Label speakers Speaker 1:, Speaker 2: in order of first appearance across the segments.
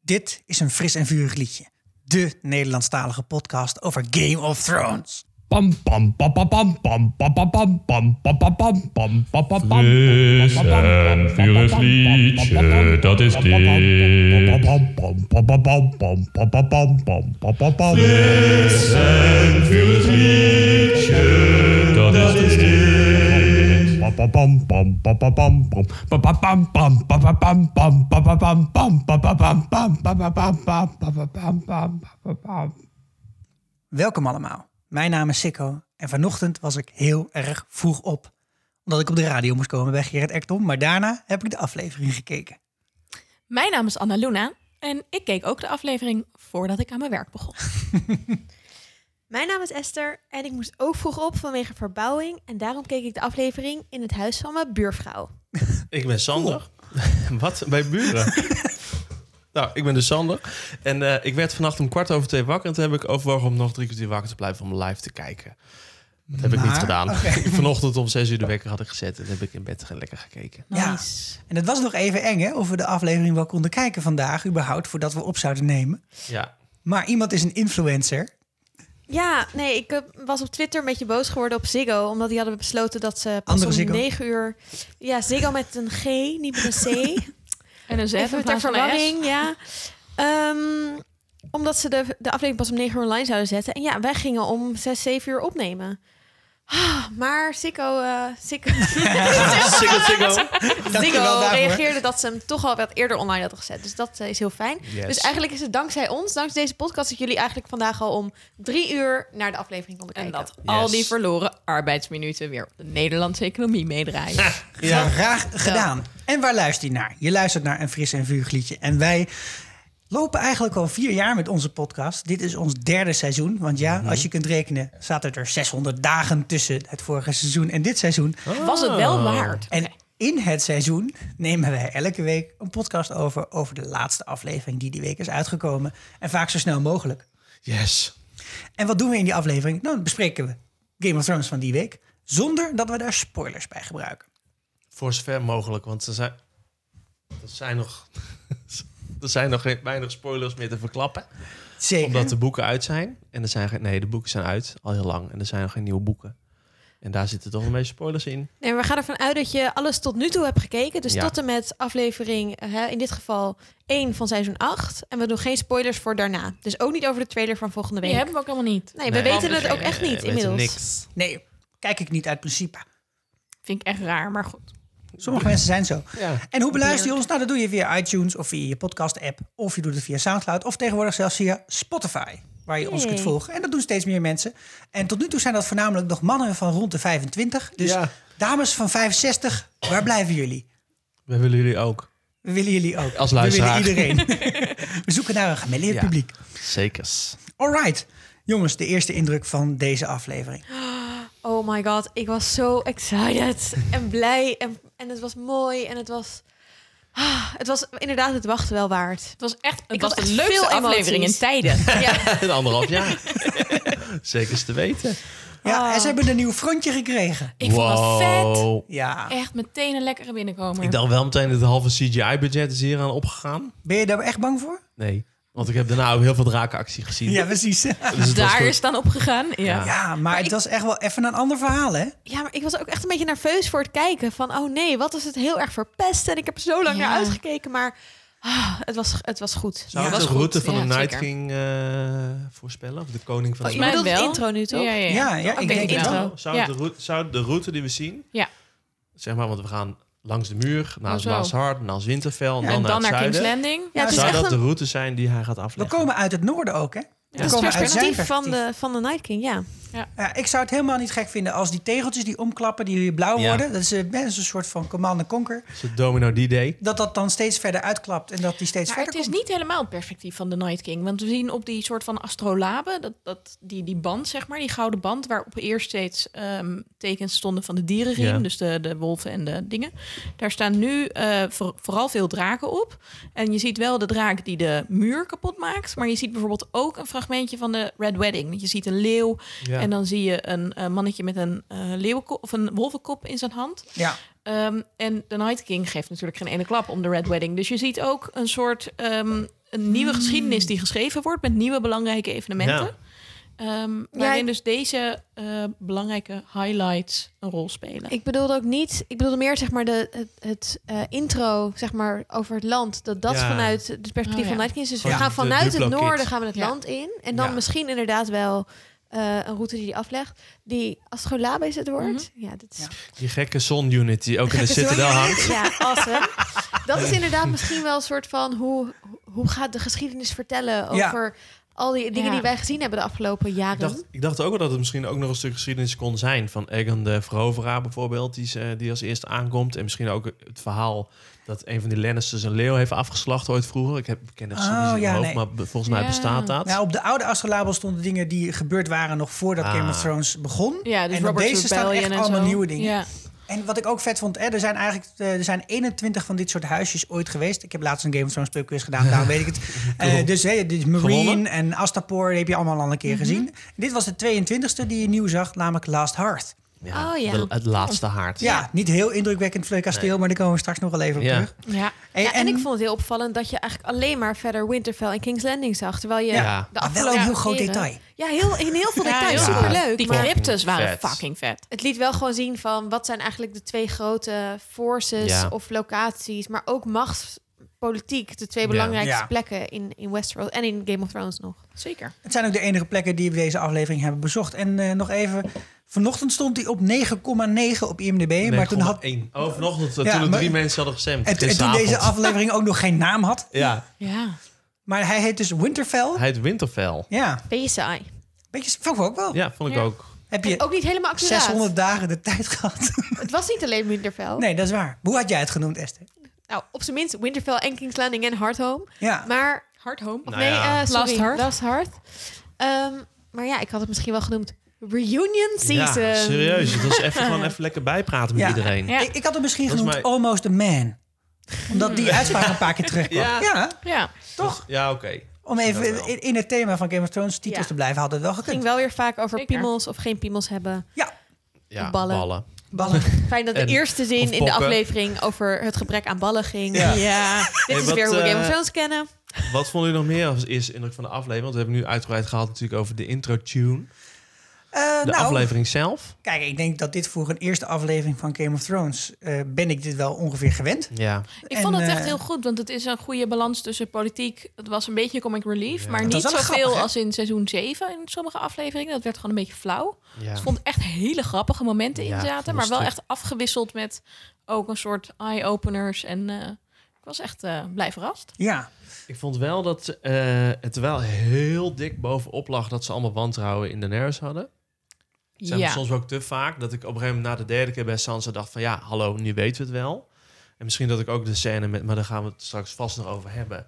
Speaker 1: Dit is een fris en vurig liedje. De Nederlandstalige podcast over Game of Thrones.
Speaker 2: Pam pam pam pam pam pam pam pam pam pam pam pam pam pam pam pam pam.
Speaker 3: Fris en vurig liedje, dat is dit. Fris en vurig liedje, dat is dit.
Speaker 1: Welkom allemaal. Mijn naam is Sikko en vanochtend was ik heel erg vroeg op. Omdat ik op de radio moest komen bij Gerrit Ekdom, maar daarna heb ik de aflevering gekeken.
Speaker 4: Mijn naam is Anna Luna en ik keek ook de aflevering voordat ik aan mijn werk begon.
Speaker 5: Mijn naam is Esther en ik moest ook vroeg op vanwege verbouwing en daarom keek ik de aflevering in het huis van mijn buurvrouw.
Speaker 6: Ik ben Sander. Wat? Bij buren? nou, ik ben dus Sander. En eh, ik werd vannacht om kwart over twee wakker. En toen heb ik overwogen om nog drie kwartier wakker te blijven om live te kijken. Dat heb ik
Speaker 1: Maar-
Speaker 6: niet gedaan.
Speaker 1: oké.
Speaker 6: Vanochtend om zes uur de wekker had ik gezet. En heb ik in bed lekker gekeken.
Speaker 4: Nice.
Speaker 1: En het was nog even eng hè, of we de aflevering wel konden kijken vandaag überhaupt, voordat we op zouden nemen.
Speaker 6: Ja.
Speaker 1: Maar iemand is een influencer.
Speaker 5: Ja, nee, ik eh, was op Twitter een beetje boos geworden op Ziggo, omdat die hadden besloten dat ze pas
Speaker 1: Andere
Speaker 5: om
Speaker 1: Ziggo.
Speaker 5: 9 uur... Ja, Ziggo met een G, niet met een C.
Speaker 4: En een zet in
Speaker 5: Even ter
Speaker 4: plaats van een S.
Speaker 5: verwarring, ja. Ehm, omdat ze de, de aflevering pas om 9 uur online zouden zetten. En ja, wij gingen om 6, 7 uur opnemen. Ah, maar Sikko, eh Sikko,
Speaker 6: Sikkel, sikkel.
Speaker 1: Dankjewel
Speaker 5: Ziggo
Speaker 1: daarvoor.
Speaker 5: reageerde dat ze hem toch al wat eerder online hadden gezet. Dus dat eh, is heel fijn.
Speaker 6: Yes.
Speaker 5: Dus eigenlijk is het dankzij ons, dankzij deze podcast, dat jullie eigenlijk vandaag al om drie uur naar de aflevering konden
Speaker 4: En
Speaker 5: kijken.
Speaker 4: dat al die verloren arbeidsminuten weer op de Nederlandse economie meedraaien.
Speaker 1: Ja, graag gedaan. En waar luister je naar? Je luistert naar een fris en vuur liedje. En wij lopen eigenlijk al vier jaar met onze podcast. Dit is ons derde seizoen. Want ja, als je kunt rekenen, zaten er 600 dagen tussen het vorige seizoen en dit seizoen.
Speaker 4: Was het wel
Speaker 6: Oh.
Speaker 4: waard?
Speaker 1: En in het seizoen nemen wij elke week een podcast over over de laatste aflevering die die week is uitgekomen. En vaak zo snel mogelijk.
Speaker 6: Yes.
Speaker 1: En wat doen we in die aflevering? Nou, dan bespreken we Game of Thrones van die week. Zonder dat we daar spoilers bij gebruiken.
Speaker 6: Voor zover mogelijk. Want er zijn, er zijn nog... Er zijn nog geen- weinig spoilers meer te verklappen.
Speaker 1: Zeker.
Speaker 6: Omdat de boeken uit zijn. En er zijn geen... Nee, de boeken zijn uit. Al heel lang. En er zijn nog geen nieuwe boeken. En daar zitten toch een beetje spoilers in.
Speaker 5: Nee, maar we gaan ervan uit dat je alles tot nu toe hebt gekeken. Dus
Speaker 6: Ja.
Speaker 5: tot en met aflevering, eh, hè, in dit geval 1 van seizoen 8. En we doen geen spoilers voor daarna. Dus ook niet over de trailer van volgende week.
Speaker 4: Die hebben we ook allemaal niet.
Speaker 5: Nee, we weten het ook
Speaker 6: eh,
Speaker 5: echt niet
Speaker 6: we weten
Speaker 5: inmiddels.
Speaker 6: Niks.
Speaker 1: Nee, kijk ik niet uit principe.
Speaker 4: Vind ik echt raar, maar goed.
Speaker 1: Sommige mensen zijn zo.
Speaker 6: Ja.
Speaker 1: En hoe beluister je ons? Nou, dat doe je via iTunes of via je podcast-app. Of je doet het via Soundcloud. Of tegenwoordig zelfs via Spotify, waar je ons
Speaker 5: Hey.
Speaker 1: kunt volgen. En dat doen steeds meer mensen. En tot nu toe zijn dat voornamelijk nog mannen van rond de 25. Dus
Speaker 6: Ja.
Speaker 1: dames van 65, waar blijven jullie?
Speaker 6: We willen jullie ook.
Speaker 1: We willen jullie ook.
Speaker 6: Als luisteraar.
Speaker 1: We willen iedereen. We zoeken naar een gemêleerd
Speaker 6: Ja.
Speaker 1: publiek.
Speaker 6: Zekers.
Speaker 1: All right. Jongens, de eerste indruk van deze aflevering.
Speaker 5: Oh my god, ik was zo excited en blij. En, en het was mooi en het was... Ah, het was inderdaad het wachten wel waard.
Speaker 4: Het was echt het
Speaker 5: Ik
Speaker 4: was
Speaker 5: had
Speaker 4: de
Speaker 5: echt
Speaker 4: leukste
Speaker 5: veel
Speaker 4: aflevering
Speaker 5: emoties.
Speaker 4: in tijden.
Speaker 5: Ja,
Speaker 6: Een anderhalf jaar. Zekers te weten.
Speaker 1: Ja,
Speaker 5: Ah.
Speaker 1: en ze hebben een nieuw frontje gekregen.
Speaker 4: Ik vond het vet.
Speaker 6: Wow.
Speaker 1: Ja.
Speaker 4: Echt meteen een lekkere binnenkomer.
Speaker 6: Ik dacht wel meteen dat het halve CGI-budget is hier aan opgegaan.
Speaker 1: Ben je daar echt bang voor?
Speaker 6: Nee. Want ik heb daarna ook heel veel drakenactie gezien.
Speaker 1: Ja, precies.
Speaker 6: Dus het was
Speaker 4: Daar
Speaker 6: goed.
Speaker 4: is dan opgegaan. Ja.
Speaker 6: Ja.
Speaker 1: Ja, maar, het
Speaker 5: ik-
Speaker 1: was echt wel even een ander verhaal, hè?
Speaker 5: ja, maar ik was ook echt een beetje nerveus voor het kijken. Van, oh nee, wat is het heel erg verpest. En ik heb er zo lang
Speaker 4: Ja.
Speaker 5: naar uitgekeken. Maar ah, het, was, het was goed.
Speaker 6: Zou
Speaker 1: Ja,
Speaker 6: ik
Speaker 1: was
Speaker 6: de
Speaker 4: goed.
Speaker 6: route van
Speaker 4: Ja,
Speaker 6: de Night
Speaker 4: zeker.
Speaker 6: King eh, voorspellen? Of de koning van de
Speaker 5: Oh, je
Speaker 4: mij
Speaker 5: bedoelt
Speaker 4: wel.
Speaker 5: het intro nu, toch?
Speaker 4: Ja, ja,
Speaker 1: Ja, ja, ik
Speaker 4: Oké,
Speaker 1: denk
Speaker 4: de
Speaker 1: het wel.
Speaker 4: intro.
Speaker 6: Nou, zou,
Speaker 4: Ja.
Speaker 6: de route, zou de route die we zien...
Speaker 4: Ja.
Speaker 6: Zeg maar, want we gaan langs de muur, naar
Speaker 4: zo.
Speaker 6: Maas Hart, naar Winterfell... en
Speaker 4: En
Speaker 6: dan naar,
Speaker 4: dan naar
Speaker 6: het
Speaker 4: King's
Speaker 6: zuiden.
Speaker 4: Landing.
Speaker 5: Ja, het is
Speaker 6: Zou
Speaker 5: echt
Speaker 6: dat de
Speaker 5: een,
Speaker 6: route zijn die hij gaat
Speaker 1: We
Speaker 6: afleggen?
Speaker 1: komen uit het noorden ook, hè? We
Speaker 4: is
Speaker 5: het
Speaker 1: komen uit zijn
Speaker 5: perspectief van de, van de Night King, ja.
Speaker 1: Ja, ik zou het helemaal niet gek vinden als die tegeltjes die omklappen, die weer blauw
Speaker 6: Ja.
Speaker 1: worden, dat is eh, best een soort van command and conquer,
Speaker 6: Is het Domino D-Day?
Speaker 1: dat dat dan steeds verder uitklapt en dat die steeds
Speaker 4: Maar het
Speaker 1: verder
Speaker 4: is
Speaker 1: komt.
Speaker 4: niet helemaal het perspectief van de Night King. Want we zien op die soort van astrolaben, dat, dat, die, die band, zeg maar, die gouden band, waarop eerst steeds ehm, tekens stonden van de dierenriem,
Speaker 6: Ja.
Speaker 4: dus de, de wolven en de dingen. Daar staan nu eh, voor- vooral veel draken op. En je ziet wel de draak die de muur kapot maakt, maar je ziet bijvoorbeeld ook een fragmentje van de Red Wedding. Want Je ziet een leeuw
Speaker 6: Ja.
Speaker 4: en dan zie je een eh, mannetje met een eh leeuwenkop of een wolvenkop in zijn hand.
Speaker 1: Ja,
Speaker 4: Ehm, en de Night King geeft natuurlijk geen ene klap om de Red Wedding. Dus je ziet ook een soort ehm, een nieuwe
Speaker 1: Hmm.
Speaker 4: geschiedenis die geschreven wordt met nieuwe belangrijke evenementen.
Speaker 6: Ja.
Speaker 4: Ehm,
Speaker 5: Ja,
Speaker 4: waarin
Speaker 5: ik-
Speaker 4: dus deze eh, belangrijke highlights een rol spelen.
Speaker 5: Ik bedoelde ook niet, ik bedoelde meer zeg maar de, het, het eh, intro zeg maar, over het land. Dat dat
Speaker 6: Ja.
Speaker 5: vanuit het perspectief
Speaker 4: Oh, ja.
Speaker 5: van Night Kings. Dus we
Speaker 6: Van
Speaker 5: gaan
Speaker 6: de
Speaker 5: vanuit het
Speaker 6: Duplo
Speaker 5: noorden
Speaker 6: Kids.
Speaker 5: gaan we het
Speaker 4: Ja.
Speaker 5: land in. En dan
Speaker 6: Ja.
Speaker 5: misschien inderdaad wel eh, een route die die aflegt. Die Astrolabe is het woord.
Speaker 4: Mhm.
Speaker 5: Ja, dat is
Speaker 1: Ja.
Speaker 6: Die gekke zonunit die ook in de citadel hangt.
Speaker 5: Ja, awesome. Dat is inderdaad misschien wel een soort van hoe, hoe gaat de geschiedenis vertellen
Speaker 1: Ja.
Speaker 5: over al die dingen
Speaker 4: Ja.
Speaker 5: die wij gezien hebben de afgelopen jaren.
Speaker 6: Ik dacht, ik dacht ook wel dat het misschien ook nog een stuk geschiedenis kon zijn. Van Egan de Veroveraar bijvoorbeeld, die, ze- die als eerste aankomt. En misschien ook het verhaal dat een van die Lannisters een leeuw heeft afgeslacht ooit vroeger. Ik, heb, ik ken dat
Speaker 1: Oh,
Speaker 6: niet in
Speaker 1: ja,
Speaker 6: mijn hoofd,
Speaker 1: nee.
Speaker 6: maar be- volgens mij
Speaker 4: Ja.
Speaker 6: bestaat dat.
Speaker 1: Nou, op de oude astrolabel stonden dingen die gebeurd waren nog voordat
Speaker 6: Ah.
Speaker 1: Game of Thrones begon.
Speaker 4: ja, dus
Speaker 1: en op
Speaker 4: Robert's
Speaker 1: deze staan
Speaker 4: Rebellion
Speaker 1: echt
Speaker 4: en
Speaker 1: allemaal
Speaker 4: zo.
Speaker 1: nieuwe dingen.
Speaker 4: Ja.
Speaker 1: En wat ik ook vet vond, hè, er zijn eigenlijk eh, er zijn 21 van dit soort huisjes ooit geweest. Ik heb laatst een Game of Thrones pubquiz gedaan, daarom weet ik het. Eh,
Speaker 6: Cool.
Speaker 1: dus hè, dit is Marine
Speaker 6: Gewonnen? Mhm.
Speaker 1: en Astapor, die heb je allemaal al een keer gezien. Dit was de 22e die je nieuw zag, namelijk Last Hearth.
Speaker 6: Ja,
Speaker 5: Oh, ja.
Speaker 6: de- het laatste haard.
Speaker 1: Ja, niet heel indrukwekkend voor het kasteel, maar daar komen we straks nog wel even op
Speaker 6: Ja.
Speaker 1: terug.
Speaker 4: Ja.
Speaker 1: En,
Speaker 5: ja, en, ik vond het heel opvallend dat je eigenlijk alleen maar verder Winterfell en King's Landing zag. Terwijl je
Speaker 6: Ja.
Speaker 5: de
Speaker 1: maar wel
Speaker 5: afgelopen
Speaker 1: een heel groot
Speaker 5: keren-
Speaker 1: detail.
Speaker 5: Ja, heel, in heel veel
Speaker 4: Ja,
Speaker 5: detail.
Speaker 4: heel
Speaker 5: Superleuk.
Speaker 4: Die
Speaker 5: maar
Speaker 4: cryptes waren
Speaker 6: Vet.
Speaker 4: fucking vet.
Speaker 5: het liet wel gewoon zien van wat zijn eigenlijk de twee grote forces
Speaker 6: Ja.
Speaker 5: of locaties. Maar ook machtspolitiek. De twee
Speaker 6: Ja.
Speaker 5: belangrijkste
Speaker 1: Ja.
Speaker 5: plekken in, in Westeros en in Game of Thrones nog.
Speaker 4: Zeker.
Speaker 1: Het zijn ook de enige plekken die we deze aflevering hebben bezocht. En eh, nog even, vanochtend stond hij op 9,9 op IMDb. maar toen had,
Speaker 6: één. Oh, vanochtend,
Speaker 1: Ja,
Speaker 6: toen er
Speaker 1: maar-
Speaker 6: drie mensen hadden gestemd.
Speaker 1: en, en toen
Speaker 6: Gisteravond.
Speaker 1: deze aflevering ook nog geen naam had.
Speaker 6: Ja,
Speaker 4: Ja.
Speaker 1: Maar hij heet dus Winterfell.
Speaker 6: hij het Winterfell.
Speaker 1: Ja,
Speaker 5: Ben je saai?
Speaker 1: beetje, vond ik ook wel.
Speaker 6: Ja, vond ik
Speaker 4: Ja.
Speaker 6: ook.
Speaker 1: Heb je
Speaker 5: Ook niet helemaal accuraat.
Speaker 1: 600 dagen de tijd gehad?
Speaker 5: Het was niet alleen Winterfell.
Speaker 1: nee, dat is waar. Hoe had jij het genoemd, Esther?
Speaker 5: Nou, op zijn minst Winterfell en King's Landing en Hardhome.
Speaker 1: Ja,
Speaker 5: Maar,
Speaker 4: Hard home.
Speaker 5: of
Speaker 6: Nou
Speaker 5: nee,
Speaker 6: ja.
Speaker 5: eh, sorry,
Speaker 4: Last Hearth.
Speaker 5: Hearth. Ehm, maar ja, ik had het misschien wel genoemd Reunion Season.
Speaker 6: Ja, serieus. Het was even gewoon even lekker bijpraten met
Speaker 1: eh, Ja.
Speaker 6: iedereen.
Speaker 4: Ja.
Speaker 1: ik, ik had het misschien
Speaker 6: Dat is
Speaker 1: genoemd
Speaker 6: mij-
Speaker 1: Almost a Man. Omdat die uitspraak een paar keer terugkwam. Ja.
Speaker 6: Ja.
Speaker 4: Ja.
Speaker 1: toch?
Speaker 6: Ja, oké.
Speaker 1: Om
Speaker 6: Dat wel.
Speaker 1: even in, in het thema van Game of Thrones titels
Speaker 5: Ja.
Speaker 1: te blijven, had het wel
Speaker 5: ging
Speaker 1: gekund.
Speaker 5: wel weer vaak over
Speaker 4: Zeker.
Speaker 5: piemels of geen piemels hebben.
Speaker 6: Ja,
Speaker 5: Ballen.
Speaker 6: ballen.
Speaker 1: Ballen.
Speaker 5: Fijn dat de
Speaker 6: En-
Speaker 5: eerste
Speaker 6: of
Speaker 5: zin in de
Speaker 6: poppen.
Speaker 5: aflevering over het gebrek aan ballen ging.
Speaker 1: Ja.
Speaker 4: Ja.
Speaker 5: Dit
Speaker 6: Hey,
Speaker 5: is
Speaker 6: wat,
Speaker 5: weer hoe we
Speaker 6: eh,
Speaker 5: Game of Thrones kennen.
Speaker 6: Wat vonden jullie nog meer als eerste indruk van de aflevering? Want we hebben nu uitgebreid gehad natuurlijk over de intro-tune.
Speaker 1: Eh,
Speaker 6: De
Speaker 1: nou,
Speaker 6: aflevering zelf.
Speaker 1: kijk, ik denk dat dit voor een eerste aflevering van Game of Thrones... eh, ben ik dit wel ongeveer gewend.
Speaker 6: Ja.
Speaker 4: Ik vond
Speaker 1: En,
Speaker 4: het
Speaker 1: eh,
Speaker 4: echt heel goed, want het is een goede balans tussen politiek. Het was een beetje comic relief,
Speaker 6: Ja.
Speaker 4: maar
Speaker 1: Dat
Speaker 4: niet
Speaker 1: was wel
Speaker 4: zoveel
Speaker 1: grappig, hè?
Speaker 4: als in seizoen 7 in sommige afleveringen. Dat werd gewoon een beetje flauw.
Speaker 6: ja.
Speaker 4: Ik vond echt hele grappige momenten
Speaker 6: Ja,
Speaker 4: in
Speaker 6: ik vond
Speaker 4: zaten,
Speaker 6: het
Speaker 4: maar wel
Speaker 6: stuk.
Speaker 4: echt afgewisseld met ook een soort eye-openers. En eh, ik was echt eh, blij verrast.
Speaker 1: Ja,
Speaker 6: Ik vond wel dat eh, het wel heel dik bovenop lag dat ze allemaal wantrouwen in Daenerys hadden. Dat zijn
Speaker 4: ja.
Speaker 6: soms ook te vaak. Dat ik op een gegeven moment na de derde keer bij Sansa dacht van ja, hallo, nu weten we het wel. En misschien dat ik ook de scène met, maar daar gaan we het straks vast nog over hebben.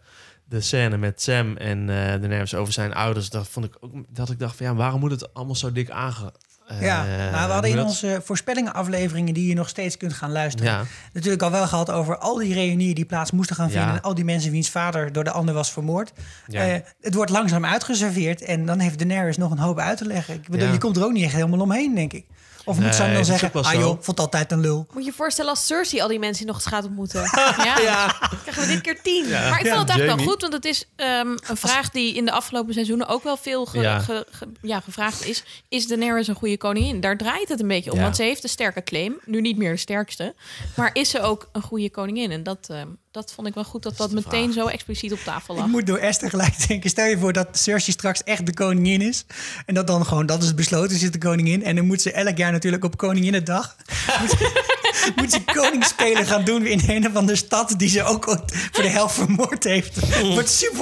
Speaker 6: De scène met Sam en eh Daenerys over zijn ouders. Dat vond ik ook, dat ik dacht van ja, waarom moet het allemaal zo dik aange... eh,
Speaker 1: ja. maar we hadden in
Speaker 6: hoe dat-
Speaker 1: onze voorspellingen afleveringen... die je nog steeds kunt gaan luisteren...
Speaker 6: Ja.
Speaker 1: natuurlijk al wel gehad over al die reunieën die plaats moesten gaan vinden...
Speaker 6: Ja.
Speaker 1: en al die mensen wiens vader door de ander was vermoord.
Speaker 6: Ja.
Speaker 1: Eh, het wordt langzaam uitgeserveerd en dan heeft Daenerys nog een hoop uit te leggen. Ik bedoel,
Speaker 6: Ja.
Speaker 1: je komt er ook niet echt helemaal omheen, denk ik. Of
Speaker 6: Nee,
Speaker 1: moet Sam
Speaker 6: dat
Speaker 1: dan
Speaker 6: is
Speaker 1: zeggen,
Speaker 6: ook wel
Speaker 1: ah
Speaker 6: zo."
Speaker 1: joh, vond altijd een lul.
Speaker 5: Moet je je voorstellen als Cersei al die mensen nog eens gaat ontmoeten.
Speaker 4: Ja.
Speaker 5: Dan krijgen we dit keer tien.
Speaker 6: Eh, Ja.
Speaker 4: Maar ik vond het eigenlijk
Speaker 6: Jamie.
Speaker 4: wel goed, want het is ehm, een vraag die in de afgelopen seizoenen ook wel veel ge-
Speaker 6: Ja.
Speaker 4: ge- ge- ja, gevraagd is. Is Daenerys een goede koningin? Daar draait het een beetje om,
Speaker 6: Ja.
Speaker 4: want ze heeft een sterke claim. Nu niet meer de sterkste, maar is ze ook een goede koningin? En dat, ehm, dat vond ik wel goed dat dat,
Speaker 6: is de
Speaker 4: meteen zo expliciet op tafel
Speaker 1: Ik
Speaker 4: lag.
Speaker 1: moet door Esther gelijk denken. Stel je voor dat Cersei straks echt de koningin is. En dat dan gewoon, dat is besloten, zit de koningin. En dan moet ze elk jaar natuurlijk op Koninginnedag... moet ze- moet ze koningsspelen gaan doen in een of andere stad... die ze ook ooit voor de helft vermoord heeft. Het
Speaker 6: Mm.
Speaker 1: wordt super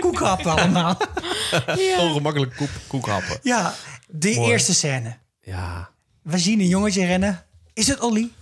Speaker 1: koekhappen allemaal.
Speaker 6: Ongemakkelijk koek, koekhappen.
Speaker 1: Ja, de
Speaker 6: Mooi.
Speaker 1: eerste scène.
Speaker 6: Ja.
Speaker 1: We zien een jongetje rennen. Is het Ollie?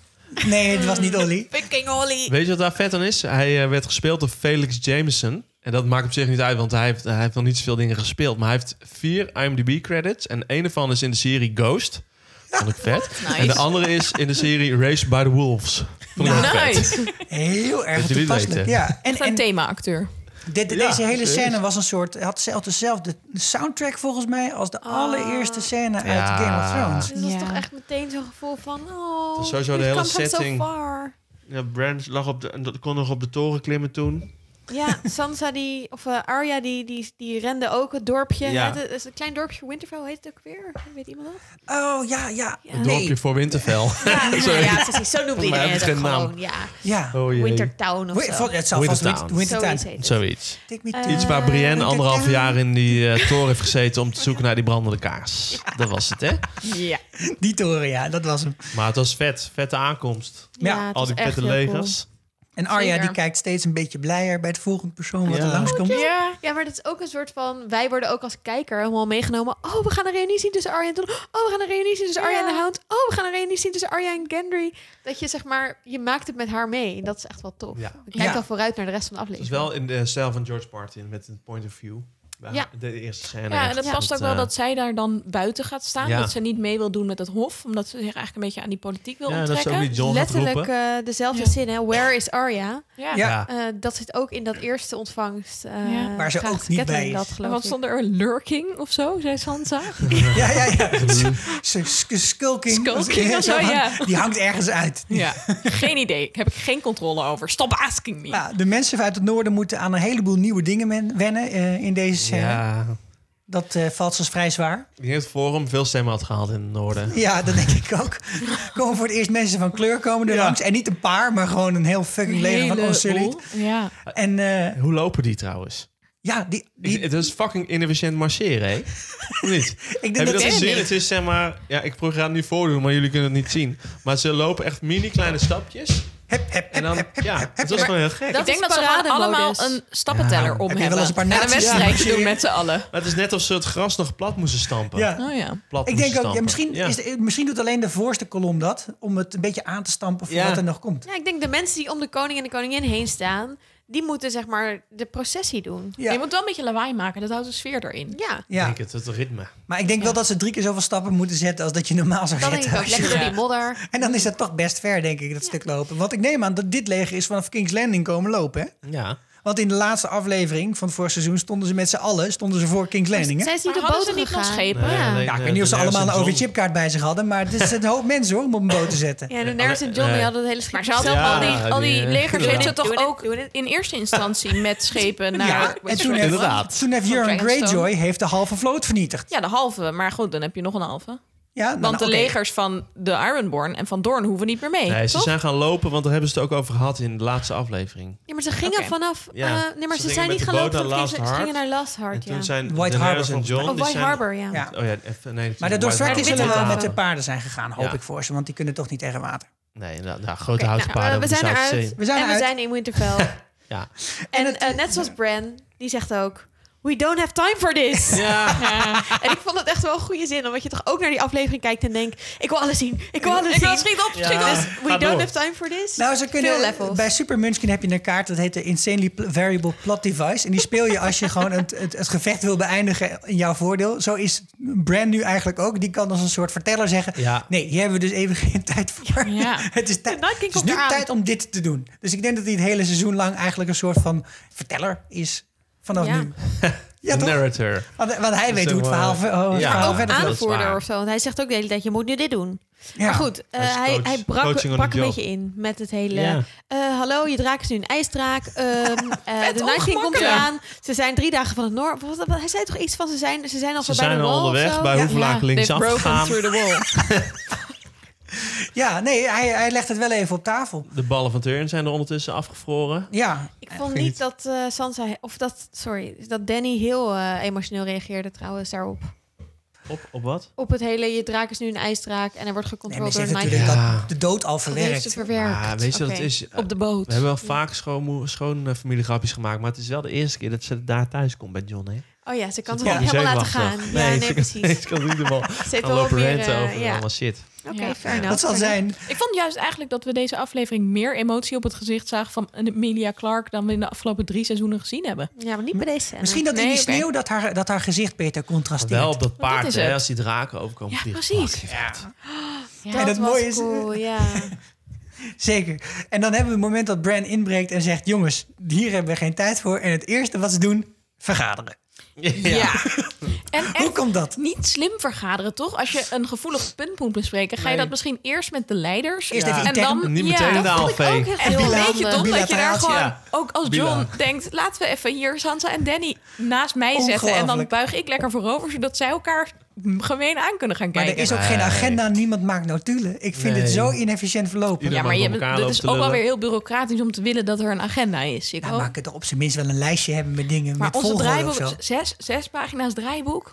Speaker 1: Nee, het was niet Ollie.
Speaker 5: Fucking Ollie.
Speaker 6: Weet je wat daar vet aan is? Hij eh, werd gespeeld door Felix Jameson. En dat maakt op zich niet uit, want hij heeft, hij heeft nog niet zoveel dingen gespeeld. Maar hij heeft vier IMDb-credits. En een ervan is in de serie Ghost. Vond ik vet. En de andere is in de serie Race by the Wolves. Vond ik ook vet.
Speaker 4: Nice!
Speaker 1: Heel erg
Speaker 6: Dat jullie
Speaker 1: toepasselijk.
Speaker 6: weten.
Speaker 1: Ja. En,
Speaker 4: Echt een
Speaker 1: en
Speaker 4: thema-acteur.
Speaker 1: dit-
Speaker 6: Ja,
Speaker 1: deze hele
Speaker 6: serieus.
Speaker 1: scène was een soort... had zelf dezelfde soundtrack volgens mij... als
Speaker 4: Ah.
Speaker 1: de allereerste scène uit
Speaker 6: Ja.
Speaker 1: Game of Thrones.
Speaker 5: Dus dat
Speaker 4: Ja.
Speaker 5: is toch echt meteen zo'n gevoel van... Oh,
Speaker 6: is sowieso de
Speaker 5: we've
Speaker 6: hele
Speaker 5: come from so
Speaker 6: setting.
Speaker 5: far.
Speaker 6: Ja, Brand lag op de, en dat kon nog op de toren klimmen toen.
Speaker 5: Ja, Sansa die, of eh, Arya die, die, die rende ook het dorpje.
Speaker 6: Ja.
Speaker 5: hè, Het is een klein dorpje Winterfell, heet het ook weer? Weet iemand dat?
Speaker 1: Oh, ja, ja.
Speaker 5: Ja.
Speaker 6: Een
Speaker 1: Nee.
Speaker 6: dorpje voor Winterfell.
Speaker 5: Ja,
Speaker 6: Sorry.
Speaker 5: ja precies. Zo noemt
Speaker 6: Maar
Speaker 5: iedereen
Speaker 6: het
Speaker 5: het
Speaker 6: heeft
Speaker 5: ook
Speaker 6: geen naam.
Speaker 5: gewoon. Ja.
Speaker 1: Ja.
Speaker 6: Oh jee.
Speaker 5: Wintertown of
Speaker 1: Wait,
Speaker 5: zo.
Speaker 1: valt- het zal vast
Speaker 6: Wintertown.
Speaker 1: Wintertown.
Speaker 5: Zoiets
Speaker 1: Wintertown.
Speaker 5: heet het.
Speaker 6: Zoiets.
Speaker 1: Take me
Speaker 5: Eh,
Speaker 1: to-
Speaker 6: Iets waar Brienne
Speaker 1: Wintertown.
Speaker 6: anderhalf jaar in die eh, toren heeft gezeten om te zoeken naar die brandende kaas. Dat was het, hè?
Speaker 4: Ja.
Speaker 1: Die toren, ja, dat was hem.
Speaker 6: Maar het was vet. Vette aankomst.
Speaker 1: Ja,
Speaker 5: het
Speaker 6: Al
Speaker 5: was
Speaker 6: die
Speaker 5: echt
Speaker 6: vette
Speaker 5: heel cool.
Speaker 6: legers.
Speaker 1: En Arya
Speaker 4: Zeker.
Speaker 1: die kijkt steeds een beetje blijer bij het volgende persoon wat
Speaker 6: Ja.
Speaker 1: er langskomt.
Speaker 4: Ja.
Speaker 5: Ja, maar dat is ook een soort van... Wij worden ook als kijker helemaal meegenomen. Oh, we gaan een reunie zien tussen Arya en Don. Oh, we gaan een reunie zien tussen Arya en de
Speaker 4: Ja.
Speaker 5: Hound. Oh, we gaan een reunie zien tussen Arya en Gendry. Dat je zeg maar... Je maakt het met haar mee. En dat is echt wel tof.
Speaker 6: Ja.
Speaker 5: Je kijkt
Speaker 1: Ja.
Speaker 5: al vooruit naar de rest van de
Speaker 6: Het is
Speaker 5: aflevering.
Speaker 6: wel in de stijl van George Martin met een point of view. Bij
Speaker 5: Ja.
Speaker 6: De eerste scène.
Speaker 4: Ja, en
Speaker 6: echt.
Speaker 4: dat past ook wel
Speaker 6: eh,
Speaker 4: dat zij daar dan buiten gaat staan.
Speaker 6: Ja.
Speaker 4: Dat ze niet mee wil doen met het hof. Omdat ze zich eigenlijk een beetje aan die politiek wil
Speaker 6: Ja, dat is ook
Speaker 4: onttrekken.
Speaker 6: niet John gaat
Speaker 5: Letterlijk
Speaker 6: roepen.
Speaker 5: eh, dezelfde
Speaker 4: Ja.
Speaker 5: zin, hè. Where is Arya?
Speaker 4: Ja.
Speaker 1: Ja.
Speaker 6: Ja.
Speaker 5: Eh, dat zit ook in dat eerste ontvangst. eh,
Speaker 4: Ja.
Speaker 1: Waar ze
Speaker 5: graag
Speaker 1: ook niet bij is.
Speaker 5: Dat,
Speaker 4: En
Speaker 5: geloof
Speaker 4: wat
Speaker 5: ik.
Speaker 4: stond er? Lurking of zo, zei Sansa.
Speaker 1: Ja, ja, ja. S- s- s- Skulking.
Speaker 4: Skulking of zo,
Speaker 1: hangt-
Speaker 4: ja.
Speaker 1: Die hangt ergens uit.
Speaker 4: Ja, geen idee. Ik heb ik geen controle over. Stop asking me.
Speaker 1: Nou, de mensen uit het noorden moeten aan een heleboel nieuwe dingen men- wennen eh, in deze scène.
Speaker 6: Ja.
Speaker 1: Dat eh, valt ze vrij zwaar.
Speaker 6: Die heeft Forum veel stemmen had gehaald in het noorden.
Speaker 1: Ja, dat denk ik ook. Komen voor het eerst mensen van kleur komen er
Speaker 6: Ja.
Speaker 1: langs. En niet een paar, maar gewoon een heel fucking leger van Unsullied.
Speaker 4: boel. Ja.
Speaker 1: En eh,
Speaker 6: Hoe lopen die trouwens?
Speaker 1: ja, die, die,
Speaker 6: Ik- Het is fucking inefficiënt marcheren, hè? Of niet?
Speaker 1: ik denk
Speaker 6: Heb je dat
Speaker 1: dat
Speaker 6: gezien?
Speaker 4: niet.
Speaker 6: Het is zeg maar... Ja, ik probeer het nu voordoen, maar jullie kunnen het niet zien. Maar ze lopen echt mini kleine stapjes.
Speaker 1: Hep, hep,
Speaker 6: En dan... Ja, het was gewoon heel gek.
Speaker 5: Dat
Speaker 4: ik denk
Speaker 5: is
Speaker 4: dat ze gewoon
Speaker 5: parademodus.
Speaker 4: allemaal een stappenteller om
Speaker 1: Heb je
Speaker 4: hebben.
Speaker 1: wel eens een paar
Speaker 4: en een
Speaker 1: nazi's
Speaker 4: wedstrijdje
Speaker 1: gezien?
Speaker 4: doen met z'n allen.
Speaker 6: Maar het is net alsof ze het gras nog plat moesten stampen.
Speaker 1: Ja.
Speaker 4: Oh ja.
Speaker 6: Plat moesten
Speaker 1: Ik denk ook, ja,
Speaker 6: stampen.
Speaker 1: misschien,
Speaker 6: Ja.
Speaker 1: Is de- misschien doet alleen de voorste kolom dat. Om het een beetje aan te stampen voor
Speaker 6: Ja.
Speaker 1: wat er nog komt.
Speaker 5: Ja, ik denk de mensen die om de koning en de koningin heen staan... die moeten zeg maar de processie doen.
Speaker 1: Ja.
Speaker 4: Je moet wel een beetje lawaai maken. Dat houdt de sfeer erin.
Speaker 5: Ja,
Speaker 6: Ik
Speaker 1: Ja,
Speaker 6: denk het, het ritme.
Speaker 1: maar ik denk wel dat ze drie keer zoveel stappen moeten zetten als dat je normaal zou
Speaker 5: dan denk
Speaker 1: zetten.
Speaker 5: ik ook
Speaker 1: Als je-
Speaker 5: lekker door
Speaker 4: Ja.
Speaker 5: die modder.
Speaker 1: En dan is dat toch best ver, denk ik, dat stuk lopen. Want ik neem aan dat dit leger is vanaf King's Landing komen lopen. Hè?
Speaker 6: Ja.
Speaker 1: Want in de laatste aflevering van het vorig seizoen stonden ze met z'n allen stonden ze voor King's Landing. Hè?
Speaker 5: Zijn ze niet
Speaker 4: Maar
Speaker 5: op
Speaker 4: hadden ze
Speaker 5: boten
Speaker 4: niet nog
Speaker 5: gegaan?
Speaker 4: schepen?
Speaker 5: ja.
Speaker 6: alleen,
Speaker 1: Ja, ik
Speaker 6: eh,
Speaker 1: weet niet of ze
Speaker 6: de Nelson
Speaker 1: allemaal een
Speaker 6: John.
Speaker 1: OV-chipkaart bij zich hadden. Maar het is een hoop mensen hoor, om op een boot te zetten.
Speaker 5: Ja, de Daenerys en
Speaker 6: nee.
Speaker 5: John die hadden het hele schip
Speaker 4: Maar ze hadden
Speaker 5: zelf
Speaker 6: Ja,
Speaker 4: al die, al die
Speaker 6: die, eh,
Speaker 4: legers
Speaker 6: ja.
Speaker 4: zitten toch
Speaker 5: Doe het,
Speaker 4: ook
Speaker 5: doe het.
Speaker 4: in eerste instantie met schepen naar...
Speaker 1: Ja, en toen heeft,
Speaker 6: Inderdaad.
Speaker 1: toen heeft Euron
Speaker 4: Dragonstone.
Speaker 1: Greyjoy heeft de halve vloot vernietigd.
Speaker 4: Ja, de halve. Maar goed, dan heb je nog een halve.
Speaker 1: Ja, nou,
Speaker 4: Want
Speaker 1: nou,
Speaker 4: de
Speaker 1: oké.
Speaker 4: legers van de Ironborn en van Dorn hoeven niet meer mee,
Speaker 6: Nee, ze
Speaker 4: toch?
Speaker 6: zijn gaan lopen, want daar hebben ze het ook over gehad in de laatste aflevering.
Speaker 5: Ja, maar ze gingen
Speaker 4: Oké.
Speaker 5: vanaf... eh,
Speaker 6: Ja.
Speaker 5: nee, maar
Speaker 6: Ze
Speaker 5: ze,
Speaker 6: gingen
Speaker 5: zijn
Speaker 6: met
Speaker 5: niet
Speaker 6: de
Speaker 5: gaan
Speaker 6: boot
Speaker 5: lopen.
Speaker 6: naar
Speaker 5: Ze
Speaker 6: Last
Speaker 5: gingen- ze gingen
Speaker 6: Hart.
Speaker 5: naar Last Hart,
Speaker 6: en toen
Speaker 5: ja.
Speaker 6: zijn
Speaker 1: White
Speaker 6: Daenerys en
Speaker 1: Harbor
Speaker 6: John...
Speaker 5: Oh,
Speaker 6: die
Speaker 5: White
Speaker 6: zijn-
Speaker 5: Harbor, ja.
Speaker 1: Ja.
Speaker 6: Oh ja, even, nee,
Speaker 1: Maar de Dothraki
Speaker 5: Witte
Speaker 1: zullen wel
Speaker 5: haven.
Speaker 1: met de paarden zijn gegaan, hoop
Speaker 6: Ja.
Speaker 1: ik voor ze. Want die kunnen toch niet tegen water.
Speaker 6: Nee, nou, nou, grote
Speaker 5: Oké,
Speaker 6: houten
Speaker 5: nou, eh,
Speaker 6: paarden
Speaker 5: we
Speaker 6: op de
Speaker 5: zijn
Speaker 6: Zuidzee.
Speaker 5: eruit.
Speaker 1: We zijn
Speaker 5: en
Speaker 1: eruit.
Speaker 5: we zijn in Winterfell.
Speaker 6: Ja.
Speaker 5: En
Speaker 1: het-
Speaker 5: eh, net zoals Bran, die zegt ook... We don't have time for this.
Speaker 6: Ja.
Speaker 5: Eh, En ik vond het echt wel een goede zin. Omdat je toch ook naar die aflevering kijkt en denkt... Ik wil alles zien. Ik wil alles
Speaker 4: Ik
Speaker 5: zien.
Speaker 4: wil- schiet op, schiet
Speaker 5: Dus
Speaker 4: op.
Speaker 5: we
Speaker 6: Ga
Speaker 5: don't
Speaker 6: door.
Speaker 5: have time for this.
Speaker 1: Nou, ze
Speaker 5: Veel
Speaker 1: kunnen,
Speaker 5: levels.
Speaker 1: bij Super Munchkin heb je een kaart, dat heet de Insanely Pl- Variable Plot Device. En die speel je als je gewoon het, het, het gevecht wil beëindigen in jouw voordeel. Zo is Brand nu eigenlijk ook. Die kan als een soort verteller zeggen,
Speaker 6: Ja.
Speaker 1: nee, hier hebben we dus even geen tijd voor.
Speaker 4: Ja.
Speaker 1: het is, tijd-
Speaker 5: Night King
Speaker 1: het is
Speaker 5: komt
Speaker 1: nu
Speaker 5: eraan.
Speaker 1: tijd om dit te doen. Dus ik denk dat hij het hele seizoen lang eigenlijk een soort van verteller is vanaf
Speaker 5: Ja.
Speaker 1: nu. ja, toch?
Speaker 6: Narrator.
Speaker 1: Want, want hij weet
Speaker 6: Zo,
Speaker 1: hoe het verhaal,
Speaker 6: eh,
Speaker 1: ver- oh, hoe het
Speaker 6: ja.
Speaker 1: verhaal
Speaker 6: Ook
Speaker 1: verder
Speaker 6: aan-
Speaker 1: gaat.
Speaker 6: dat is waar.
Speaker 5: aanvoerder of zo. Want hij zegt ook de hele tijd, je moet nu dit doen.
Speaker 1: Ja.
Speaker 5: Maar goed, eh,
Speaker 6: Hij is
Speaker 5: hij,
Speaker 6: coach.
Speaker 5: hij brak,
Speaker 6: Coaching on
Speaker 5: brak
Speaker 6: the
Speaker 5: een
Speaker 6: job.
Speaker 5: beetje in met het hele...
Speaker 6: Ja.
Speaker 5: eh, hallo, je draak is nu een ijsdraak. Ehm, eh, de Night King komt
Speaker 4: ongemakkelijk.
Speaker 5: eraan. Ze zijn drie dagen van het noorden. Wat- wat- Hij zei toch iets van, ze zijn, ze zijn al
Speaker 6: Ze
Speaker 5: voorbij
Speaker 6: zijn
Speaker 5: de wall
Speaker 6: al
Speaker 5: of
Speaker 6: onderweg
Speaker 5: zo?
Speaker 6: bij
Speaker 5: Ja.
Speaker 6: Hoevelaak links
Speaker 4: They've broken
Speaker 6: afgegaan.
Speaker 4: through the wall.
Speaker 1: ja, nee, hij, hij legt het wel even op tafel.
Speaker 6: De ballen van Turn zijn er ondertussen afgevroren.
Speaker 1: Ja,
Speaker 5: Ik vond niet dat eh, Sansa... Of dat, sorry, dat Danny heel eh, emotioneel reageerde trouwens daarop.
Speaker 6: Op, op wat?
Speaker 5: Op het hele, je draak is nu een ijsdraak. En hij wordt
Speaker 1: nee, maar
Speaker 5: gecontroleerd
Speaker 1: ze heeft
Speaker 5: door Night
Speaker 1: natuurlijk
Speaker 5: King.
Speaker 6: Ja.
Speaker 1: dat, de dood al
Speaker 5: Dat heeft
Speaker 1: verwerkt.
Speaker 5: ze verwerkt.
Speaker 6: Ah, weet je wat het
Speaker 5: Oké.
Speaker 6: is?
Speaker 4: Op de boot.
Speaker 6: We hebben wel vaak schoon, schoon eh, familiegrapjes gemaakt, maar het is wel de eerste keer dat ze daar thuis komt bij John. Hè?
Speaker 5: Oh ja, ze kan
Speaker 6: Ze
Speaker 5: het
Speaker 6: kan
Speaker 5: niet
Speaker 6: niet
Speaker 5: helemaal laten
Speaker 6: zenuwachtig.
Speaker 5: gaan.
Speaker 6: Nee,
Speaker 5: ja,
Speaker 6: ze
Speaker 5: nee,
Speaker 6: kan-
Speaker 5: precies.
Speaker 6: Ik kan niet de bal gaan
Speaker 5: Ze heeft wel wat
Speaker 6: lopen
Speaker 5: meer...
Speaker 6: renten
Speaker 5: eh,
Speaker 6: over
Speaker 5: ja.
Speaker 6: allemaal shit.
Speaker 5: Oké,
Speaker 4: Ja.
Speaker 5: fair enough.
Speaker 1: Dat zal
Speaker 5: fair enough.
Speaker 1: zijn.
Speaker 4: Ik vond juist eigenlijk dat we deze aflevering meer emotie op het gezicht zagen van Emilia Clark dan we in de afgelopen drie seizoenen gezien hebben.
Speaker 5: Ja, maar niet bij deze scène.
Speaker 1: Misschien dat in
Speaker 4: Nee,
Speaker 1: die
Speaker 4: oké.
Speaker 1: sneeuw dat, haar, dat haar gezicht beter
Speaker 6: Maar
Speaker 1: contrasteert.
Speaker 6: wel op dat paard,
Speaker 4: is
Speaker 6: hè,
Speaker 4: het.
Speaker 6: als die draken overkomen Oh,
Speaker 4: Ja,
Speaker 6: vliegen.
Speaker 4: precies.
Speaker 6: Fuck,
Speaker 5: Ja,
Speaker 1: En
Speaker 5: dat
Speaker 1: het
Speaker 5: was
Speaker 1: mooie is-
Speaker 5: cool, ja.
Speaker 1: Zeker. En dan hebben we het moment dat Bran inbreekt en zegt... jongens, hier hebben we geen tijd voor. En het eerste wat ze doen, vergaderen.
Speaker 4: Ja. En
Speaker 1: Hoe
Speaker 4: echt
Speaker 1: kan dat?
Speaker 4: niet slim vergaderen, toch? Als je een gevoelig punt moet bespreken, ga je
Speaker 1: Nee.
Speaker 4: dat misschien eerst met de leiders.
Speaker 1: Eerst
Speaker 4: ja.
Speaker 1: even
Speaker 4: en
Speaker 1: intern,
Speaker 4: dan
Speaker 6: niet meteen
Speaker 4: ja.
Speaker 6: de ALV.
Speaker 5: Ook echt
Speaker 4: En
Speaker 5: heel
Speaker 4: dan
Speaker 1: Bila-
Speaker 4: weet je
Speaker 5: handig.
Speaker 4: toch dat je daar
Speaker 1: bilateraal,
Speaker 4: gewoon,
Speaker 6: ja.
Speaker 4: ook als
Speaker 6: Bila.
Speaker 4: John denkt, laten we even hier Sansa en Danny naast mij zetten. En dan
Speaker 1: Ongelooflijk.
Speaker 4: buig ik lekker voorover, zodat zij elkaar gemeen aan kunnen gaan
Speaker 1: Maar
Speaker 4: kijken.
Speaker 1: er is ook geen agenda, niemand maakt notulen. Ik vind het
Speaker 6: Nee.
Speaker 1: zo inefficiënt verlopen.
Speaker 6: Ieder-
Speaker 4: ja, maar
Speaker 6: mag
Speaker 4: je
Speaker 6: door
Speaker 4: hebt-
Speaker 6: elkaar
Speaker 4: dat
Speaker 6: lopen
Speaker 4: is
Speaker 6: te
Speaker 4: ook wel
Speaker 6: lullen.
Speaker 4: weer heel bureaucratisch om te willen dat er een agenda is. Ik
Speaker 1: Nou,
Speaker 4: hoop.
Speaker 1: maak het er op zijn minst wel een lijstje hebben met dingen.
Speaker 4: Maar
Speaker 1: met
Speaker 4: onze
Speaker 1: volgorde of zo.
Speaker 4: draaiboek, zes, zes pagina's draaiboek.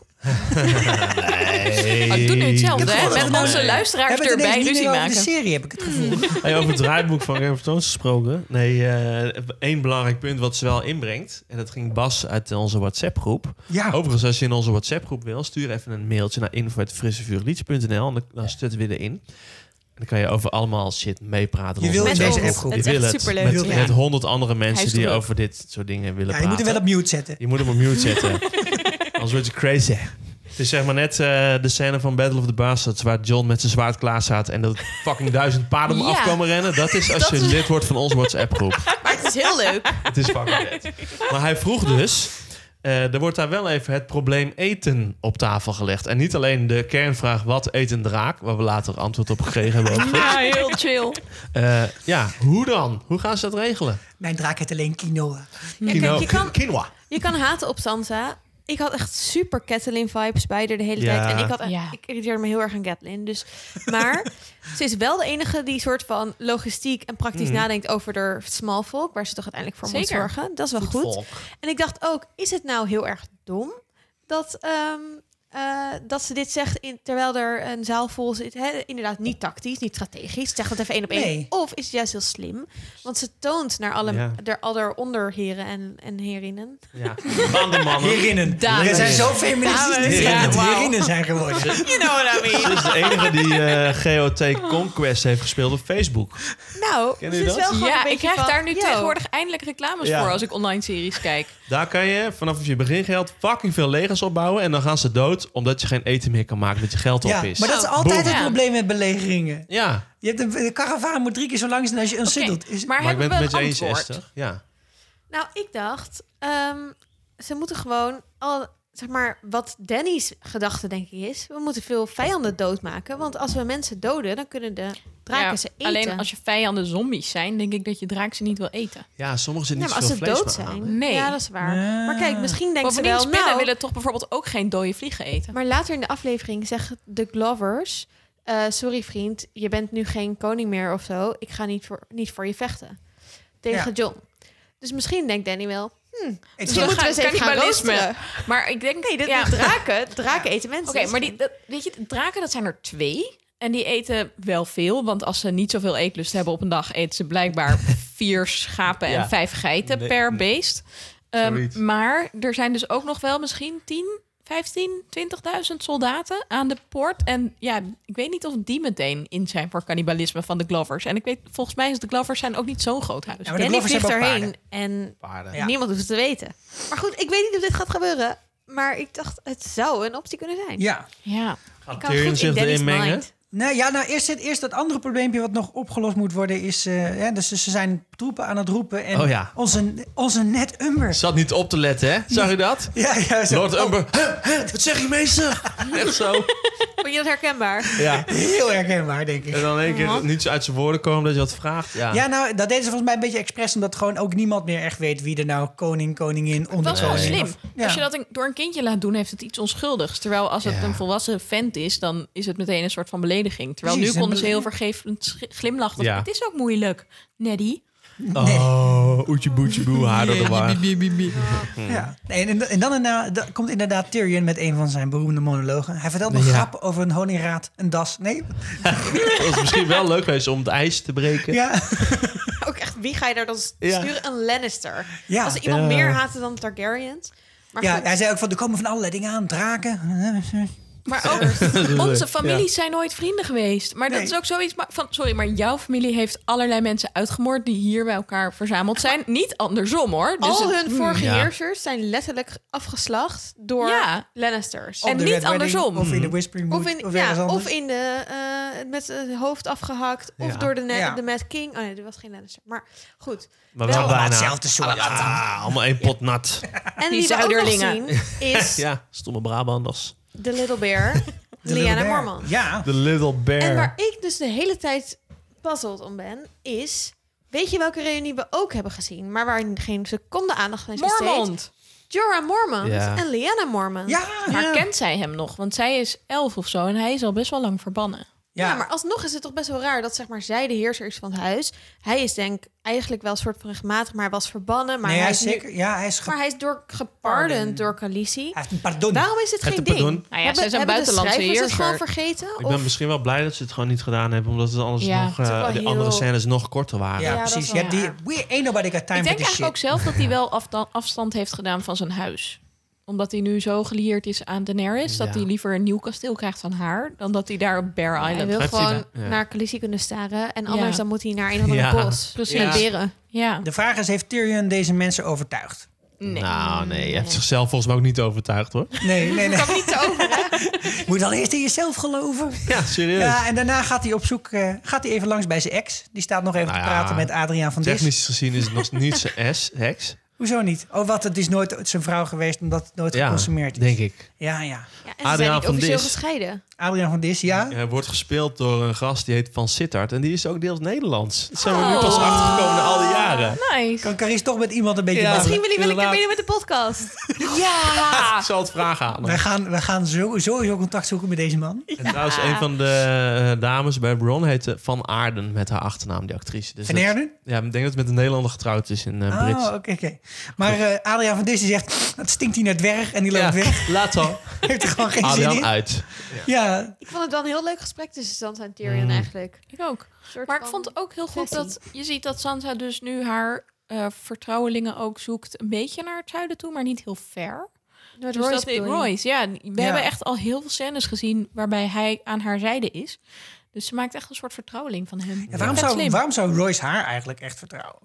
Speaker 4: Oh, ik doe nu
Speaker 1: Ik
Speaker 4: hetzelfde,
Speaker 1: heb
Speaker 4: hè?
Speaker 1: gewoon
Speaker 4: Met
Speaker 1: een-
Speaker 4: onze luisteraars
Speaker 1: Hebben we het
Speaker 4: erbij
Speaker 1: ineens niet
Speaker 4: ruzie
Speaker 1: meer over de
Speaker 4: maken.
Speaker 1: serie, heb ik het gevoel.
Speaker 6: Hey, over het draaiboek van Game of Thrones gesproken. Nee, eh, één belangrijk punt wat ze wel inbrengt. En dat ging Bas uit onze WhatsApp-groep.
Speaker 1: Ja,
Speaker 6: Overigens, als je in onze WhatsApp-groep wil, stuur even een mailtje naar info.frissevuurliedje.nl en dan, dan stutten we erin. En dan kan je over allemaal shit meepraten.
Speaker 1: Je
Speaker 6: in
Speaker 1: wil
Speaker 6: onze
Speaker 1: in deze
Speaker 6: WhatsApp-groep.
Speaker 1: appgroep.
Speaker 6: Je
Speaker 5: Het is
Speaker 6: wil
Speaker 5: echt
Speaker 6: het.
Speaker 5: superleuk,
Speaker 6: Met,
Speaker 4: ja.
Speaker 6: met honderd andere
Speaker 4: Hij
Speaker 6: mensen
Speaker 4: is
Speaker 6: die
Speaker 4: druk.
Speaker 6: over dit soort dingen willen
Speaker 1: ja je
Speaker 6: praten.
Speaker 1: moet hem wel op mute zetten.
Speaker 6: Je moet hem op mute zetten. Anders word je crazy. Het is zeg maar net eh, de scène van Battle of the Bastards... waar John met zijn zwaard klaar staat... en dat fucking duizend paarden om
Speaker 4: Ja.
Speaker 6: af komen rennen. Dat is als je lid wordt van onze WhatsApp-groep.
Speaker 5: Maar het is heel leuk.
Speaker 6: Het is fucking vet. Maar hij vroeg dus... eh, er wordt daar wel even het probleem eten op tafel gelegd. En niet alleen de kernvraag wat eet een draak... waar we later antwoord op gekregen hebben. overigens.
Speaker 4: Ja, heel chill.
Speaker 6: Eh, ja, hoe dan? Hoe gaan ze dat regelen?
Speaker 1: Mijn draak heet alleen quinoa.
Speaker 5: Ja,
Speaker 6: Quinoa.
Speaker 5: kijk, je kan,
Speaker 6: Quinoa.
Speaker 5: je kan haten op Sansa. Ik had echt super Catelyn vibes bij haar de hele
Speaker 6: Ja.
Speaker 5: tijd. En ik, had, echt-
Speaker 4: Ja.
Speaker 5: ik irriteerde me heel erg aan Catelyn. Dus, maar ze is wel de enige die soort van logistiek en praktisch
Speaker 6: Mhm.
Speaker 5: nadenkt over de small folk. Waar ze toch uiteindelijk voor
Speaker 4: Zeker.
Speaker 5: moet zorgen. Dat is wel goed.
Speaker 6: Volk.
Speaker 5: En ik dacht ook, is het nou heel erg dom dat, ehm, eh, dat ze dit zegt in, terwijl er een zaal vol zit? Hè? Inderdaad, niet tactisch, niet strategisch. Zeg het even één op één.
Speaker 1: Nee.
Speaker 5: Of is het juist heel slim? Want ze toont naar alle,
Speaker 6: Ja.
Speaker 5: der, al der onderheren en, en herinnen.
Speaker 6: Ja. Bandenmannen.
Speaker 1: Herinnen.
Speaker 4: Dames.
Speaker 1: Er zijn zo feministisch
Speaker 4: Dames.
Speaker 1: dat ze
Speaker 6: Ja,
Speaker 1: het
Speaker 4: wauw.
Speaker 1: herinnen zijn geworden.
Speaker 5: You know what I mean.
Speaker 6: Ze is de enige die eh GOT Conquest heeft gespeeld op Facebook. Kennen
Speaker 5: nou, ze is
Speaker 6: jullie
Speaker 5: wel
Speaker 6: dat?
Speaker 5: gewoon een
Speaker 4: Ja,
Speaker 5: beetje
Speaker 4: ik krijg
Speaker 5: van,
Speaker 4: daar nu
Speaker 5: yo.
Speaker 4: tegenwoordig eindelijk reclames
Speaker 6: Ja.
Speaker 4: voor als ik online series kijk.
Speaker 6: Daar kan je vanaf je begingeld fucking veel legers opbouwen. En dan gaan ze dood omdat je geen eten meer kan maken, dat je geld op
Speaker 1: Ja,
Speaker 6: is.
Speaker 1: maar dat is altijd
Speaker 4: Oh, Boom.
Speaker 1: het probleem met belegeringen.
Speaker 6: Ja,
Speaker 1: Je hebt een, de karavaan moet drie keer zo lang zijn als je een siddelt. Is-
Speaker 4: Maar,
Speaker 6: maar ik ben
Speaker 4: hebben
Speaker 6: het
Speaker 4: we
Speaker 6: met je
Speaker 4: een
Speaker 6: eens,
Speaker 4: antwoord?
Speaker 6: Esther. Ja.
Speaker 5: Nou, ik dacht, ehm, ze moeten gewoon al, zeg maar, wat Danny's gedachte denk ik is, we moeten veel vijanden doodmaken, want als we mensen doden, dan kunnen de draken
Speaker 4: Ja,
Speaker 5: ze eten.
Speaker 4: Alleen als je vijanden zombies zijn, denk ik dat je draak ze niet wil eten.
Speaker 6: ja, sommigen zitten
Speaker 5: Ja,
Speaker 6: niet
Speaker 5: maar als
Speaker 6: zoveel vlees
Speaker 5: ze dood
Speaker 6: meer aan.
Speaker 5: zijn.
Speaker 4: Nee.
Speaker 5: Ja, dat is waar.
Speaker 1: Nee.
Speaker 5: Maar kijk, misschien denken ze
Speaker 4: Bovendien,
Speaker 5: wel,
Speaker 4: spinnen
Speaker 5: nou...
Speaker 4: willen toch bijvoorbeeld ook geen dode vliegen eten.
Speaker 5: Maar later in de aflevering zeggen de Glovers... eh, sorry vriend, je bent nu geen koning meer of zo. Ik ga niet voor, niet voor je vechten. Tegen John. Dus misschien denkt Danny wel...
Speaker 1: Het is
Speaker 5: Misschien
Speaker 1: wel-
Speaker 5: moeten we eens even gaan
Speaker 4: cannibalisme.
Speaker 5: roosteren.
Speaker 4: Maar ik denk...
Speaker 5: Nee, dit
Speaker 4: ja.
Speaker 5: dit draken. Draken eten mensen.
Speaker 4: Oké, maar die, dat- weet je, draken, dat zijn er twee. En die eten wel veel, want als ze niet zoveel eetlust hebben op een dag, eten ze blijkbaar vier schapen en
Speaker 6: Ja.
Speaker 4: vijf geiten
Speaker 6: Nee,
Speaker 4: per
Speaker 6: nee.
Speaker 4: beest. Ehm,
Speaker 6: Zoiets.
Speaker 4: maar er zijn dus ook nog wel misschien 10, 15, 20.000 soldaten aan de poort. En ja, ik weet niet of die meteen in zijn voor cannibalisme van de Glovers. En ik weet, volgens mij is de Glovers zijn ook niet zo'n groot huis.
Speaker 1: Ja, maar de
Speaker 5: Danny
Speaker 1: Glovers
Speaker 5: vliegt
Speaker 1: hebben ook
Speaker 5: erheen en
Speaker 6: Paarden.
Speaker 1: Ja.
Speaker 5: niemand hoeft het te weten. Maar goed, ik weet niet of dit gaat gebeuren. Maar ik dacht, het zou een optie kunnen zijn.
Speaker 1: ja.
Speaker 4: Ja,
Speaker 5: Ik
Speaker 6: Tyrion zich erin mengen.
Speaker 1: Nou ja, nou eerst, het, eerst dat andere probleempje wat nog opgelost moet worden is... eh, ja, dus ze zijn troepen aan het roepen en
Speaker 6: Oh ja.
Speaker 1: onze, onze net Umber.
Speaker 6: Zat niet op te letten, hè? Zag je dat?
Speaker 1: Ja, ja, zo.
Speaker 6: Lord
Speaker 5: Oh.
Speaker 6: Umber, hè, hè, wat zeg je meester? Echt zo.
Speaker 5: Vond je dat herkenbaar?
Speaker 6: Ja.
Speaker 1: Heel herkenbaar, denk
Speaker 6: En
Speaker 1: ik.
Speaker 6: dan in één keer niets uit zijn woorden komen dat je wat vraagt. Ja,
Speaker 1: Ja, nou, dat deden ze volgens mij een beetje expres... omdat gewoon ook niemand meer echt weet wie er nou koning, koningin,
Speaker 4: Dat is wel
Speaker 1: onderkoning...
Speaker 4: slim.
Speaker 1: of- ja.
Speaker 4: Als je dat een- door een kindje laat doen, heeft het iets onschuldigs. Terwijl als het
Speaker 6: Ja.
Speaker 4: een volwassen vent is, dan is het meteen een soort van belediging. Terwijl
Speaker 1: Precies,
Speaker 4: nu konden ze
Speaker 1: en-
Speaker 4: heel vergevend sch- glimlachen.
Speaker 6: Ja.
Speaker 4: Het is ook moeilijk, Neddy.
Speaker 6: Oh, oetje boetje boe, haar door de war.
Speaker 1: Ja, nee, en, en dan inderdaad- dan komt inderdaad Tyrion met een van zijn beroemde monologen. Hij vertelt een
Speaker 6: Ja.
Speaker 1: grap over een honingraad, een das. Nee,
Speaker 6: Dat is misschien wel leuk geweest om het ijs te breken.
Speaker 1: ja.
Speaker 5: Ook echt, wie ga je daar dan
Speaker 6: Ja.
Speaker 5: sturen? Een Lannister.
Speaker 1: Ja. eh,
Speaker 5: Als er iemand
Speaker 6: Ja.
Speaker 5: meer haatte dan Targaryens. Maar
Speaker 1: ja
Speaker 5: goed,
Speaker 1: hij zei ook van, er komen van allerlei dingen aan, draken.
Speaker 4: Maar ook onze families zijn nooit vrienden geweest. Maar
Speaker 1: Nee.
Speaker 4: dat is ook zoiets ma- van... Sorry, maar jouw familie heeft allerlei mensen uitgemoord... die hier bij elkaar verzameld zijn. Niet andersom, hoor. Dus
Speaker 5: Al
Speaker 4: het-
Speaker 1: Hmm,
Speaker 5: hun vorige
Speaker 6: ja.
Speaker 5: heersers zijn letterlijk afgeslacht door
Speaker 4: Ja.
Speaker 5: Lannisters.
Speaker 4: En
Speaker 1: Op de
Speaker 4: niet
Speaker 1: Red Wedding,
Speaker 4: andersom.
Speaker 1: Of in de Whispering Wood.
Speaker 5: Of
Speaker 1: Of,
Speaker 5: in,
Speaker 1: ergens
Speaker 5: ja,
Speaker 1: anders.
Speaker 5: of in de, eh, met het hoofd afgehakt. Of
Speaker 6: Ja.
Speaker 5: door de, net,
Speaker 1: Ja.
Speaker 5: de Mad King. Oh nee, dat was geen Lannister. Maar goed.
Speaker 6: Maar
Speaker 5: Wel
Speaker 6: wel
Speaker 1: Allemaal
Speaker 6: bijna.
Speaker 1: hetzelfde soort.
Speaker 6: Ah, allemaal één pot nat.
Speaker 5: En
Speaker 4: Die
Speaker 5: wie we ook nog zien
Speaker 4: Zuiderlingen.
Speaker 5: is
Speaker 6: Ja, stomme Brabanders.
Speaker 5: de Little Bear,
Speaker 1: De
Speaker 5: Liana
Speaker 1: Little Bear.
Speaker 5: Mormont.
Speaker 1: Ja.
Speaker 6: The Little Bear.
Speaker 5: En waar ik dus de hele tijd puzzeld om ben, is... Weet je welke reunie we ook hebben gezien, maar waar geen seconde aandacht aan is besteed?
Speaker 4: Mormont.
Speaker 5: Jorah Mormont
Speaker 6: Ja.
Speaker 5: en Lyanna Mormont.
Speaker 1: Ja.
Speaker 4: Maar
Speaker 1: ja.
Speaker 4: kent zij hem nog? Want zij is elf of zo en hij is al best wel lang verbannen.
Speaker 5: Ja. maar alsnog is het toch best wel raar dat zeg maar, zij de heerser is van het huis. Hij is denk ik eigenlijk wel een soort van rechtmatig, maar hij was verbannen. Maar,
Speaker 1: nee, hij
Speaker 5: hij,
Speaker 1: is
Speaker 5: nu-
Speaker 1: zeker... Ja, hij is... ge-
Speaker 5: maar hij is door, gepardoned door Khaleesi.
Speaker 1: Hij heeft een pardon.
Speaker 5: Waarom is dit
Speaker 6: Gaat
Speaker 5: geen
Speaker 6: de
Speaker 5: ding?
Speaker 6: pardon?
Speaker 4: Nou ja,
Speaker 5: Hebben-
Speaker 4: zij zijn
Speaker 5: hebben de
Speaker 4: buitenlandse
Speaker 5: schrijvers het
Speaker 4: heerser.
Speaker 5: gewoon vergeten?
Speaker 6: Ik
Speaker 5: Of-
Speaker 6: ben misschien wel blij dat ze het gewoon niet gedaan hebben, omdat het anders
Speaker 4: Ja,
Speaker 6: nog,
Speaker 4: het
Speaker 5: is
Speaker 6: eh,
Speaker 5: ook wel
Speaker 6: de
Speaker 5: heel-
Speaker 6: andere scènes nog korter waren.
Speaker 1: Ja,
Speaker 5: Ja, dat
Speaker 1: precies.
Speaker 5: is
Speaker 1: Ja,
Speaker 5: wel
Speaker 1: die,
Speaker 5: waar.
Speaker 1: we ain't nobody got time
Speaker 4: Ik denk eigenlijk
Speaker 1: for this shit.
Speaker 4: ook zelf dat hij wel afda- afstand heeft gedaan van zijn huis. Omdat hij nu zo gelieerd is aan Daenerys...
Speaker 6: Ja.
Speaker 4: dat hij liever een nieuw kasteel krijgt van haar... dan dat hij daar op Bear
Speaker 5: Hij
Speaker 4: Island
Speaker 5: wil
Speaker 6: Heeft hij
Speaker 5: gewoon
Speaker 6: dat? Ja.
Speaker 5: naar Khaleesi kunnen staren. En
Speaker 4: Ja.
Speaker 5: anders dan moet hij naar een of andere
Speaker 6: Ja.
Speaker 5: bos.
Speaker 4: Precies.
Speaker 5: Met beren.
Speaker 4: Ja,
Speaker 1: De vraag is, heeft Tyrion deze mensen overtuigd?
Speaker 4: nee.
Speaker 6: Nou, nee, je hebt zichzelf volgens mij ook niet overtuigd, hoor.
Speaker 1: Nee, nee, nee.
Speaker 5: Kan niet te over. hè?
Speaker 1: Moet al eerst in jezelf geloven.
Speaker 6: Ja, serieus.
Speaker 1: Ja, en daarna gaat hij op zoek... eh, gaat hij even langs bij zijn ex. Die staat nog even
Speaker 6: Nou
Speaker 1: te
Speaker 6: ja,
Speaker 1: praten met Adriaan van Dis.
Speaker 6: Technisch gezien is het nog niet zijn S, heks.
Speaker 1: Hoezo niet? Oh, wat, het is nooit zijn vrouw geweest omdat het nooit
Speaker 6: Ja,
Speaker 1: geconsumeerd is.
Speaker 6: denk ik.
Speaker 1: Ja, ja.
Speaker 5: Ja, en ze
Speaker 6: Adriaan
Speaker 5: zijn niet
Speaker 6: van
Speaker 5: officieel
Speaker 6: Dis.
Speaker 5: gescheiden.
Speaker 1: Adriaan van Dis, ja.
Speaker 6: Hij Eh, wordt gespeeld door een gast die heet Van Sittard. En die is ook deels Nederlands. Dat zijn we nu pas achtergekomen na al die jaren.
Speaker 4: Nice.
Speaker 1: Kan Caries toch met iemand een beetje
Speaker 6: Ja.
Speaker 1: babbelen?
Speaker 5: Misschien wil ik wel een keer
Speaker 6: inderdaad.
Speaker 5: meedoen met de podcast.
Speaker 1: Ah.
Speaker 6: Ik zal het vragen aan hem.
Speaker 1: Wij gaan, wij gaan zo, sowieso contact zoeken met deze man.
Speaker 6: En trouwens, een van de eh, dames bij Bron heette Van Aarden met haar achternaam, die actrice. Dus
Speaker 1: Van
Speaker 6: dat-
Speaker 1: Aarden?
Speaker 6: Ja, ik denk dat het met een Nederlander getrouwd is in eh
Speaker 1: Oh,
Speaker 6: Brits.
Speaker 1: oké, oké. Maar eh, Adriaan van Dis die zegt, dat stinkt hier naar dwerg. En die loopt
Speaker 6: Ja,
Speaker 1: weg.
Speaker 6: later.
Speaker 1: Heeft er gewoon geen zin
Speaker 6: Adriaan ah,
Speaker 1: in.
Speaker 6: uit.
Speaker 1: Ja,
Speaker 5: Ik vond het wel een heel leuk gesprek tussen Sansa en
Speaker 6: Mm.
Speaker 5: Tyrion eigenlijk.
Speaker 4: Ik ook.
Speaker 5: Een soort
Speaker 4: Maar ik
Speaker 5: van-
Speaker 4: vond ook heel goed
Speaker 5: sessie.
Speaker 4: dat je ziet dat Sansa dus nu haar eh, vertrouwelingen ook zoekt. Een beetje naar het zuiden toe, maar niet heel ver.
Speaker 5: Door
Speaker 4: Dus dat
Speaker 5: bedoel je?
Speaker 4: Royce, ja. We
Speaker 1: Ja.
Speaker 4: hebben echt al heel veel scènes gezien waarbij hij aan haar zijde is. Dus ze maakt echt een soort vertrouweling van hem.
Speaker 1: Ja, waarom,
Speaker 4: Vet
Speaker 1: zou,
Speaker 4: slim.
Speaker 1: waarom zou Royce haar eigenlijk echt vertrouwen?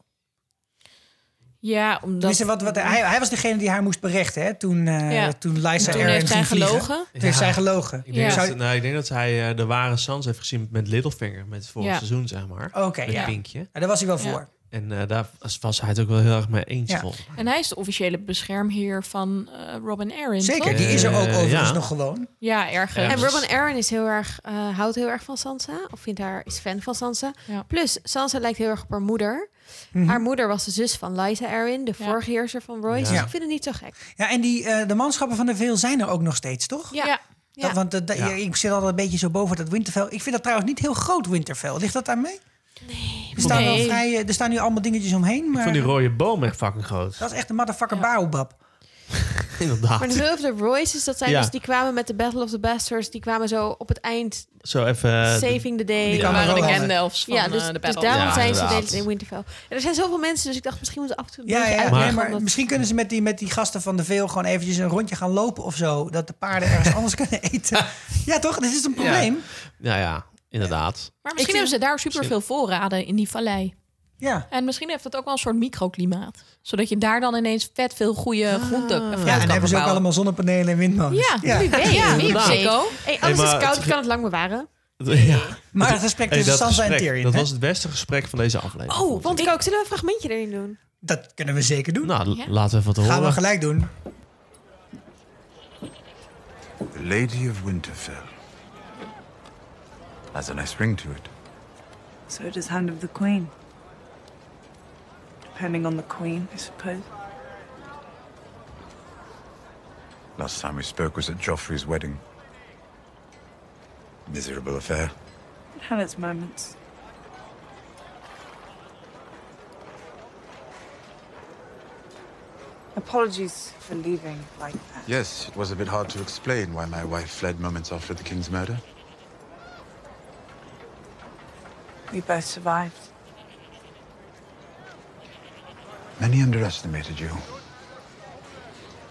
Speaker 4: Ja, omdat...
Speaker 1: Tenminste, wat, wat, hij, hij was degene die haar moest berechten hè, toen, eh
Speaker 4: Ja.
Speaker 1: toen Lysa
Speaker 4: Toen
Speaker 1: Arryn
Speaker 4: heeft hij
Speaker 1: ging vliegen.
Speaker 4: gelogen.
Speaker 1: Toen heeft zij gelogen.
Speaker 6: Ik denk,
Speaker 4: Ja.
Speaker 6: dat, nou, ik denk dat hij eh, de ware Sans heeft gezien met Littlefinger. Met het vorige
Speaker 4: Ja.
Speaker 6: seizoen, zeg maar.
Speaker 1: Oké,
Speaker 6: met
Speaker 1: Oh, ja.
Speaker 6: Pinkje.
Speaker 1: Ja, Daar was hij wel
Speaker 4: Ja.
Speaker 1: voor.
Speaker 6: En eh, daar was- was hij het ook wel heel erg mee eens.
Speaker 1: Ja.
Speaker 6: volgens mij.
Speaker 4: En hij is de officiële beschermheer van eh, Robin Arryn,
Speaker 1: Zeker,
Speaker 4: toch?
Speaker 1: die is er ook
Speaker 6: Eh,
Speaker 1: overigens
Speaker 6: ja.
Speaker 1: nog gewoon.
Speaker 4: Ja, dus- ergens.
Speaker 5: En Robin Aaron is heel erg, eh, houdt heel erg van Sansa. Of vindt haar, is fan van Sansa.
Speaker 4: Ja.
Speaker 5: Plus, Sansa lijkt heel erg op haar moeder. Haar moeder was de zus van Lysa Arryn, de
Speaker 4: Ja.
Speaker 5: vorige heerser van Royce.
Speaker 6: Ja.
Speaker 5: Dus ik vind het niet zo gek.
Speaker 1: Ja, en die, eh, de manschappen van de Veel zijn er ook nog steeds, toch?
Speaker 4: Ja.
Speaker 5: Ja.
Speaker 4: Ja.
Speaker 5: Ja.
Speaker 1: Dat, want eh, dat-
Speaker 6: Ja.
Speaker 1: je- ik zit altijd een beetje zo boven dat Winterfell. Ik vind dat trouwens niet heel groot, Winterfell. Ligt dat daar mee? Nee. Er staan, wel
Speaker 4: Nee.
Speaker 1: vrij, eh, er staan nu allemaal dingetjes omheen,
Speaker 6: Ik
Speaker 1: maar
Speaker 6: vond die rode boom echt fucking groot.
Speaker 1: dat is echt een motherfucker baobab. Oh.
Speaker 5: Maar
Speaker 6: Inderdaad.
Speaker 5: de Hulp de Royces, dat zijn
Speaker 6: Ja.
Speaker 5: dus die kwamen met de Battle of the Bastards. Die kwamen zo op het eind,
Speaker 6: Zo even... eh,
Speaker 5: saving the day.
Speaker 1: die
Speaker 6: Ja.
Speaker 4: Dat
Speaker 1: kwamen
Speaker 4: waren de
Speaker 1: wel handig.
Speaker 4: Gandalfs van
Speaker 5: ja,
Speaker 4: eh,
Speaker 5: dus,
Speaker 4: de
Speaker 5: dus
Speaker 4: Battle
Speaker 5: daarom
Speaker 6: Ja,
Speaker 5: zijn ze
Speaker 6: inderdaad.
Speaker 5: deel in Winterfell. En er zijn zoveel mensen, dus ik dacht misschien moeten we af en toe een
Speaker 1: Ja,
Speaker 5: beetje
Speaker 1: ja,
Speaker 5: uitleggen,
Speaker 1: nee, maar
Speaker 5: omdat-
Speaker 1: misschien kunnen ze met die, met die gasten van de Veel gewoon eventjes een rondje gaan lopen of zo. Dat de paarden ergens anders kunnen eten. Ja, toch? Dit is een probleem.
Speaker 6: Nou ja, inderdaad.
Speaker 4: Maar misschien hebben ze daar superveel voorraden in die vallei.
Speaker 1: Ja.
Speaker 4: En misschien heeft het ook wel een soort microklimaat. Zodat je daar dan ineens vet veel goede groenten en fruit
Speaker 1: Ja, en
Speaker 4: kan
Speaker 1: hebben ze ook
Speaker 4: verbouwen.
Speaker 1: allemaal zonnepanelen en windmolens.
Speaker 4: Ja, wie weet.
Speaker 5: Ja,
Speaker 4: wie
Speaker 6: inderdaad.
Speaker 4: weet.
Speaker 5: Hey, alles
Speaker 6: Hey, maar
Speaker 5: is koud,
Speaker 6: het-
Speaker 5: ik kan het lang bewaren.
Speaker 6: Ja.
Speaker 1: Maar het gesprek
Speaker 6: Hey,
Speaker 1: tussen
Speaker 6: dat
Speaker 1: Sansa en
Speaker 6: gesprek,
Speaker 1: Tyrion.
Speaker 6: dat
Speaker 1: hè?
Speaker 6: was het beste gesprek van deze aflevering.
Speaker 4: Oh,
Speaker 5: Want
Speaker 4: want
Speaker 5: ik ook, zullen we een fragmentje erin doen?
Speaker 1: Dat kunnen we zeker doen.
Speaker 6: Nou, l-
Speaker 4: Ja.
Speaker 6: laten we even wat
Speaker 1: Gaan we
Speaker 6: horen.
Speaker 1: gelijk doen.
Speaker 7: The Lady of Winterfell. Has a nice ring to it.
Speaker 8: So does Hand of the Queen. Depending on the Queen, I suppose.
Speaker 7: Last time we spoke was at Joffrey's wedding. Miserable affair.
Speaker 8: It had its moments. Apologies for leaving like that.
Speaker 7: Yes, it was a bit hard to explain why my wife fled moments after the king's murder.
Speaker 8: We both survived.
Speaker 7: Many underestimated you.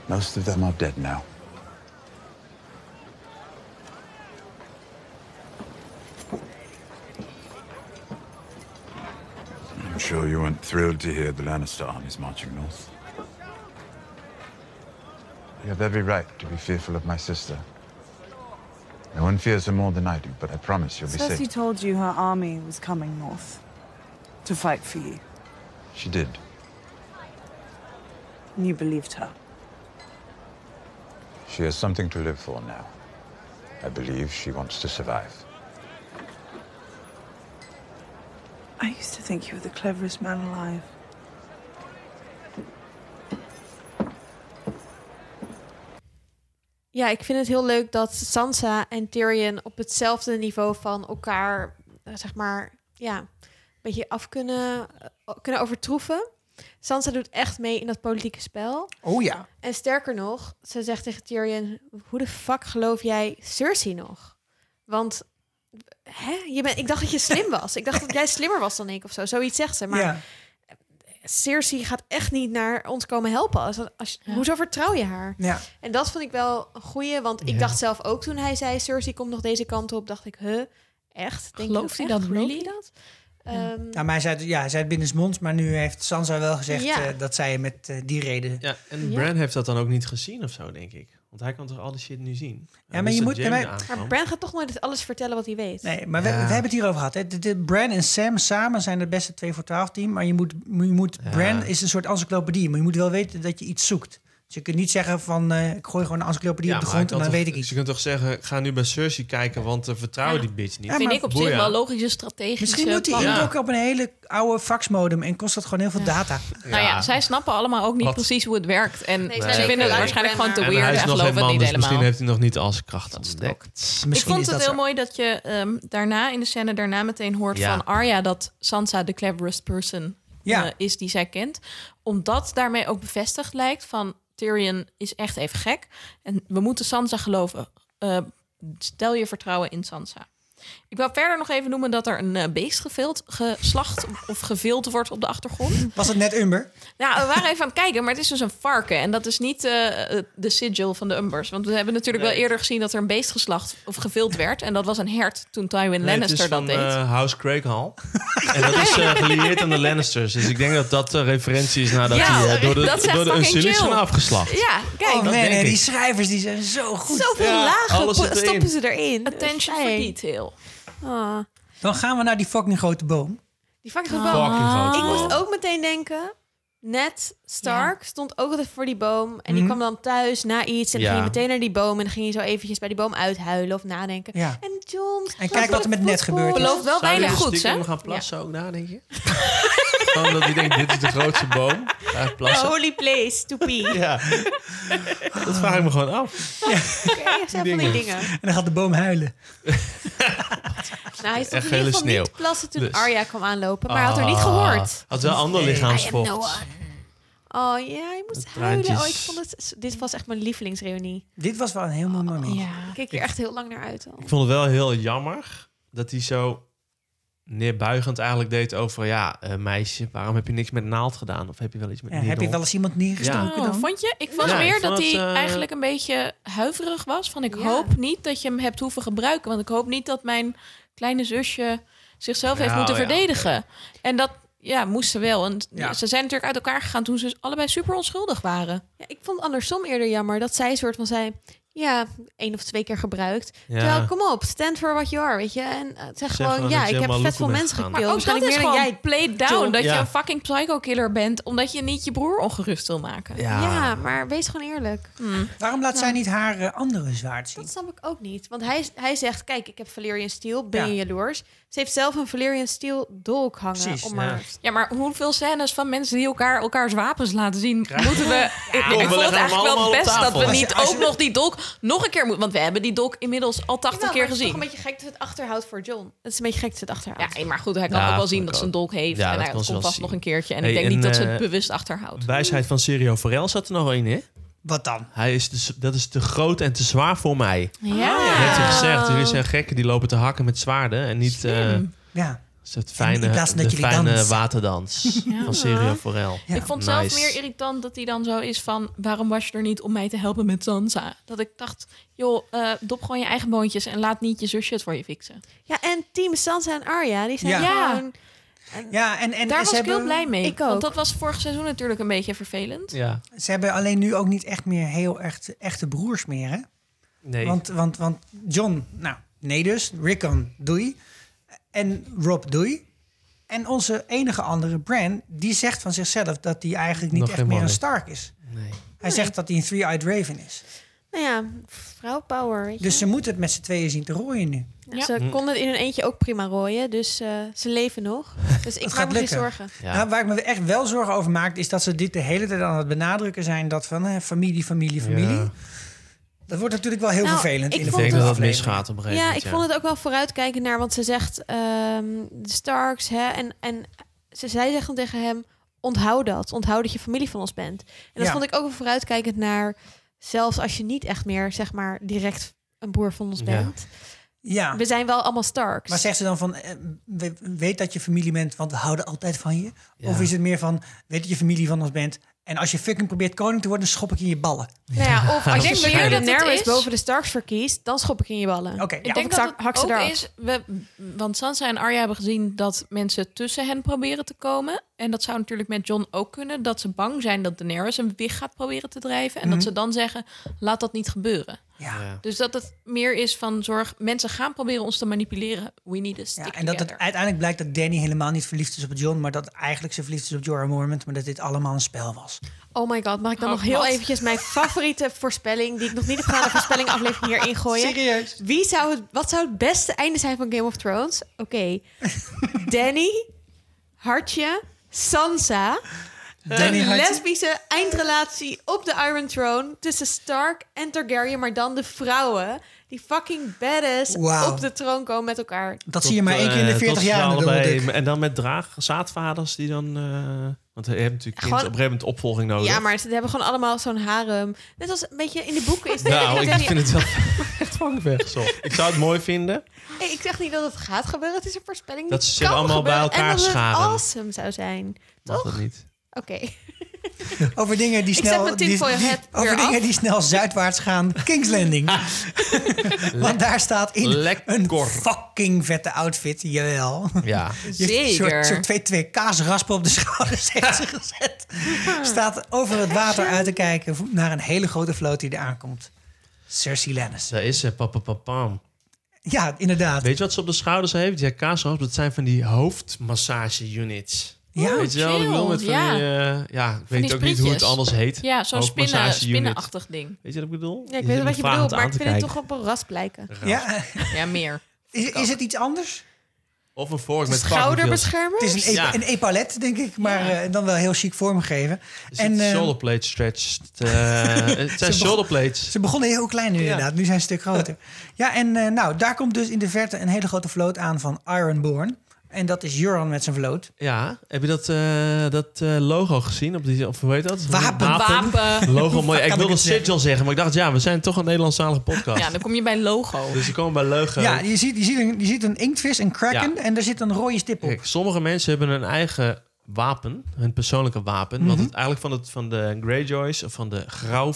Speaker 7: Most of them are dead now. I'm thrilled to hear the Lannister army's marching north. You have every right to be fearful of my sister. No one fears her more than I do, but I promise you'll be
Speaker 8: Cersei
Speaker 7: safe.
Speaker 8: told you her army was coming north to fight for you,
Speaker 7: She did.
Speaker 8: and you believed her.
Speaker 7: She has something to live for now. I believe she wants to survive.
Speaker 8: I used to think you were the cleverest man alive.
Speaker 5: Ja, ik vind het heel leuk dat Sansa en Tyrion op hetzelfde niveau van elkaar, eh, zeg maar, ja, een beetje af kunnen, eh, kunnen overtroeven. Sansa doet echt mee in dat politieke spel.
Speaker 1: Oh ja.
Speaker 5: En sterker nog, ze zegt tegen Tyrion: Hoe de fuck geloof jij Cersei nog? Want hè, je bent, ik dacht dat je slim was. Ik dacht dat jij slimmer was dan ik of zo. Zoiets zegt ze. Maar
Speaker 1: ja.
Speaker 5: Cersei gaat echt niet naar ons komen helpen. Als, als, Hoezo vertrouw je haar?
Speaker 1: Ja.
Speaker 5: En dat vond ik wel een goeie, want ik dacht zelf ook toen hij zei... Cersei komt nog deze kant op, dacht ik, huh, echt? Denk
Speaker 4: Gelooft hij
Speaker 5: echt?
Speaker 4: dat
Speaker 5: Gelooft
Speaker 4: really?
Speaker 5: hij dat? Ehm,
Speaker 1: Nou, maar hij zei, het- ja, hij zei het binnensmonds, maar nu heeft Sansa wel gezegd
Speaker 5: Ja.
Speaker 1: eh, dat zij hem met eh, die reden... Ja,
Speaker 6: Ja, en
Speaker 5: Ja.
Speaker 6: Bran heeft dat dan ook niet gezien of zo, denk ik. Want hij kan toch al die shit nu zien?
Speaker 1: maar je moet- maar-
Speaker 5: maar
Speaker 6: Oh.
Speaker 5: Bran gaat toch nooit alles vertellen wat hij weet.
Speaker 1: Nee, maar we, we hebben het hierover gehad. Hè. De, de Bran en Sam samen zijn het beste 2 voor 12 team. Maar je moet, je moet Bran is een soort encyclopedie. Maar je moet wel weten dat je iets zoekt. Dus je kunt niet zeggen van, eh, ik gooi gewoon een encyclopedie op de grond en dan weet ik iets.
Speaker 6: Je kunt toch zeggen, ik ga nu bij Cersei kijken, want eh, vertrouw
Speaker 4: Ja.
Speaker 6: die bitch niet.
Speaker 1: Ja,
Speaker 4: Vind
Speaker 1: maar-
Speaker 4: ik op zich
Speaker 6: Boeien.
Speaker 4: wel logische strategische
Speaker 1: Misschien moet hij
Speaker 4: plannen.
Speaker 1: ook op een hele oude faxmodem en kost dat gewoon heel veel data.
Speaker 6: Dus
Speaker 4: Nou ja, zij snappen allemaal ook niet
Speaker 6: Wat?
Speaker 4: precies hoe het werkt. En
Speaker 5: Nee, zij
Speaker 4: ze vinden het
Speaker 5: denken,
Speaker 4: waarschijnlijk
Speaker 5: "Laat
Speaker 4: gewoon te
Speaker 5: Bran
Speaker 6: En
Speaker 4: weird
Speaker 6: hij
Speaker 4: en
Speaker 6: is nog geen
Speaker 4: geloven het
Speaker 6: man,
Speaker 4: niet
Speaker 6: dus misschien
Speaker 4: helemaal.
Speaker 6: heeft hij nog niet al zijn kracht ontdekt.
Speaker 1: Misschien
Speaker 4: Ik vond
Speaker 1: is
Speaker 4: het
Speaker 1: dat
Speaker 4: heel
Speaker 1: zo.
Speaker 4: mooi dat je ehm, daarna in de scène daarna meteen hoort
Speaker 6: Ja.
Speaker 4: van Arya dat Sansa de cleverest person
Speaker 1: Ja.
Speaker 4: eh, is die zij kent. Omdat daarmee ook bevestigd lijkt van Tyrion is echt even gek. En we moeten Sansa geloven. Eh, stel je vertrouwen in Sansa. Ik wil verder nog even noemen dat er een eh, beest gevild, geslacht of gevild wordt op de achtergrond.
Speaker 1: Was het net Umber?
Speaker 4: Nou, we waren even aan het kijken, maar het is dus een varken. En dat is niet eh, eh, de sigil van de Umbers. Want we hebben natuurlijk wel eerder gezien dat er een beest geslacht of gevild werd. En dat was een hert toen Tywin
Speaker 6: het
Speaker 4: Lannister
Speaker 6: is van,
Speaker 4: dat deed.
Speaker 6: eh, House Craighall. en dat is eh, gelieerd aan de Lannisters. Dus ik denk dat dat de referentie is nadat
Speaker 4: Ja,
Speaker 6: hij eh, door de,
Speaker 4: dat zegt
Speaker 6: door de
Speaker 4: fucking
Speaker 6: Unsullies zijn
Speaker 4: chill.
Speaker 6: afgeslacht.
Speaker 4: ja, kijk.
Speaker 1: oh nee,
Speaker 6: denk
Speaker 1: nee,
Speaker 6: ik.
Speaker 1: die schrijvers die zijn zo goed.
Speaker 5: Zoveel
Speaker 6: Ja,
Speaker 5: lagen
Speaker 6: alles
Speaker 5: po-
Speaker 6: zit erin.
Speaker 5: stoppen ze erin.
Speaker 4: Attention
Speaker 5: Dat is
Speaker 4: for
Speaker 5: fijn.
Speaker 4: detail.
Speaker 5: Ah,
Speaker 1: Dan gaan we naar die fucking grote boom.
Speaker 5: die fucking boom.
Speaker 6: Fucking groot.
Speaker 5: Ik moest ook meteen denken... Ned Stark stond ook altijd voor die boom. En die kwam dan thuis na iets. En dan
Speaker 6: Ja.
Speaker 5: ging hij meteen naar die boom. En dan ging hij zo eventjes bij die boom uithuilen of nadenken.
Speaker 1: Ja.
Speaker 5: En John...
Speaker 1: En kijk wat er met Ned gebeurd is.
Speaker 4: Belooft wel
Speaker 6: Zou je
Speaker 4: weinig
Speaker 6: er
Speaker 4: goeds,
Speaker 6: stiekem
Speaker 4: hè?
Speaker 6: gaan plassen ook daar, denk je? Gewoon dat hij denkt, dit is de grootste boom. Ga ik
Speaker 5: A
Speaker 6: plassen.
Speaker 5: holy place to be.
Speaker 6: Ja. Dat vraag ik me gewoon af.
Speaker 5: Oké, dat zijn van die dingen.
Speaker 1: En dan gaat de boom huilen.
Speaker 5: Nou, hij stond
Speaker 6: Echt
Speaker 5: in ieder
Speaker 6: hele
Speaker 5: geval niet
Speaker 6: sneeuw.
Speaker 5: te plassen toen
Speaker 6: Dus. Ah,
Speaker 5: Arya kwam aanlopen. Maar hij had er niet gehoord.
Speaker 6: Had wel ander lichaamsvocht.
Speaker 5: Oh ja, je moest
Speaker 6: De
Speaker 5: huilen. Oh, ik
Speaker 6: traantjes.
Speaker 5: vond het... Dit was echt mijn lievelingsreunie.
Speaker 1: Dit was wel een heel
Speaker 4: Oh,
Speaker 1: mooi moment.
Speaker 5: Ik keek er echt heel lang naar uit. Al.
Speaker 6: Ik vond het wel heel jammer dat hij zo neerbuigend eigenlijk deed over... ja, eh, meisje, waarom heb je niks met naald gedaan? Of heb je wel iets met
Speaker 1: Ja,
Speaker 6: niedel?
Speaker 1: heb je wel eens iemand neergestoken
Speaker 4: Oh,
Speaker 1: dan?
Speaker 4: vond je? Ik vond
Speaker 6: Ja,
Speaker 4: meer
Speaker 6: ik vond
Speaker 4: dat hij
Speaker 6: het, eh,
Speaker 4: eigenlijk een beetje huiverig was. Van ik
Speaker 5: Ja.
Speaker 4: hoop niet dat je hem hebt hoeven gebruiken. Want ik hoop niet dat mijn kleine zusje zichzelf heeft
Speaker 6: Ja,
Speaker 4: moeten
Speaker 6: oh ja.
Speaker 4: verdedigen. En dat ja, moest ze wel. En
Speaker 1: Ja.
Speaker 4: ze zijn natuurlijk uit elkaar gegaan toen ze allebei super onschuldig waren.
Speaker 5: Ja, ik vond andersom eerder jammer dat zij soort van zei... Ja, één of twee keer gebruikt.
Speaker 6: Ja.
Speaker 5: Terwijl, kom op, stand for what you are, weet je. En eh, zeg, gewoon,
Speaker 6: gewoon
Speaker 5: ja,
Speaker 6: dat je
Speaker 5: ik heb
Speaker 6: helemaal
Speaker 5: vet veel
Speaker 6: loco bent
Speaker 5: mensen
Speaker 6: gegaan.
Speaker 5: gekild.
Speaker 4: ook dat
Speaker 5: Waarschijnlijk
Speaker 4: is
Speaker 5: meer
Speaker 4: gewoon
Speaker 5: dan
Speaker 4: jij
Speaker 5: jij.
Speaker 4: play down. Dat je
Speaker 6: Ja.
Speaker 4: een fucking psycho-killer bent. Omdat je niet je broer ongerust wil maken.
Speaker 5: Ja. maar wees gewoon eerlijk. Hm.
Speaker 1: Waarom laat zij niet haar eh, andere zwaard zien?
Speaker 5: Dat snap ik ook niet. Want hij, hij zegt, kijk, ik heb Valerian Steel, ben
Speaker 1: Ja.
Speaker 5: je jaloers? Ze heeft zelf een Valerian Steel dolk hangen.
Speaker 1: Precies,
Speaker 5: om
Speaker 6: ja.
Speaker 5: haar-
Speaker 4: Ja, maar hoeveel scènes van mensen die elkaar elkaars wapens laten zien, moeten we. ik
Speaker 6: we
Speaker 4: ik vond het
Speaker 6: leggen hem
Speaker 4: eigenlijk
Speaker 6: allemaal
Speaker 4: wel
Speaker 6: op
Speaker 4: best dat
Speaker 6: tafel.
Speaker 4: we
Speaker 6: Als
Speaker 1: je-
Speaker 4: niet
Speaker 1: als je-
Speaker 4: ook nog die dolk nog een keer moeten. Want we hebben die dolk inmiddels al 80
Speaker 5: Jawel,
Speaker 4: keer
Speaker 5: Nou, maar Het is toch
Speaker 4: gezien.
Speaker 5: een beetje gek dat het achterhoudt voor John. Het is een beetje gek dat het
Speaker 4: Ja,
Speaker 5: achterhoudt.
Speaker 4: hey, maar goed, hij kan
Speaker 6: Ja,
Speaker 4: ook wel
Speaker 6: vond
Speaker 4: zien
Speaker 6: ik
Speaker 4: dat
Speaker 6: ook.
Speaker 4: ze een dolk heeft.
Speaker 6: Ja, dat
Speaker 4: en hij
Speaker 6: kan
Speaker 4: komt
Speaker 6: ze
Speaker 4: vast
Speaker 6: wel
Speaker 4: nog
Speaker 6: zien.
Speaker 4: een keertje. En
Speaker 6: Hey,
Speaker 4: ik denk
Speaker 6: en,
Speaker 4: niet dat ze
Speaker 6: eh,
Speaker 4: het bewust achterhoudt.
Speaker 6: Wijsheid van Serio Forel zat er nog één, hè?
Speaker 1: Wat dan?
Speaker 6: Hij is dus, dat is te groot en te zwaar voor mij.
Speaker 4: Ja.
Speaker 6: Heeft hij gezegd, jullie zijn gekken die lopen te hakken met zwaarden en niet eh
Speaker 1: Ja.
Speaker 6: het
Speaker 1: in
Speaker 6: fijne,
Speaker 1: plaats van dat
Speaker 6: de
Speaker 1: jullie
Speaker 6: fijne
Speaker 1: dansen.
Speaker 6: waterdans van Serio Forel.
Speaker 1: Ja.
Speaker 4: Ik vond
Speaker 6: nice.
Speaker 4: zelf meer irritant dat hij dan zo is van... waarom was je er niet om mij te helpen met Sansa? Dat ik dacht, joh, eh, dop gewoon je eigen boontjes... en laat niet je zusje het voor je fixen.
Speaker 5: Ja, en team Sansa en Arya, die zijn
Speaker 1: Ja.
Speaker 5: gewoon...
Speaker 1: Ja, en, en
Speaker 4: Daar
Speaker 1: ze,
Speaker 4: was ik
Speaker 1: hebben,
Speaker 4: heel blij mee.
Speaker 5: Ik ook.
Speaker 4: Want dat was vorig seizoen natuurlijk een beetje vervelend.
Speaker 6: Ja.
Speaker 1: ze hebben alleen nu ook niet echt meer heel echt, echte broers meer. Hè?
Speaker 6: Nee.
Speaker 1: Want, want, want John, nou, nee dus. Rickon, doei. En Rob, doei. En onze enige andere Bran, die zegt van zichzelf dat hij eigenlijk niet
Speaker 6: Nog
Speaker 1: echt
Speaker 6: helemaal
Speaker 1: meer een
Speaker 6: niet.
Speaker 1: Stark is.
Speaker 6: nee.
Speaker 1: Hij zegt dat hij een Three-Eyed Raven is.
Speaker 5: Nou ja, vrouwpower. Weet je.
Speaker 1: Dus ze moeten het met z'n tweeën zien te rooien nu.
Speaker 5: Nou, Ze
Speaker 1: Hm.
Speaker 5: konden het in hun eentje ook prima rooien. Dus eh, ze leven nog. Dus ik maak
Speaker 1: gaat
Speaker 5: me geen
Speaker 1: lukken.
Speaker 5: zorgen.
Speaker 6: Ja.
Speaker 1: Nou, waar ik me echt wel zorgen over maak, is dat ze dit de hele tijd aan het benadrukken zijn. Dat van eh, familie, familie, familie.
Speaker 6: Ja.
Speaker 1: Dat wordt natuurlijk wel heel
Speaker 5: Nou,
Speaker 1: vervelend.
Speaker 5: ik
Speaker 1: in de
Speaker 6: Ik
Speaker 5: vond
Speaker 6: denk dat dat
Speaker 1: volgende aflevering.
Speaker 6: misgaat op een gegeven
Speaker 5: Ja,
Speaker 6: moment.
Speaker 5: ik vond het ook wel vooruitkijken naar, want ze zegt ehm, de Starks, hè, en, en ze, zij zegt dan tegen hem, onthoud dat, onthoud dat je familie van ons bent. En dat
Speaker 1: Ja.
Speaker 5: vond ik ook wel vooruitkijkend naar, zelfs als je niet echt meer, zeg maar, direct een boer van ons
Speaker 6: Ja.
Speaker 5: bent.
Speaker 1: Ja.
Speaker 5: We zijn wel allemaal Starks.
Speaker 1: Maar zegt ze dan van, eh, we- weet dat je familie bent, want we houden altijd van je?
Speaker 6: Ja.
Speaker 1: Of is het meer van, weet dat je familie van ons bent... en als je fucking probeert koning te worden, schop ik in je ballen.
Speaker 5: nou ja, of als
Speaker 4: denk
Speaker 5: je
Speaker 4: meer dat het
Speaker 5: Daenerys
Speaker 4: is-
Speaker 5: boven de Starks verkiest, dan schop ik in je ballen.
Speaker 1: Oké, ja.
Speaker 4: Ik denk
Speaker 5: Of
Speaker 4: dat
Speaker 5: zak- hak
Speaker 4: het
Speaker 5: ze
Speaker 4: ook
Speaker 5: eraf.
Speaker 4: is... We, want Sansa en Arya hebben gezien dat mensen tussen hen proberen te komen. En dat zou natuurlijk met John ook kunnen. Dat ze bang zijn dat Daenerys een weg gaat proberen te drijven. En
Speaker 5: Mhm.
Speaker 4: dat ze dan zeggen, laat dat niet gebeuren.
Speaker 1: Ja. ja.
Speaker 4: Dus dat het meer is van zorg... Mensen gaan proberen ons te manipuleren. We need a stick
Speaker 1: en dat het
Speaker 4: together.
Speaker 1: uiteindelijk blijkt dat Danny helemaal niet verliefd is op John... maar dat eigenlijk ze verliefd is op Jorah Mormont... maar dat dit allemaal een spel was.
Speaker 5: Oh my god, mag ik dan
Speaker 4: Oh,
Speaker 5: nog heel
Speaker 4: wat?
Speaker 5: eventjes mijn favoriete voorspelling, die ik nog niet heb gedaan, de voorspelling aflevering hier ingooien?
Speaker 1: Serieus?
Speaker 5: Wie zou het, wat zou het beste einde zijn van Game of Thrones? Oké, Danny, Hartje, Sansa,
Speaker 1: Danny
Speaker 5: een
Speaker 1: had-
Speaker 5: lesbische eindrelatie op de Iron Throne tussen Stark en Targaryen, maar dan de vrouwen die fucking badass
Speaker 1: Wauw.
Speaker 5: op de troon komen met elkaar.
Speaker 1: Dat zie je maar één keer in
Speaker 6: eh,
Speaker 1: de 40 jaar in de Donald Duck.
Speaker 6: En dan met draag, zaadvaders die dan... eh, want je hebt natuurlijk kind, op een
Speaker 5: Gewoon-
Speaker 6: gegeven moment opvolging nodig.
Speaker 5: Ja, maar ze hebben gewoon allemaal zo'n harem. Net als een beetje in de boeken is.
Speaker 6: Nou, ik
Speaker 5: Danny-
Speaker 6: vind het wel echt van weg. Zo. Ik zou het mooi vinden.
Speaker 5: Hey, ik zeg niet dat het gaat gebeuren. Het is een voorspelling.
Speaker 6: Dat
Speaker 5: die
Speaker 6: ze zich
Speaker 5: kan
Speaker 6: allemaal bij
Speaker 5: gebeuren
Speaker 6: elkaar
Speaker 5: en dat
Speaker 6: scharen.
Speaker 5: het awesome zou zijn.
Speaker 6: Mag
Speaker 5: Toch?
Speaker 6: dat niet?
Speaker 5: Oké.
Speaker 1: Over dingen die
Speaker 5: zet
Speaker 1: snel...
Speaker 5: mijn
Speaker 1: die,
Speaker 5: tinfoil
Speaker 1: die-
Speaker 5: hat
Speaker 1: over
Speaker 5: weer
Speaker 1: dingen
Speaker 5: af.
Speaker 1: die snel zuidwaarts gaan. King's Landing. Want daar staat in
Speaker 6: Lekker.
Speaker 1: een fucking vette outfit. Jawel.
Speaker 6: Ja.
Speaker 1: Je hebt een
Speaker 4: Zeker.
Speaker 1: Soort, soort twee, twee kaasraspen op de schouders heeft ze gezet. Staat over het water uit te kijken vo- naar een hele grote vloot die er aankomt. Cersei Lannister.
Speaker 6: Daar is eh, ze, papapapam.
Speaker 1: Ja, inderdaad.
Speaker 6: Weet je wat ze op de schouders heeft? Ja, kaasras, dat zijn van die hoofdmassage units.
Speaker 1: Ja.
Speaker 6: weet je wel, wat ik bedoel? Met van
Speaker 4: chill,
Speaker 6: die, eh, ja, ik weet
Speaker 4: die
Speaker 6: ook niet hoe het
Speaker 4: sprietjes.
Speaker 6: anders heet.
Speaker 4: Ja, zo'n
Speaker 6: Hoofdmassage
Speaker 4: spinnen,
Speaker 6: unit.
Speaker 4: spinnenachtig ding.
Speaker 6: Weet je wat ik bedoel?
Speaker 5: Ja, ik weet wel wat je bedoelt, maar ik vind het toch
Speaker 6: wel...
Speaker 5: op een ras blijken.
Speaker 1: Ja,
Speaker 4: Ja, meer.
Speaker 1: is, is het iets anders?
Speaker 6: Of een vork met schouderbescherming.
Speaker 5: Schouderbeschermer?
Speaker 1: Het is een, e
Speaker 6: Ja.
Speaker 1: een epalet, denk ik, maar eh, dan wel heel chic vormgegeven.
Speaker 6: En,
Speaker 1: En eh,
Speaker 6: shoulderplate stretched. eh, het zijn
Speaker 1: Ze
Speaker 6: shoulderplates.
Speaker 1: ze begonnen heel klein nu inderdaad, nu zijn ze een stuk groter. Ja, en eh, nou, daar komt dus in de verte een hele grote vloot aan van Ironborn. En dat is Euron met zijn vloot.
Speaker 6: Ja, heb je dat, eh, dat eh, logo gezien? Op die, of hoe heet dat?
Speaker 1: Wapen.
Speaker 4: Wapen.
Speaker 6: Logo mooi. Ik
Speaker 1: Kan ik
Speaker 6: wilde
Speaker 1: het zeggen?
Speaker 6: sigil zeggen, maar ik dacht, ja, we zijn toch een Nederlandstalige podcast.
Speaker 4: Ja, dan kom je bij logo.
Speaker 6: Dus ik kom bij logo.
Speaker 1: Ja, je ziet, je, ziet een, je ziet een inktvis, een kraken, en daar zit een rode stip op.
Speaker 6: Kijk, sommige mensen hebben hun eigen wapen, hun persoonlijke wapen.
Speaker 1: Mhm.
Speaker 6: Want het, eigenlijk van, het, van de Greyjoys, of van de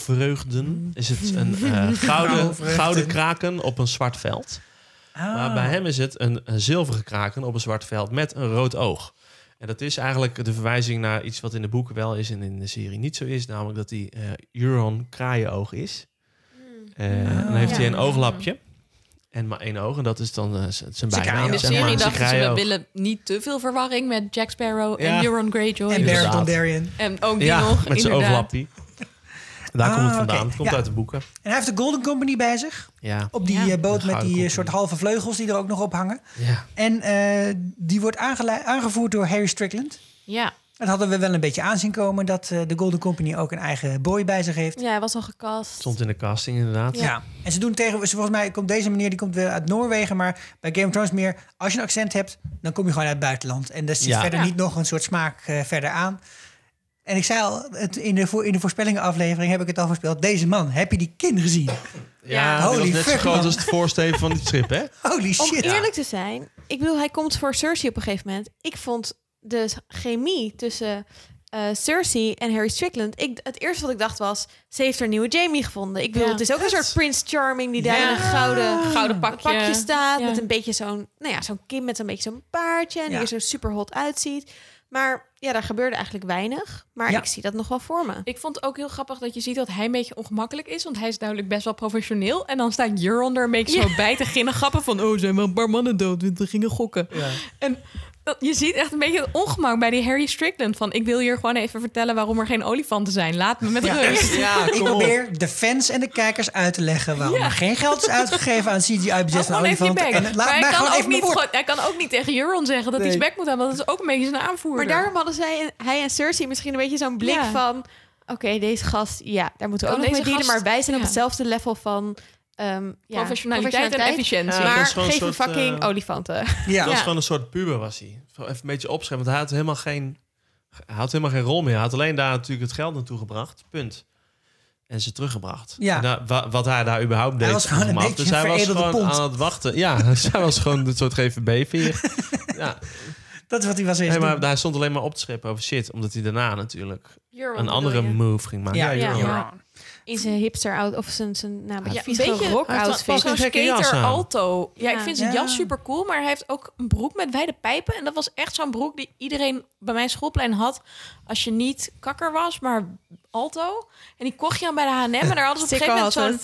Speaker 6: Grauwvreugden, is het een eh, gouden,
Speaker 1: Mhm. Grauwvreugden.
Speaker 6: gouden kraken op een zwart veld.
Speaker 1: Ah.
Speaker 6: Maar bij hem is het een, een zilveren kraken op een zwart veld met een rood oog. En dat is eigenlijk de verwijzing naar iets wat in de boeken wel is en in de serie niet zo is. Namelijk dat die eh Euron kraaienoog is.
Speaker 4: Mm.
Speaker 6: Eh,
Speaker 1: Oh,
Speaker 6: Dan heeft hij een ooglapje. En maar één oog. En dat is dan eh, z- zijn bijnaam.
Speaker 1: kraaienoog.
Speaker 4: In de
Speaker 6: zeg
Speaker 4: serie
Speaker 6: maar. Zijn
Speaker 4: dachten ze, we
Speaker 6: kraaienoog.
Speaker 4: willen niet te veel verwarring met Jack Sparrow
Speaker 6: Ja.
Speaker 4: en Euron Greyjoy. En,
Speaker 1: En Barrett
Speaker 6: Inderdaad.
Speaker 1: Dondarrion.
Speaker 4: ook die
Speaker 6: ja,
Speaker 4: nog,
Speaker 6: met zijn
Speaker 4: inderdaad.
Speaker 6: overlappie. Daar
Speaker 1: Ah,
Speaker 6: komt het vandaan.
Speaker 1: oké.
Speaker 6: Het komt
Speaker 1: Ja.
Speaker 6: uit de boeken.
Speaker 1: En hij heeft de Golden Company bij zich.
Speaker 6: Ja.
Speaker 1: Op die
Speaker 4: Ja.
Speaker 1: eh, boot
Speaker 6: De
Speaker 1: met
Speaker 6: gouden
Speaker 1: die eh,
Speaker 6: company.
Speaker 1: soort halve vleugels die er ook nog op hangen.
Speaker 6: ja.
Speaker 1: En eh, die wordt aangele- aangevoerd door Harry Strickland.
Speaker 4: Ja,
Speaker 1: Dat hadden we wel een beetje aanzien komen dat eh, de Golden Company ook een eigen boy bij zich heeft.
Speaker 5: Ja, hij was al gecast.
Speaker 6: Stond in de casting inderdaad.
Speaker 1: Ja. En ze doen tegen, ze- volgens mij komt deze meneer, die komt wel uit Noorwegen, maar bij Game of Thrones meer, als je een accent hebt, dan kom je gewoon uit het buitenland. En daar zit
Speaker 6: Ja.
Speaker 1: verder
Speaker 4: Ja.
Speaker 1: niet nog een soort smaak eh, verder aan. En ik zei al, het, in, de, voor- in de voorspellingenaflevering heb ik het al voorspeld. Deze man, heb je die kin gezien?
Speaker 6: Ja,
Speaker 1: Ja.
Speaker 6: die was
Speaker 1: Holy
Speaker 6: net zo
Speaker 1: fuck,
Speaker 6: groot
Speaker 1: man.
Speaker 6: als de voorsteven van dit schip, hè?
Speaker 1: Holy
Speaker 5: Om
Speaker 1: shit.
Speaker 5: eerlijk te zijn, ik bedoel, hij komt voor Cersei op een gegeven moment. Ik vond de chemie tussen eh, Cersei en Harry Strickland. Ik, het eerste wat ik dacht was, ze heeft haar nieuwe Jamie gevonden. Ik bedoel,
Speaker 4: Ja.
Speaker 5: het is ook een soort Prince Charming die daar
Speaker 4: Ja.
Speaker 5: in een gouden,
Speaker 4: Gouden pakje.
Speaker 5: staat.
Speaker 4: Ja.
Speaker 5: Met een beetje zo'n, nou ja, zo'n kind met een beetje zo'n baardje. En die
Speaker 1: Ja.
Speaker 5: er zo super hot uitziet. Maar ja, daar gebeurde eigenlijk weinig. Maar
Speaker 1: Ja.
Speaker 5: ik zie dat nog wel voor me.
Speaker 4: Ik vond het ook heel grappig dat je ziet dat hij een beetje ongemakkelijk is. Want hij is duidelijk best wel professioneel. En dan staat Euron er een beetje zo bij te ginnen grappen van... Oh, er zijn wel een paar mannen dood, want we gingen gokken. En dat- je ziet echt een beetje het ongemak bij die Harry Strickland. Van, ik wil hier gewoon even vertellen waarom er geen olifanten zijn. Laat me met
Speaker 1: Ja.
Speaker 4: rust.
Speaker 6: Ja,
Speaker 1: Ik probeer de fans en de kijkers uit te leggen waarom
Speaker 4: Ja.
Speaker 1: er geen geld is uitgegeven aan CGI-budget van
Speaker 4: Hou gewoon even je
Speaker 1: olifanten.
Speaker 4: bek.
Speaker 1: En laat
Speaker 4: Maar
Speaker 1: mij
Speaker 4: hij kan,
Speaker 1: gewoon
Speaker 4: ook
Speaker 1: even mijn
Speaker 4: niet,
Speaker 1: woord.
Speaker 4: gewoon- hij kan ook niet tegen Euron zeggen dat hij
Speaker 1: Nee.
Speaker 4: zijn bek moet hebben. Want dat is ook een beetje zijn aanvoerder.
Speaker 5: Maar daarom hadden zij, hij en Cersei misschien een beetje zo'n blik
Speaker 4: Ja.
Speaker 5: van... Oké, deze gast, ja, daar moeten we
Speaker 4: Kan
Speaker 5: ook nog
Speaker 4: deze
Speaker 5: mee dealen.
Speaker 4: gast-
Speaker 5: Maar wij zijn op
Speaker 4: ja.
Speaker 5: hetzelfde level van... ehm ja,
Speaker 4: professionaliteit, en efficiëntie.
Speaker 6: Ja, dat
Speaker 5: Maar
Speaker 6: is gewoon
Speaker 5: geef
Speaker 6: een
Speaker 5: een
Speaker 6: soort,
Speaker 5: fucking
Speaker 6: eh,
Speaker 5: olifanten.
Speaker 1: Ja.
Speaker 6: Dat was
Speaker 5: Ja.
Speaker 6: gewoon een soort puber was hij. Zo Even een beetje opschrijven, want hij had helemaal geen, hij had helemaal geen rol meer. Hij had alleen daar natuurlijk het geld naartoe gebracht, punt. En ze teruggebracht.
Speaker 1: Ja.
Speaker 6: En daar- wa- wat hij daar überhaupt deed.
Speaker 1: was
Speaker 6: vroeg
Speaker 1: gewoon
Speaker 6: me
Speaker 1: een
Speaker 6: af.
Speaker 1: beetje
Speaker 6: Dus hij was
Speaker 1: veredelde
Speaker 6: gewoon
Speaker 1: pond.
Speaker 6: aan het wachten. Ja, dus hij was gewoon een soort GVB-veer. ja.
Speaker 1: Dat is wat hij was eens
Speaker 6: Nee, maar
Speaker 1: doen.
Speaker 6: hij stond alleen maar op te scheppen over shit. Omdat hij daarna natuurlijk
Speaker 5: eh,
Speaker 6: een andere
Speaker 5: bedoel je?
Speaker 6: move ging maken.
Speaker 1: Ja,
Speaker 5: ja.
Speaker 6: Euron.
Speaker 5: Ja. In zijn hipster out of zijn, zijn nou,
Speaker 4: Ja,
Speaker 5: ja,
Speaker 4: een beetje
Speaker 5: rock
Speaker 4: hij heeft wel
Speaker 5: outfit.
Speaker 6: een
Speaker 4: Zo'n
Speaker 6: gekke jas
Speaker 4: skater
Speaker 6: aan.
Speaker 4: alto. Ja,
Speaker 5: Ja.
Speaker 4: ik vind zijn
Speaker 1: Ja.
Speaker 4: jas super cool, maar hij heeft ook een broek met wijde pijpen. En dat was echt zo'n broek die iedereen bij mijn schoolplein had. Als je niet kakker was, maar alto. En die kocht je dan bij de H&M. En daar hadden ze op een gegeven moment zo'n...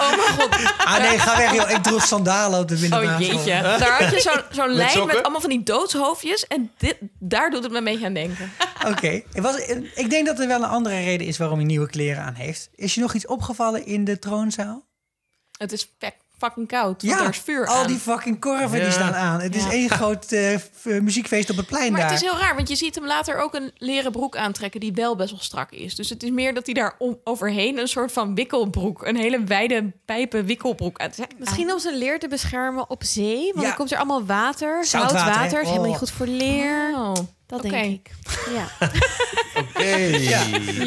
Speaker 4: Oh mijn god.
Speaker 1: Ah nee, ga weg joh. Ik droeg sandalen op de
Speaker 4: Oh
Speaker 1: middelbare school.
Speaker 4: jeetje. Daar had je zo'n zo'n lijn
Speaker 6: sokken?
Speaker 4: met allemaal van die doodshoofdjes. En dit, daar doet het me een beetje aan denken.
Speaker 1: Oké. Het was- Ik denk dat er wel een andere reden is waarom hij nieuwe kleren aan heeft. Is je nog iets opgevallen in de troonzaal?
Speaker 4: Het is fe- fucking koud, want er is vuur
Speaker 1: al
Speaker 4: aan.
Speaker 1: die fucking korven
Speaker 6: Ja.
Speaker 1: die staan aan. Het is
Speaker 4: Ja.
Speaker 1: één groot eh, f- eh, muziekfeest op het plein
Speaker 4: Maar
Speaker 1: daar.
Speaker 4: het is heel raar, want je ziet hem later ook een leren broek aantrekken die wel best wel strak is. Dus het is meer dat hij daar om, overheen een soort van wikkelbroek, een hele wijde pijpen wikkelbroek aan.
Speaker 5: Misschien om zijn leer te beschermen op zee. Want
Speaker 1: Ja.
Speaker 5: dan komt er allemaal water. Zout
Speaker 1: Zout water,
Speaker 5: water.
Speaker 1: hè?
Speaker 5: is helemaal
Speaker 1: Oh.
Speaker 5: niet goed voor leer.
Speaker 4: Oh,
Speaker 5: Dat
Speaker 4: oké.
Speaker 5: denk ik. Ja.
Speaker 4: Ja.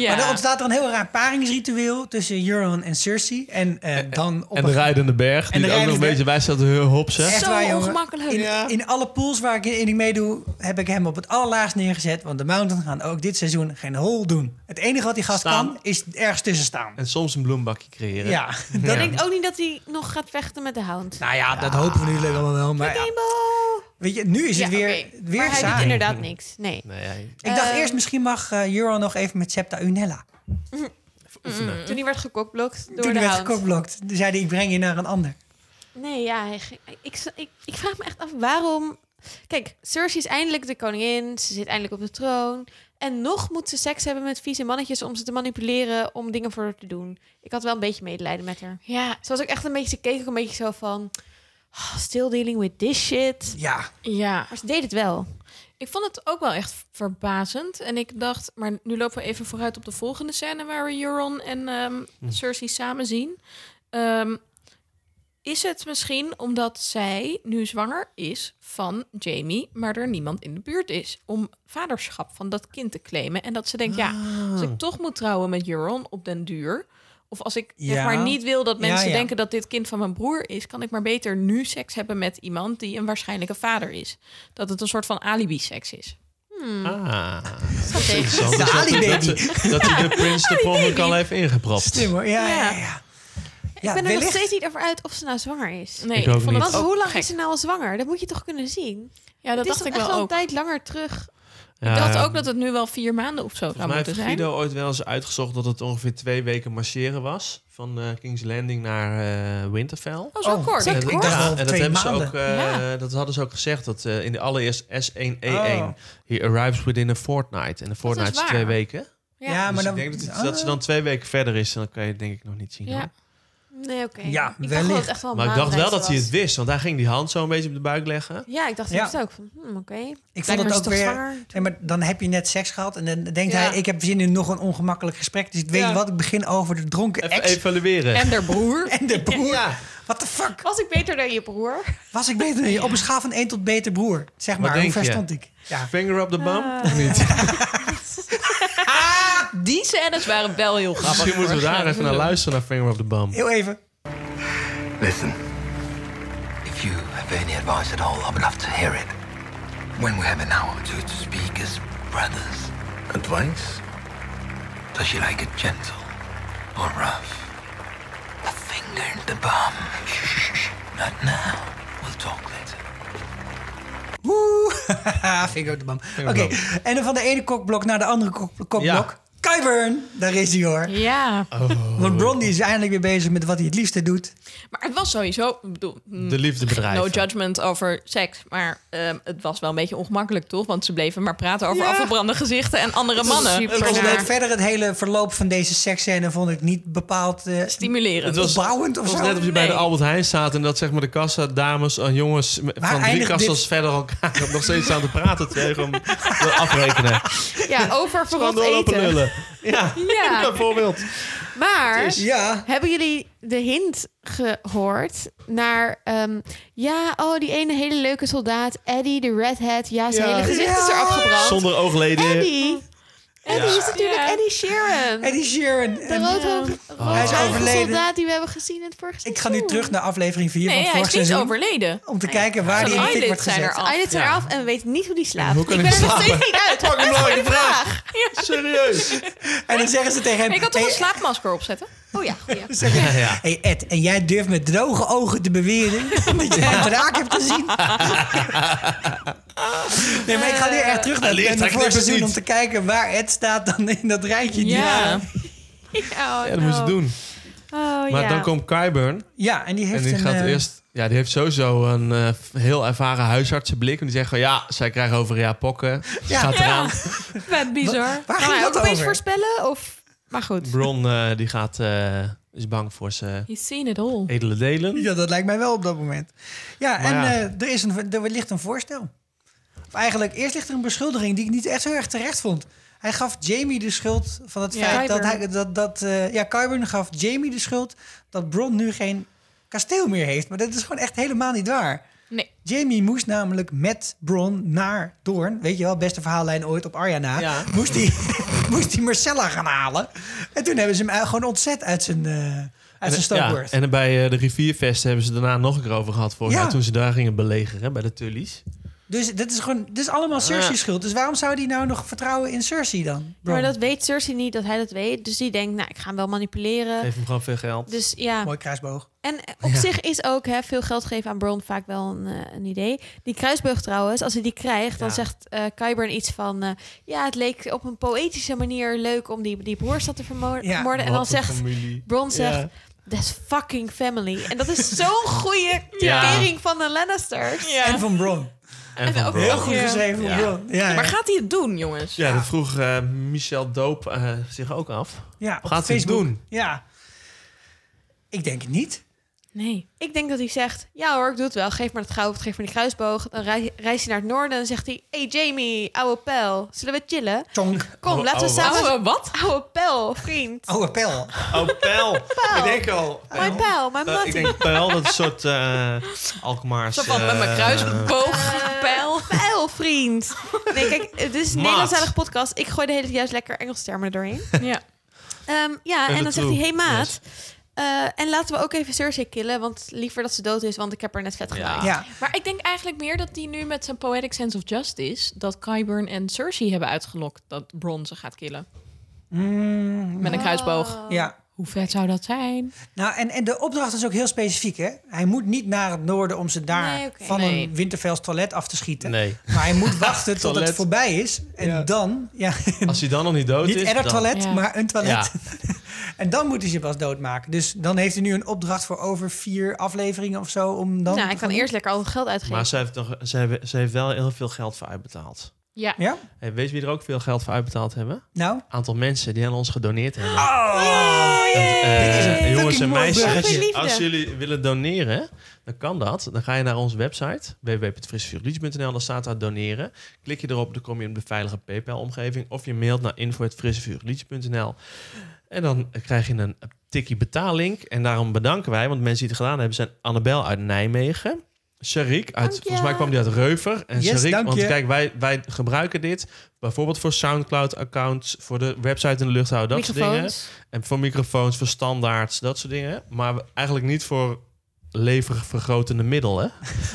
Speaker 1: Maar dan ontstaat er een heel raar paringsritueel tussen Euron en Cersei. En eh, dan op
Speaker 6: En de
Speaker 1: een
Speaker 6: rijdende berg,
Speaker 1: de
Speaker 6: die ook nog
Speaker 1: rijdende
Speaker 6: een beetje bij staat te hopsen.
Speaker 1: Echt
Speaker 4: Zo
Speaker 1: waar, jongen.
Speaker 4: ongemakkelijk.
Speaker 1: In, in alle pools waar ik in ik meedoe, heb ik hem op het allerlaagst neergezet. Want de Mountain gaan ook dit seizoen geen hol doen. Het enige wat die gast
Speaker 6: Staan.
Speaker 1: kan, is ergens tussen staan.
Speaker 6: En soms een bloembakje creëren.
Speaker 1: Ja, dat,
Speaker 5: Ik denk ook niet dat hij nog gaat vechten met de hound.
Speaker 1: nou ja, dat hopen we natuurlijk allemaal wel. Maar ja,
Speaker 5: Rainbow!
Speaker 1: weet je, nu is het
Speaker 5: Ja,
Speaker 1: weer,
Speaker 5: oké.
Speaker 1: weer
Speaker 5: maar hij doet
Speaker 1: saai.
Speaker 5: inderdaad niks. Nee.
Speaker 6: Nee, hij-
Speaker 1: Ik dacht eerst, misschien mag eh Euron nog even met Septa Unella.
Speaker 5: Toen hij werd gekokblokt door
Speaker 1: Toen
Speaker 5: de
Speaker 1: hij werd
Speaker 5: hound.
Speaker 1: gekokblokt, toen zei hij, ik breng je naar een ander.
Speaker 5: Nee, ja. hij ging- Ik, ik, ik vraag me echt af waarom... Kijk, Cersei is eindelijk de koningin. Ze zit eindelijk op de troon. En nog moet ze seks hebben met vieze mannetjes om ze te manipuleren om dingen voor haar te doen. Ik had wel een beetje medelijden met haar.
Speaker 4: Ja,
Speaker 5: Ze was ook echt een beetje... Ze keek ook een beetje zo van... "Ah, still dealing with this shit.
Speaker 1: Ja,
Speaker 4: ja.
Speaker 5: Maar ze deed het wel.
Speaker 4: Ik vond het ook wel echt verbazend. En ik dacht, maar nu lopen we even vooruit op de volgende scène waar we Euron en ehm, Cersei samen zien. Ehm, is het misschien omdat zij nu zwanger is van Jamie, maar er niemand in de buurt is om vaderschap van dat kind te claimen? En dat ze denkt, ja, als ik toch moet trouwen met Euron op den duur. Of als ik zeg
Speaker 1: Ja.
Speaker 4: maar niet wil dat
Speaker 1: Ja,
Speaker 4: mensen
Speaker 1: ja.
Speaker 4: denken dat dit kind van mijn broer is, kan ik maar beter nu seks hebben met iemand die een waarschijnlijke vader is. Dat het een soort van alibi-seks is. Mm.
Speaker 6: Ah.
Speaker 5: Oké.
Speaker 6: Interessant is dat-
Speaker 1: Ali
Speaker 6: dat,
Speaker 1: Baby.
Speaker 6: dat, dat hij de Prince de Pommel al heeft ingepropt.
Speaker 1: slim hoor. Ja, ja, ja. ja.
Speaker 5: ik ben er nog
Speaker 1: wellicht.
Speaker 5: steeds niet over uit of ze nou zwanger is.
Speaker 4: Nee,
Speaker 6: Ik ook niet.
Speaker 5: Want
Speaker 4: ook
Speaker 5: hoe lang
Speaker 4: gek.
Speaker 5: is ze nou al zwanger? Dat moet je toch kunnen zien?
Speaker 4: Ja, dat
Speaker 5: het is
Speaker 4: dacht
Speaker 5: toch
Speaker 4: ik
Speaker 5: echt
Speaker 4: wel
Speaker 5: een
Speaker 4: ook.
Speaker 5: tijd langer terug.
Speaker 4: Ik dacht
Speaker 6: Ja.
Speaker 4: ook dat het nu wel vier maanden of zo zou
Speaker 6: Volgens mij
Speaker 4: moeten
Speaker 6: heeft
Speaker 4: zijn.
Speaker 6: Guido ooit wel eens uitgezocht dat het ongeveer twee weken marcheren was. Van eh, King's Landing naar eh, Winterfell.
Speaker 4: Oh, zo
Speaker 1: Oh,
Speaker 4: kort.
Speaker 5: zo
Speaker 6: En
Speaker 5: kort.
Speaker 6: dat-
Speaker 1: Ik dacht wel
Speaker 6: en dat,
Speaker 1: twee
Speaker 6: hebben ze
Speaker 1: maanden.
Speaker 6: ook, eh,
Speaker 4: Ja.
Speaker 6: dat hadden ze ook gezegd. Dat eh, in de allereerste S1E1,
Speaker 1: Oh.
Speaker 6: he arrives within a fortnight. En de fortnight is,
Speaker 4: waar.
Speaker 6: twee weken.
Speaker 1: Ja,
Speaker 4: Ja,
Speaker 1: maar
Speaker 6: dus
Speaker 1: dan, Oh.
Speaker 6: ik denk dat, het- dat ze dan twee weken verder is. En dan kan je het denk ik nog niet zien.
Speaker 4: Ja.
Speaker 6: hoor.
Speaker 5: Nee, oké.
Speaker 1: Ja,
Speaker 5: ik dacht wel dat
Speaker 1: wellicht.
Speaker 5: het echt wel een
Speaker 6: Maar ik dacht wel
Speaker 5: maandreis
Speaker 6: dat hij
Speaker 5: was.
Speaker 6: het wist. Want hij ging die hand zo een beetje op de buik leggen.
Speaker 5: Ja, ik dacht
Speaker 1: Ja.
Speaker 5: eerst ook van, hmm, oké.
Speaker 1: ik vond
Speaker 5: Blijkbaar
Speaker 1: het
Speaker 5: is
Speaker 1: ook
Speaker 5: toch
Speaker 1: weer...
Speaker 5: zwanger.
Speaker 1: Nee, maar dan heb je net seks gehad en dan denkt
Speaker 5: Ja.
Speaker 1: hij... ik heb zin in nog een ongemakkelijk gesprek. Dus ik weet
Speaker 6: Ja.
Speaker 1: je wat, ik begin over de dronken
Speaker 6: Even
Speaker 1: ex
Speaker 6: evalueren.
Speaker 4: En der broer.
Speaker 1: en de broer.
Speaker 6: Ja.
Speaker 1: What the fuck?
Speaker 5: Was ik beter dan je broer?
Speaker 1: Was ik beter dan je? Op een schaal van 1 tot beter broer. Zeg maar,
Speaker 6: denk
Speaker 1: hoe ver
Speaker 6: je?
Speaker 1: stond ik? Ja.
Speaker 6: Finger up the bum?
Speaker 5: Ah.
Speaker 6: Of niet? Nou,
Speaker 4: Die scènes waren wel heel grappig.
Speaker 6: Misschien moeten we
Speaker 4: hoor.
Speaker 6: daar even naar luisteren, naar Finger Up the Bum.
Speaker 1: Heel even.
Speaker 9: Listen, if you have any advice at all, I would love to hear it. When we have an hour or two to speak as brothers, Advice? Does she like it gentle or rough? A finger in the bum. Not now. We'll talk later.
Speaker 1: Oeh, haha, vinger op de bam. Oké,
Speaker 6: op de
Speaker 1: en dan van de ene kokblok naar de andere kok- kokblok.
Speaker 6: Ja.
Speaker 1: Kyburn, daar is hij hoor.
Speaker 4: Ja,
Speaker 6: Oh.
Speaker 1: Want Brondi is eindelijk weer bezig met wat hij het liefste doet.
Speaker 4: maar het was sowieso... ik bedoel, mm,
Speaker 6: De liefde bedrijven.
Speaker 4: No judgment over seks, maar ehm, het was wel een beetje ongemakkelijk, toch? Want ze bleven maar praten over afgebrande gezichten en andere mannen.
Speaker 5: super.
Speaker 1: Ik vond
Speaker 5: raar.
Speaker 1: het verder het hele verloop van deze seksscène vond ik niet bepaald eh
Speaker 4: Stimulerend.
Speaker 6: Het was-
Speaker 1: opbouwend of
Speaker 6: Het
Speaker 1: zo.
Speaker 6: was net of je bij de
Speaker 4: Nee.
Speaker 6: Albert Heijn staat en dat zeg maar de kassa dames en jongens m-
Speaker 1: Waar
Speaker 6: van drie
Speaker 1: eindigt
Speaker 6: kassas
Speaker 1: dit?
Speaker 6: verder elkaar nog steeds aan te praten terwijl gewoon wil afrekenen.
Speaker 5: Ja,
Speaker 6: Gewoon
Speaker 5: over verrot
Speaker 6: doorlopen
Speaker 5: eten.
Speaker 6: lullen. Ja,
Speaker 5: Ja,
Speaker 6: bijvoorbeeld.
Speaker 5: maar
Speaker 1: Ja,
Speaker 5: hebben jullie de hint gehoord naar... ehm, ja, oh, die ene hele leuke soldaat, Eddie, de redhead. Ja, zijn
Speaker 6: Ja.
Speaker 5: hele gezicht is er afgebrand.
Speaker 6: Zonder oogleden.
Speaker 5: Eddie. Eddie
Speaker 6: Ja.
Speaker 5: is natuurlijk
Speaker 4: Ja.
Speaker 5: Eddie Sheeran.
Speaker 1: Eddie Sheeran. ehm,
Speaker 5: De
Speaker 1: En
Speaker 5: roodhoofd-
Speaker 1: Hij is
Speaker 5: roodhoofdige
Speaker 1: overleden.
Speaker 5: soldaat die we hebben gezien in het vorige
Speaker 1: ik ga nu terug naar aflevering 4
Speaker 4: nee,
Speaker 1: van
Speaker 4: hij
Speaker 1: vorig
Speaker 4: is niet
Speaker 1: seizoen.
Speaker 4: overleden.
Speaker 1: Om te kijken waar die
Speaker 4: Zijn
Speaker 1: in de fik wordt
Speaker 4: eyelids zijn
Speaker 1: gezet.
Speaker 4: er af.
Speaker 5: Hij zit
Speaker 6: Ja.
Speaker 5: eraf en weet niet hoe die slaapt.
Speaker 6: Hoe kan
Speaker 5: ik
Speaker 6: ik
Speaker 5: ben er nog
Speaker 6: slapen?
Speaker 5: steeds niet uit.
Speaker 6: Fuck, een belangrijke vraag.
Speaker 4: Ja.
Speaker 6: Serieus.
Speaker 1: En dan zeggen ze tegen hem...
Speaker 4: Ik had toch
Speaker 1: "Hey,
Speaker 4: een slaapmasker opzetten? Oh ja, goeie.
Speaker 6: Ja, ja.
Speaker 1: Hey Ed, en jij durft met droge ogen te beweren dat jij een draak hebt gezien. nee, maar ik ga nu echt terug naar
Speaker 6: Allee,
Speaker 1: het
Speaker 6: trek
Speaker 1: vorige
Speaker 6: niks
Speaker 1: seizoen
Speaker 6: niet.
Speaker 1: om te kijken waar Ed staat dan in dat rijtje. die-
Speaker 4: Ja.
Speaker 5: Ja, oh,
Speaker 6: dat moest
Speaker 5: no.
Speaker 6: ze doen.
Speaker 5: Oh,
Speaker 6: Maar
Speaker 5: ja.
Speaker 6: dan komt Kyburn
Speaker 1: ja, en die heeft
Speaker 6: en die
Speaker 1: een...
Speaker 6: gaat
Speaker 1: eh,
Speaker 6: eerst... Ja, die heeft sowieso een eh, f- heel ervaren huisartsenblik. En die zegt gewoon, ja, zij krijgen over ja pokken. Ze
Speaker 1: Ja.
Speaker 6: gaat eraan.
Speaker 4: Vet bizar.
Speaker 1: Waar
Speaker 5: Kan
Speaker 1: ging
Speaker 5: hij ook
Speaker 1: dat
Speaker 5: opeens
Speaker 1: over?
Speaker 5: voorspellen? Of... Maar goed.
Speaker 6: Bron eh, die gaat, eh, is bang voor zijn
Speaker 4: He's seen it all.
Speaker 6: edele delen.
Speaker 1: Ja, dat lijkt mij wel op dat moment. Ja, en
Speaker 6: ja.
Speaker 1: eh, er, is een, er ligt een voorstel. Of eigenlijk, eerst ligt er een beschuldiging die ik niet echt zo erg terecht vond. Hij gaf Jamie de schuld van het
Speaker 4: Ja.
Speaker 1: feit dat
Speaker 5: Qyburn.
Speaker 1: hij... Dat, dat, eh, ja, Kyburn gaf Jamie de schuld dat Bron nu geen kasteel meer heeft. Maar dat is gewoon echt helemaal niet waar.
Speaker 4: Nee.
Speaker 1: Jamie moest namelijk met Bron naar Doorn. Weet je wel, beste verhaallijn ooit op Arya na.
Speaker 6: Ja.
Speaker 1: Moest hij moest hij Marcella gaan halen. En toen hebben ze hem gewoon ontzet uit zijn, eh uit zijn
Speaker 6: ja,
Speaker 1: stookwoord.
Speaker 6: en bij eh, de riviervesten hebben ze daarna nog een keer over gehad. Vorig
Speaker 1: Ja.
Speaker 6: jaar toen ze daar gingen belegeren bij de Tullies.
Speaker 1: Dus dit is gewoon, dit is allemaal Cersei's
Speaker 6: Ja.
Speaker 1: schuld. Dus waarom zou die nou nog vertrouwen in Cersei dan? Bron?
Speaker 5: Maar dat weet Cersei niet dat hij dat weet. Dus die denkt, nou, ik ga hem wel manipuleren.
Speaker 6: Geef hem gewoon veel geld.
Speaker 5: Dus ja.
Speaker 1: Mooi kruisboog.
Speaker 5: En eh, op zich is ook hè, veel geld geven aan Bron vaak wel een, eh, een idee. Die kruisbeug trouwens, als hij die krijgt, dan
Speaker 6: Ja.
Speaker 5: zegt eh Qyburn iets van... eh, ja, het leek op een poëtische manier leuk om die, die broerstad te vermoorden.
Speaker 1: Ja,
Speaker 5: en dan zegt Bron zegt... That's fucking family. En dat is zo'n goede
Speaker 6: Ja.
Speaker 5: typering van de Lannisters.
Speaker 1: En van Bron.
Speaker 6: En van Bron.
Speaker 1: Heel goed geschreven
Speaker 6: Ja.
Speaker 1: van Bron. Ja, ja.
Speaker 4: Maar gaat hij het doen, jongens?
Speaker 6: Ja, dat vroeg eh, Michel Doop eh, zich ook af.
Speaker 1: Ja, op
Speaker 6: Gaat hij het
Speaker 1: Facebook.
Speaker 6: doen?
Speaker 1: Ja. Ik denk het niet.
Speaker 4: Nee.
Speaker 5: Ik denk dat hij zegt, ja hoor, ik doe het wel. Geef maar dat goud, of geef maar die kruisboog. Dan rei- reist hij naar het noorden en zegt hij... Hey Jamie, ouwe pijl, zullen we chillen?
Speaker 1: Tonk.
Speaker 5: Kom,
Speaker 6: Ouwe-
Speaker 5: laten we
Speaker 6: ouwe
Speaker 5: samen...
Speaker 4: Oude wat?
Speaker 5: Ouwe pijl, vriend.
Speaker 1: Oh, appel.
Speaker 6: Oh, Pel. Ik denk al.
Speaker 5: Mijn pijl, mijn
Speaker 6: Eh, ik
Speaker 5: mattie.
Speaker 6: denk Pel, dat is een soort eh Alkmaars...
Speaker 4: Zo van
Speaker 6: eh,
Speaker 4: met mijn kruisboog, pijl.
Speaker 5: Pijl, Eh, vriend. Nee, kijk, dit is een
Speaker 6: Maat.
Speaker 5: Nederlandstalige podcast. Ik gooi de hele tijd juist lekker Engelse termen er doorheen.
Speaker 4: Ja.
Speaker 5: Ehm, ja,
Speaker 6: Met
Speaker 5: en
Speaker 6: de
Speaker 5: dan zegt hij,
Speaker 6: troep.
Speaker 5: hey maat... eh, en laten we ook even Cersei killen, want liever dat ze dood is, want ik heb haar net vet
Speaker 6: Ja.
Speaker 5: gemaakt.
Speaker 1: Ja.
Speaker 4: Maar ik denk eigenlijk meer dat die nu met zijn poetic sense of justice... dat Qyburn en Cersei hebben uitgelokt dat Bron ze gaat killen. Met een kruisboog.
Speaker 1: Ja.
Speaker 4: Hoe vet zou dat zijn?
Speaker 1: Nou, en, en de opdracht is ook heel specifiek, hè? Hij moet niet naar het noorden om ze daar
Speaker 5: Nee, oké.
Speaker 1: van
Speaker 4: Nee.
Speaker 1: een Winterfells toilet af te schieten.
Speaker 6: Nee.
Speaker 1: Maar hij moet wachten tot het
Speaker 6: Toilet.
Speaker 1: voorbij is. En dan, ja,
Speaker 6: Als hij dan nog niet dood
Speaker 1: niet
Speaker 6: is...
Speaker 1: er
Speaker 6: dan-
Speaker 1: toilet,
Speaker 4: Ja.
Speaker 1: maar een toilet.
Speaker 6: Ja.
Speaker 1: En dan moeten ze je pas doodmaken. Dus dan heeft hij nu een opdracht voor over vier afleveringen of zo. Om dan
Speaker 5: Nou, ik kan eerst lekker al het geld uitgeven.
Speaker 6: Maar ze heeft, nog, ze, hebben, ze heeft wel heel veel geld voor uitbetaald.
Speaker 4: Ja.
Speaker 1: Ja?
Speaker 6: Hey, weet je wie er ook veel geld voor uitbetaald hebben?
Speaker 1: Nou?
Speaker 6: aantal mensen die aan ons gedoneerd hebben.
Speaker 1: Oh!
Speaker 6: Dat, eh,
Speaker 1: Dit is een
Speaker 6: jongens
Speaker 1: fucking
Speaker 6: en
Speaker 1: mooi
Speaker 6: meisjes,
Speaker 5: bruggetje. Liefde.
Speaker 6: als jullie willen doneren, dan kan dat. Dan ga je naar onze website, www.frissevuurliedje.nl. Dan staat daar doneren. Klik je erop, dan kom je in de veilige PayPal-omgeving. Of je mailt naar info.frissevuurliedje.nl. En dan krijg je een tikkie betaallink. En daarom bedanken wij, want de mensen die het gedaan hebben... zijn Annabel uit Nijmegen... Sharik, uit,
Speaker 5: je.
Speaker 6: volgens mij kwam die uit Reuver. En
Speaker 1: Yes,
Speaker 6: Sharik,
Speaker 1: dank
Speaker 6: want
Speaker 1: je.
Speaker 6: kijk, wij, wij gebruiken dit bijvoorbeeld voor Soundcloud-accounts, voor de website in de lucht houden, dat soort dingen.
Speaker 5: Microfoons.
Speaker 6: En voor microfoons, voor standaards, dat soort dingen. Maar we- eigenlijk niet voor leververgrotende middelen.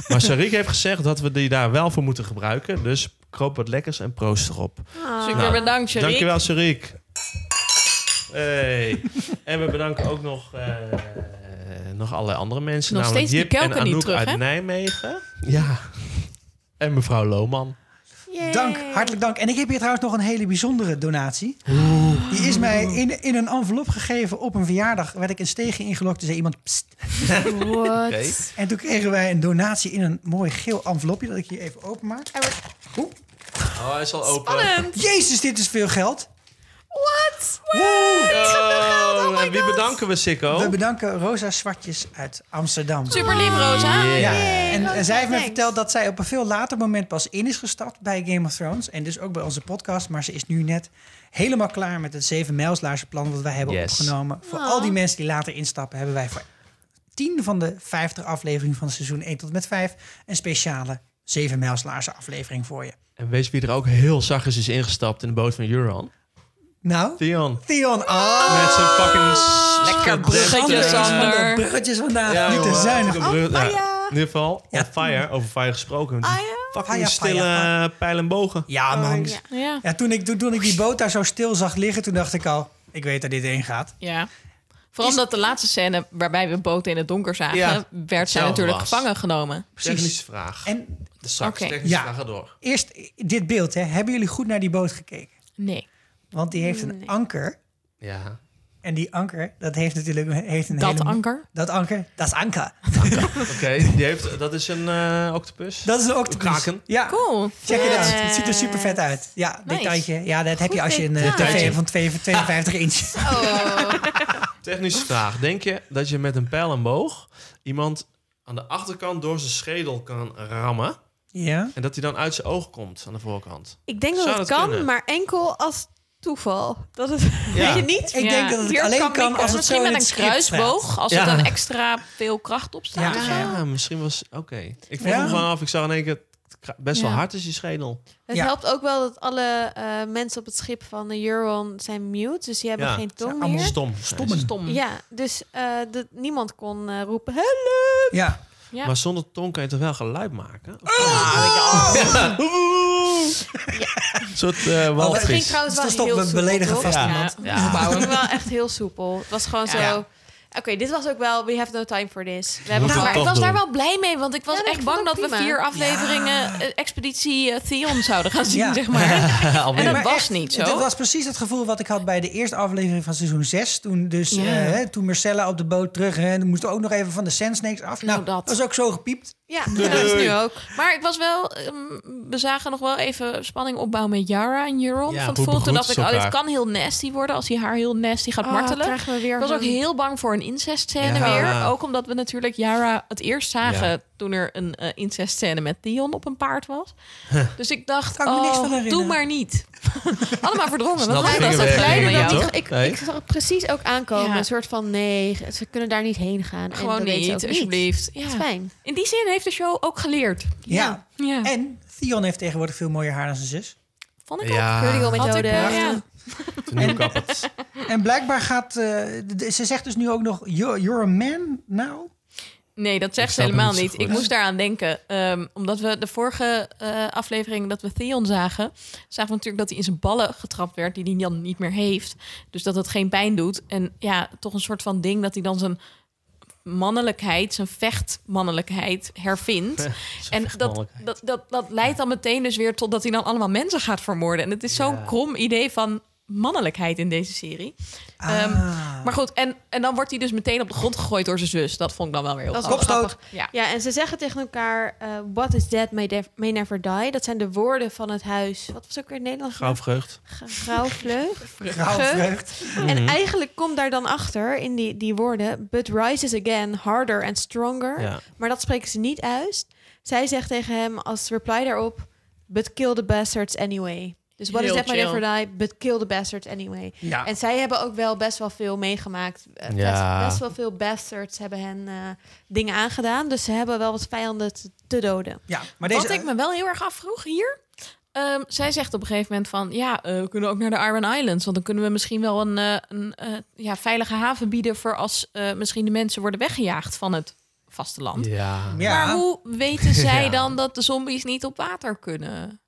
Speaker 6: Maar Sarik heeft gezegd dat we die daar wel voor moeten gebruiken. Dus Kroop wat lekkers en proost erop.
Speaker 5: Oh.
Speaker 4: Super
Speaker 6: Nou,
Speaker 4: bedankt, Sharik.
Speaker 6: Dankjewel, Sharik. Hey. en we bedanken ook nog, eh, nog allerlei andere mensen.
Speaker 4: Nog
Speaker 6: namelijk
Speaker 4: steeds die
Speaker 6: Jip en
Speaker 4: kelken niet
Speaker 6: Anouk
Speaker 4: terug,
Speaker 6: uit
Speaker 4: hè?
Speaker 6: Nijmegen. Ja. En mevrouw Lohman.
Speaker 5: Yay.
Speaker 1: Dank, hartelijk dank. En ik heb hier trouwens nog een hele bijzondere donatie. Die is mij in, in een envelop gegeven op een verjaardag. Werd ik een steegje ingelokt en zei iemand... "Psst."
Speaker 5: What?
Speaker 6: Oké.
Speaker 1: En toen kregen wij een donatie in een mooi geel envelopje... dat ik hier even openmaak.
Speaker 6: Oh, hij is al open.
Speaker 5: Spannend.
Speaker 1: Jezus, dit is veel geld.
Speaker 5: What?
Speaker 6: Oh, en wie bedanken we, Sikko?
Speaker 1: We bedanken Rosa Zwartjes uit Amsterdam.
Speaker 4: Super lief, Rosa.
Speaker 1: Ja,
Speaker 5: Yay,
Speaker 1: en
Speaker 5: Rosa,
Speaker 1: zij heeft me
Speaker 5: thanks.
Speaker 1: verteld dat zij op een veel later moment pas in is gestapt bij Game of Thrones. En dus ook bij onze podcast. Maar ze is nu net helemaal klaar met het 7 mijlslaarse plan wat wij hebben
Speaker 6: Yes.
Speaker 1: opgenomen. Voor
Speaker 5: Aw.
Speaker 1: al die mensen die later instappen, hebben wij voor 10 van de 50 afleveringen van seizoen 1 tot en met 5 een speciale 7 mijlslaarse aflevering voor je.
Speaker 6: En weet je wie er ook heel zachtjes is ingestapt in de boot van Juran?
Speaker 1: Nou,
Speaker 6: Theon.
Speaker 1: Theon, ah,
Speaker 6: Met zijn fucking... s-
Speaker 4: Lekker bruggetje,
Speaker 6: verdette-
Speaker 4: Sander.
Speaker 1: de bruggetjes vandaag,
Speaker 6: Ja,
Speaker 1: niet te
Speaker 6: jongen.
Speaker 1: zuinig.
Speaker 6: Op brug-
Speaker 5: fire.
Speaker 6: ja, In ieder geval,
Speaker 1: Ja.
Speaker 6: on fire. Over fire gesproken. Die
Speaker 5: Fire.
Speaker 6: Fucking
Speaker 1: Fire,
Speaker 6: stille
Speaker 1: fire,
Speaker 6: eh, pijl en bogen.
Speaker 1: Ja, man.
Speaker 5: Oh, ja.
Speaker 4: Ja.
Speaker 1: Ja, toen, ik, toen, toen ik die boot daar zo stil zag liggen, toen dacht ik al, ik weet dat dit heen gaat.
Speaker 4: ja. Vooral
Speaker 1: Is-
Speaker 4: omdat de laatste scène waarbij we boten in het donker zagen,
Speaker 6: Ja,
Speaker 4: werd zij
Speaker 6: hetzelfde
Speaker 4: natuurlijk
Speaker 6: was.
Speaker 4: gevangen genomen.
Speaker 6: Technische vraag.
Speaker 1: En
Speaker 6: De zak,
Speaker 4: Oké.
Speaker 6: technische
Speaker 1: Ja.
Speaker 6: vraag, ga door.
Speaker 1: eerst dit beeld, hè. Hebben jullie goed naar die boot gekeken?
Speaker 4: Nee.
Speaker 1: Want die heeft een
Speaker 5: Nee.
Speaker 1: anker.
Speaker 6: Ja.
Speaker 1: En die anker, dat heeft natuurlijk heeft een
Speaker 4: Dat
Speaker 1: hele-
Speaker 4: anker?
Speaker 1: Dat anker, dat is anker.
Speaker 6: Oké, die heeft, dat is een eh, octopus.
Speaker 1: Dat is een octopus.
Speaker 6: Kraken.
Speaker 1: Ja,
Speaker 4: Cool.
Speaker 1: check it out. Het ziet er super vet uit. Ja,
Speaker 4: Nice.
Speaker 1: detailje. Ja, dat heb je als je een eh,
Speaker 6: detail.
Speaker 1: tv van 2 52 inch...
Speaker 6: Technische vraag. Denk je dat je met een pijl en boog iemand aan de achterkant door zijn schedel kan rammen
Speaker 1: Ja.
Speaker 6: en dat hij dan uit zijn oog komt aan de voorkant?
Speaker 5: Ik denk dat
Speaker 6: Zou
Speaker 5: het
Speaker 6: dat
Speaker 5: kan,
Speaker 6: kunnen?
Speaker 5: maar enkel als toeval. Dat het
Speaker 6: Ja.
Speaker 5: weet je niet.
Speaker 1: Ik
Speaker 4: Ja.
Speaker 1: denk dat het
Speaker 5: Hier
Speaker 1: alleen
Speaker 5: kan
Speaker 1: kan
Speaker 5: ik-
Speaker 1: als het
Speaker 4: Misschien
Speaker 1: zo in
Speaker 4: met
Speaker 1: het
Speaker 4: een
Speaker 1: script staat.
Speaker 4: kruisboog, als er
Speaker 6: Ja.
Speaker 4: dan extra veel kracht op staat. Dus
Speaker 1: Ja.
Speaker 4: of zo.
Speaker 6: Ja, misschien was... Oké. Ik vroeg
Speaker 1: Ja.
Speaker 6: me gewoon af. Ik zag in één keer... het kra- Best wel
Speaker 4: Ja.
Speaker 6: hard is die schedel.
Speaker 5: Het
Speaker 1: Ja.
Speaker 5: helpt ook wel dat alle eh, mensen op het schip van de Euron zijn mute. Dus die hebben
Speaker 6: Ja,
Speaker 5: geen tong
Speaker 1: allemaal
Speaker 5: meer.
Speaker 6: Stom.
Speaker 1: Stommen.
Speaker 4: Stom.
Speaker 5: Ja, dus eh, dat niemand kon eh, roepen help.
Speaker 1: Ja.
Speaker 4: Ja.
Speaker 6: Maar zonder tong kan je toch wel geluid maken? Een soort eh
Speaker 5: Dat ging
Speaker 6: walvis.
Speaker 5: trouwens wel
Speaker 1: Dus dan
Speaker 5: heel
Speaker 1: stoppen we
Speaker 5: soepel.
Speaker 1: beledigen
Speaker 5: toch?
Speaker 1: vast
Speaker 5: Ja.
Speaker 1: iemand.
Speaker 4: Ja.
Speaker 5: Het ging wel echt heel soepel. Het was gewoon zo...
Speaker 4: Ja.
Speaker 5: Oké, dit was ook wel... We have no time for this. We hebben
Speaker 6: moeten
Speaker 5: maar
Speaker 4: Maar ik
Speaker 6: toch
Speaker 4: was
Speaker 6: doen.
Speaker 4: daar wel blij mee, want ik was
Speaker 5: Ja, nee, ik
Speaker 4: echt
Speaker 5: vond
Speaker 4: bang dat
Speaker 5: het
Speaker 4: we
Speaker 5: prima.
Speaker 4: vier afleveringen eh, Expeditie eh, Theon zouden gaan zien,
Speaker 1: Ja.
Speaker 4: zeg maar. En dat
Speaker 1: Maar
Speaker 4: was
Speaker 1: echt,
Speaker 4: niet zo.
Speaker 1: Dat was precies het gevoel wat ik had bij de eerste aflevering van seizoen 6. Toen, dus,
Speaker 4: Ja.
Speaker 1: eh, hè, toen Marcella op de boot terug hè, en moest ook nog even van de Sand Snakes af. Nou,
Speaker 4: Nou, dat.
Speaker 1: dat was ook zo gepiept.
Speaker 5: Ja, dat is nu ook.
Speaker 4: Maar ik was wel, ehm, we zagen nog wel even spanning opbouwen met Yara en Juron.
Speaker 6: Ja, hoe
Speaker 4: van tevoren toen
Speaker 6: begroeten
Speaker 4: dacht ik,
Speaker 6: ze
Speaker 4: oh, dit
Speaker 6: elkaar?
Speaker 4: kan heel nasty worden als hij haar heel nasty gaat
Speaker 5: Oh,
Speaker 4: martelen.
Speaker 5: krijgen we weer
Speaker 4: Ik was ook
Speaker 5: zo'n-
Speaker 4: heel bang voor een incestscène
Speaker 6: Ja.
Speaker 4: weer. Ook omdat we natuurlijk Yara het eerst zagen
Speaker 6: Ja.
Speaker 4: toen er een eh, incestscène met Theon op een paard was. Dus ik dacht,
Speaker 1: Kan ik me niks van
Speaker 4: oh,
Speaker 1: herinneren.
Speaker 4: doe maar niet. Allemaal verdrongen.
Speaker 6: Snap
Speaker 4: Wat
Speaker 6: ik
Speaker 4: was
Speaker 6: niet
Speaker 4: dat
Speaker 6: meer.
Speaker 4: kleine
Speaker 5: Leider
Speaker 4: met
Speaker 5: dat
Speaker 4: jou?
Speaker 5: ik, ik,
Speaker 6: Nee.
Speaker 5: ik zag het precies ook aankomen.
Speaker 4: Ja.
Speaker 5: Een soort van nee, ze kunnen daar niet heen gaan. en
Speaker 4: Gewoon
Speaker 5: dat weten ze ook
Speaker 4: niet, alsjeblieft. Ja.
Speaker 5: Het is fijn.
Speaker 4: In die zin heeft de show ook geleerd.
Speaker 1: Ja.
Speaker 4: Ja,
Speaker 1: En Theon heeft tegenwoordig veel mooier haar dan zijn zus.
Speaker 4: vond ik ook.
Speaker 5: Curly
Speaker 6: Ja,
Speaker 5: girl
Speaker 4: Had ik
Speaker 5: methode.
Speaker 4: wel, ja.
Speaker 5: Ja.
Speaker 6: de nieuwe kappert.
Speaker 1: En blijkbaar gaat... eh, de- de- ze zegt dus nu ook nog, you're, you're a man now?
Speaker 4: Nee, dat zegt ze
Speaker 6: snap hem
Speaker 4: helemaal
Speaker 6: niet zo goed.
Speaker 4: niet. Ik moest daaraan denken. ehm, omdat we de vorige eh, aflevering dat we Theon zagen... zagen we natuurlijk dat hij in zijn ballen getrapt werd... die hij dan niet meer heeft. Dus dat het geen pijn doet. En ja, toch een soort van ding dat hij dan zijn mannelijkheid... zijn vechtmannelijkheid hervindt. en dat,
Speaker 6: vechtmannelijkheid.
Speaker 4: dat, dat, dat leidt dan meteen dus weer tot dat hij dan allemaal mensen gaat vermoorden. En het is zo'n krom idee van mannelijkheid in deze serie.
Speaker 6: Ah.
Speaker 4: Ehm, maar goed, en, en dan wordt hij dus meteen op de grond gegooid door zijn zus. Dat vond ik dan wel weer heel
Speaker 5: Dat is
Speaker 4: grappig.
Speaker 5: wel
Speaker 1: Kopstoot.
Speaker 5: grappig.
Speaker 4: Ja.
Speaker 5: Ja, en ze zeggen tegen elkaar... eh, What is dead may, def- may never die. Dat zijn de woorden van het huis. Wat was ook weer in Nederland?
Speaker 6: Gauw vreugd.
Speaker 5: Grauwvleug.
Speaker 1: Grauw
Speaker 5: Ge-
Speaker 1: vreugd.
Speaker 5: En eigenlijk komt daar dan achter in die, die woorden... But rises again, harder and stronger.
Speaker 6: Ja.
Speaker 5: Maar dat spreken ze niet uit. Zij zegt tegen hem als reply daarop... But kill the bastards anyway. Dus what is
Speaker 4: Heel
Speaker 5: that my
Speaker 4: chill. Ah.
Speaker 5: never die? But kill the bastards anyway.
Speaker 1: Ja.
Speaker 5: En zij hebben ook wel best wel veel meegemaakt. Eh, Best,
Speaker 6: Ja.
Speaker 5: best wel veel bastards hebben hen eh, dingen aangedaan. Dus ze hebben wel wat vijanden te, te doden.
Speaker 1: Ja, maar deze...
Speaker 4: Wat ik me wel heel erg afvroeg hier. ehm, zij zegt op een gegeven moment van... ja, eh, we kunnen ook naar de Iron Islands. Want dan kunnen we misschien wel een, eh, een eh, ja, veilige haven bieden... voor als eh, misschien de mensen worden weggejaagd van het vasteland.
Speaker 6: Ja.
Speaker 1: eh, ja,
Speaker 4: Maar hoe weten zij
Speaker 6: Ja.
Speaker 4: dan dat de zombies niet op water kunnen?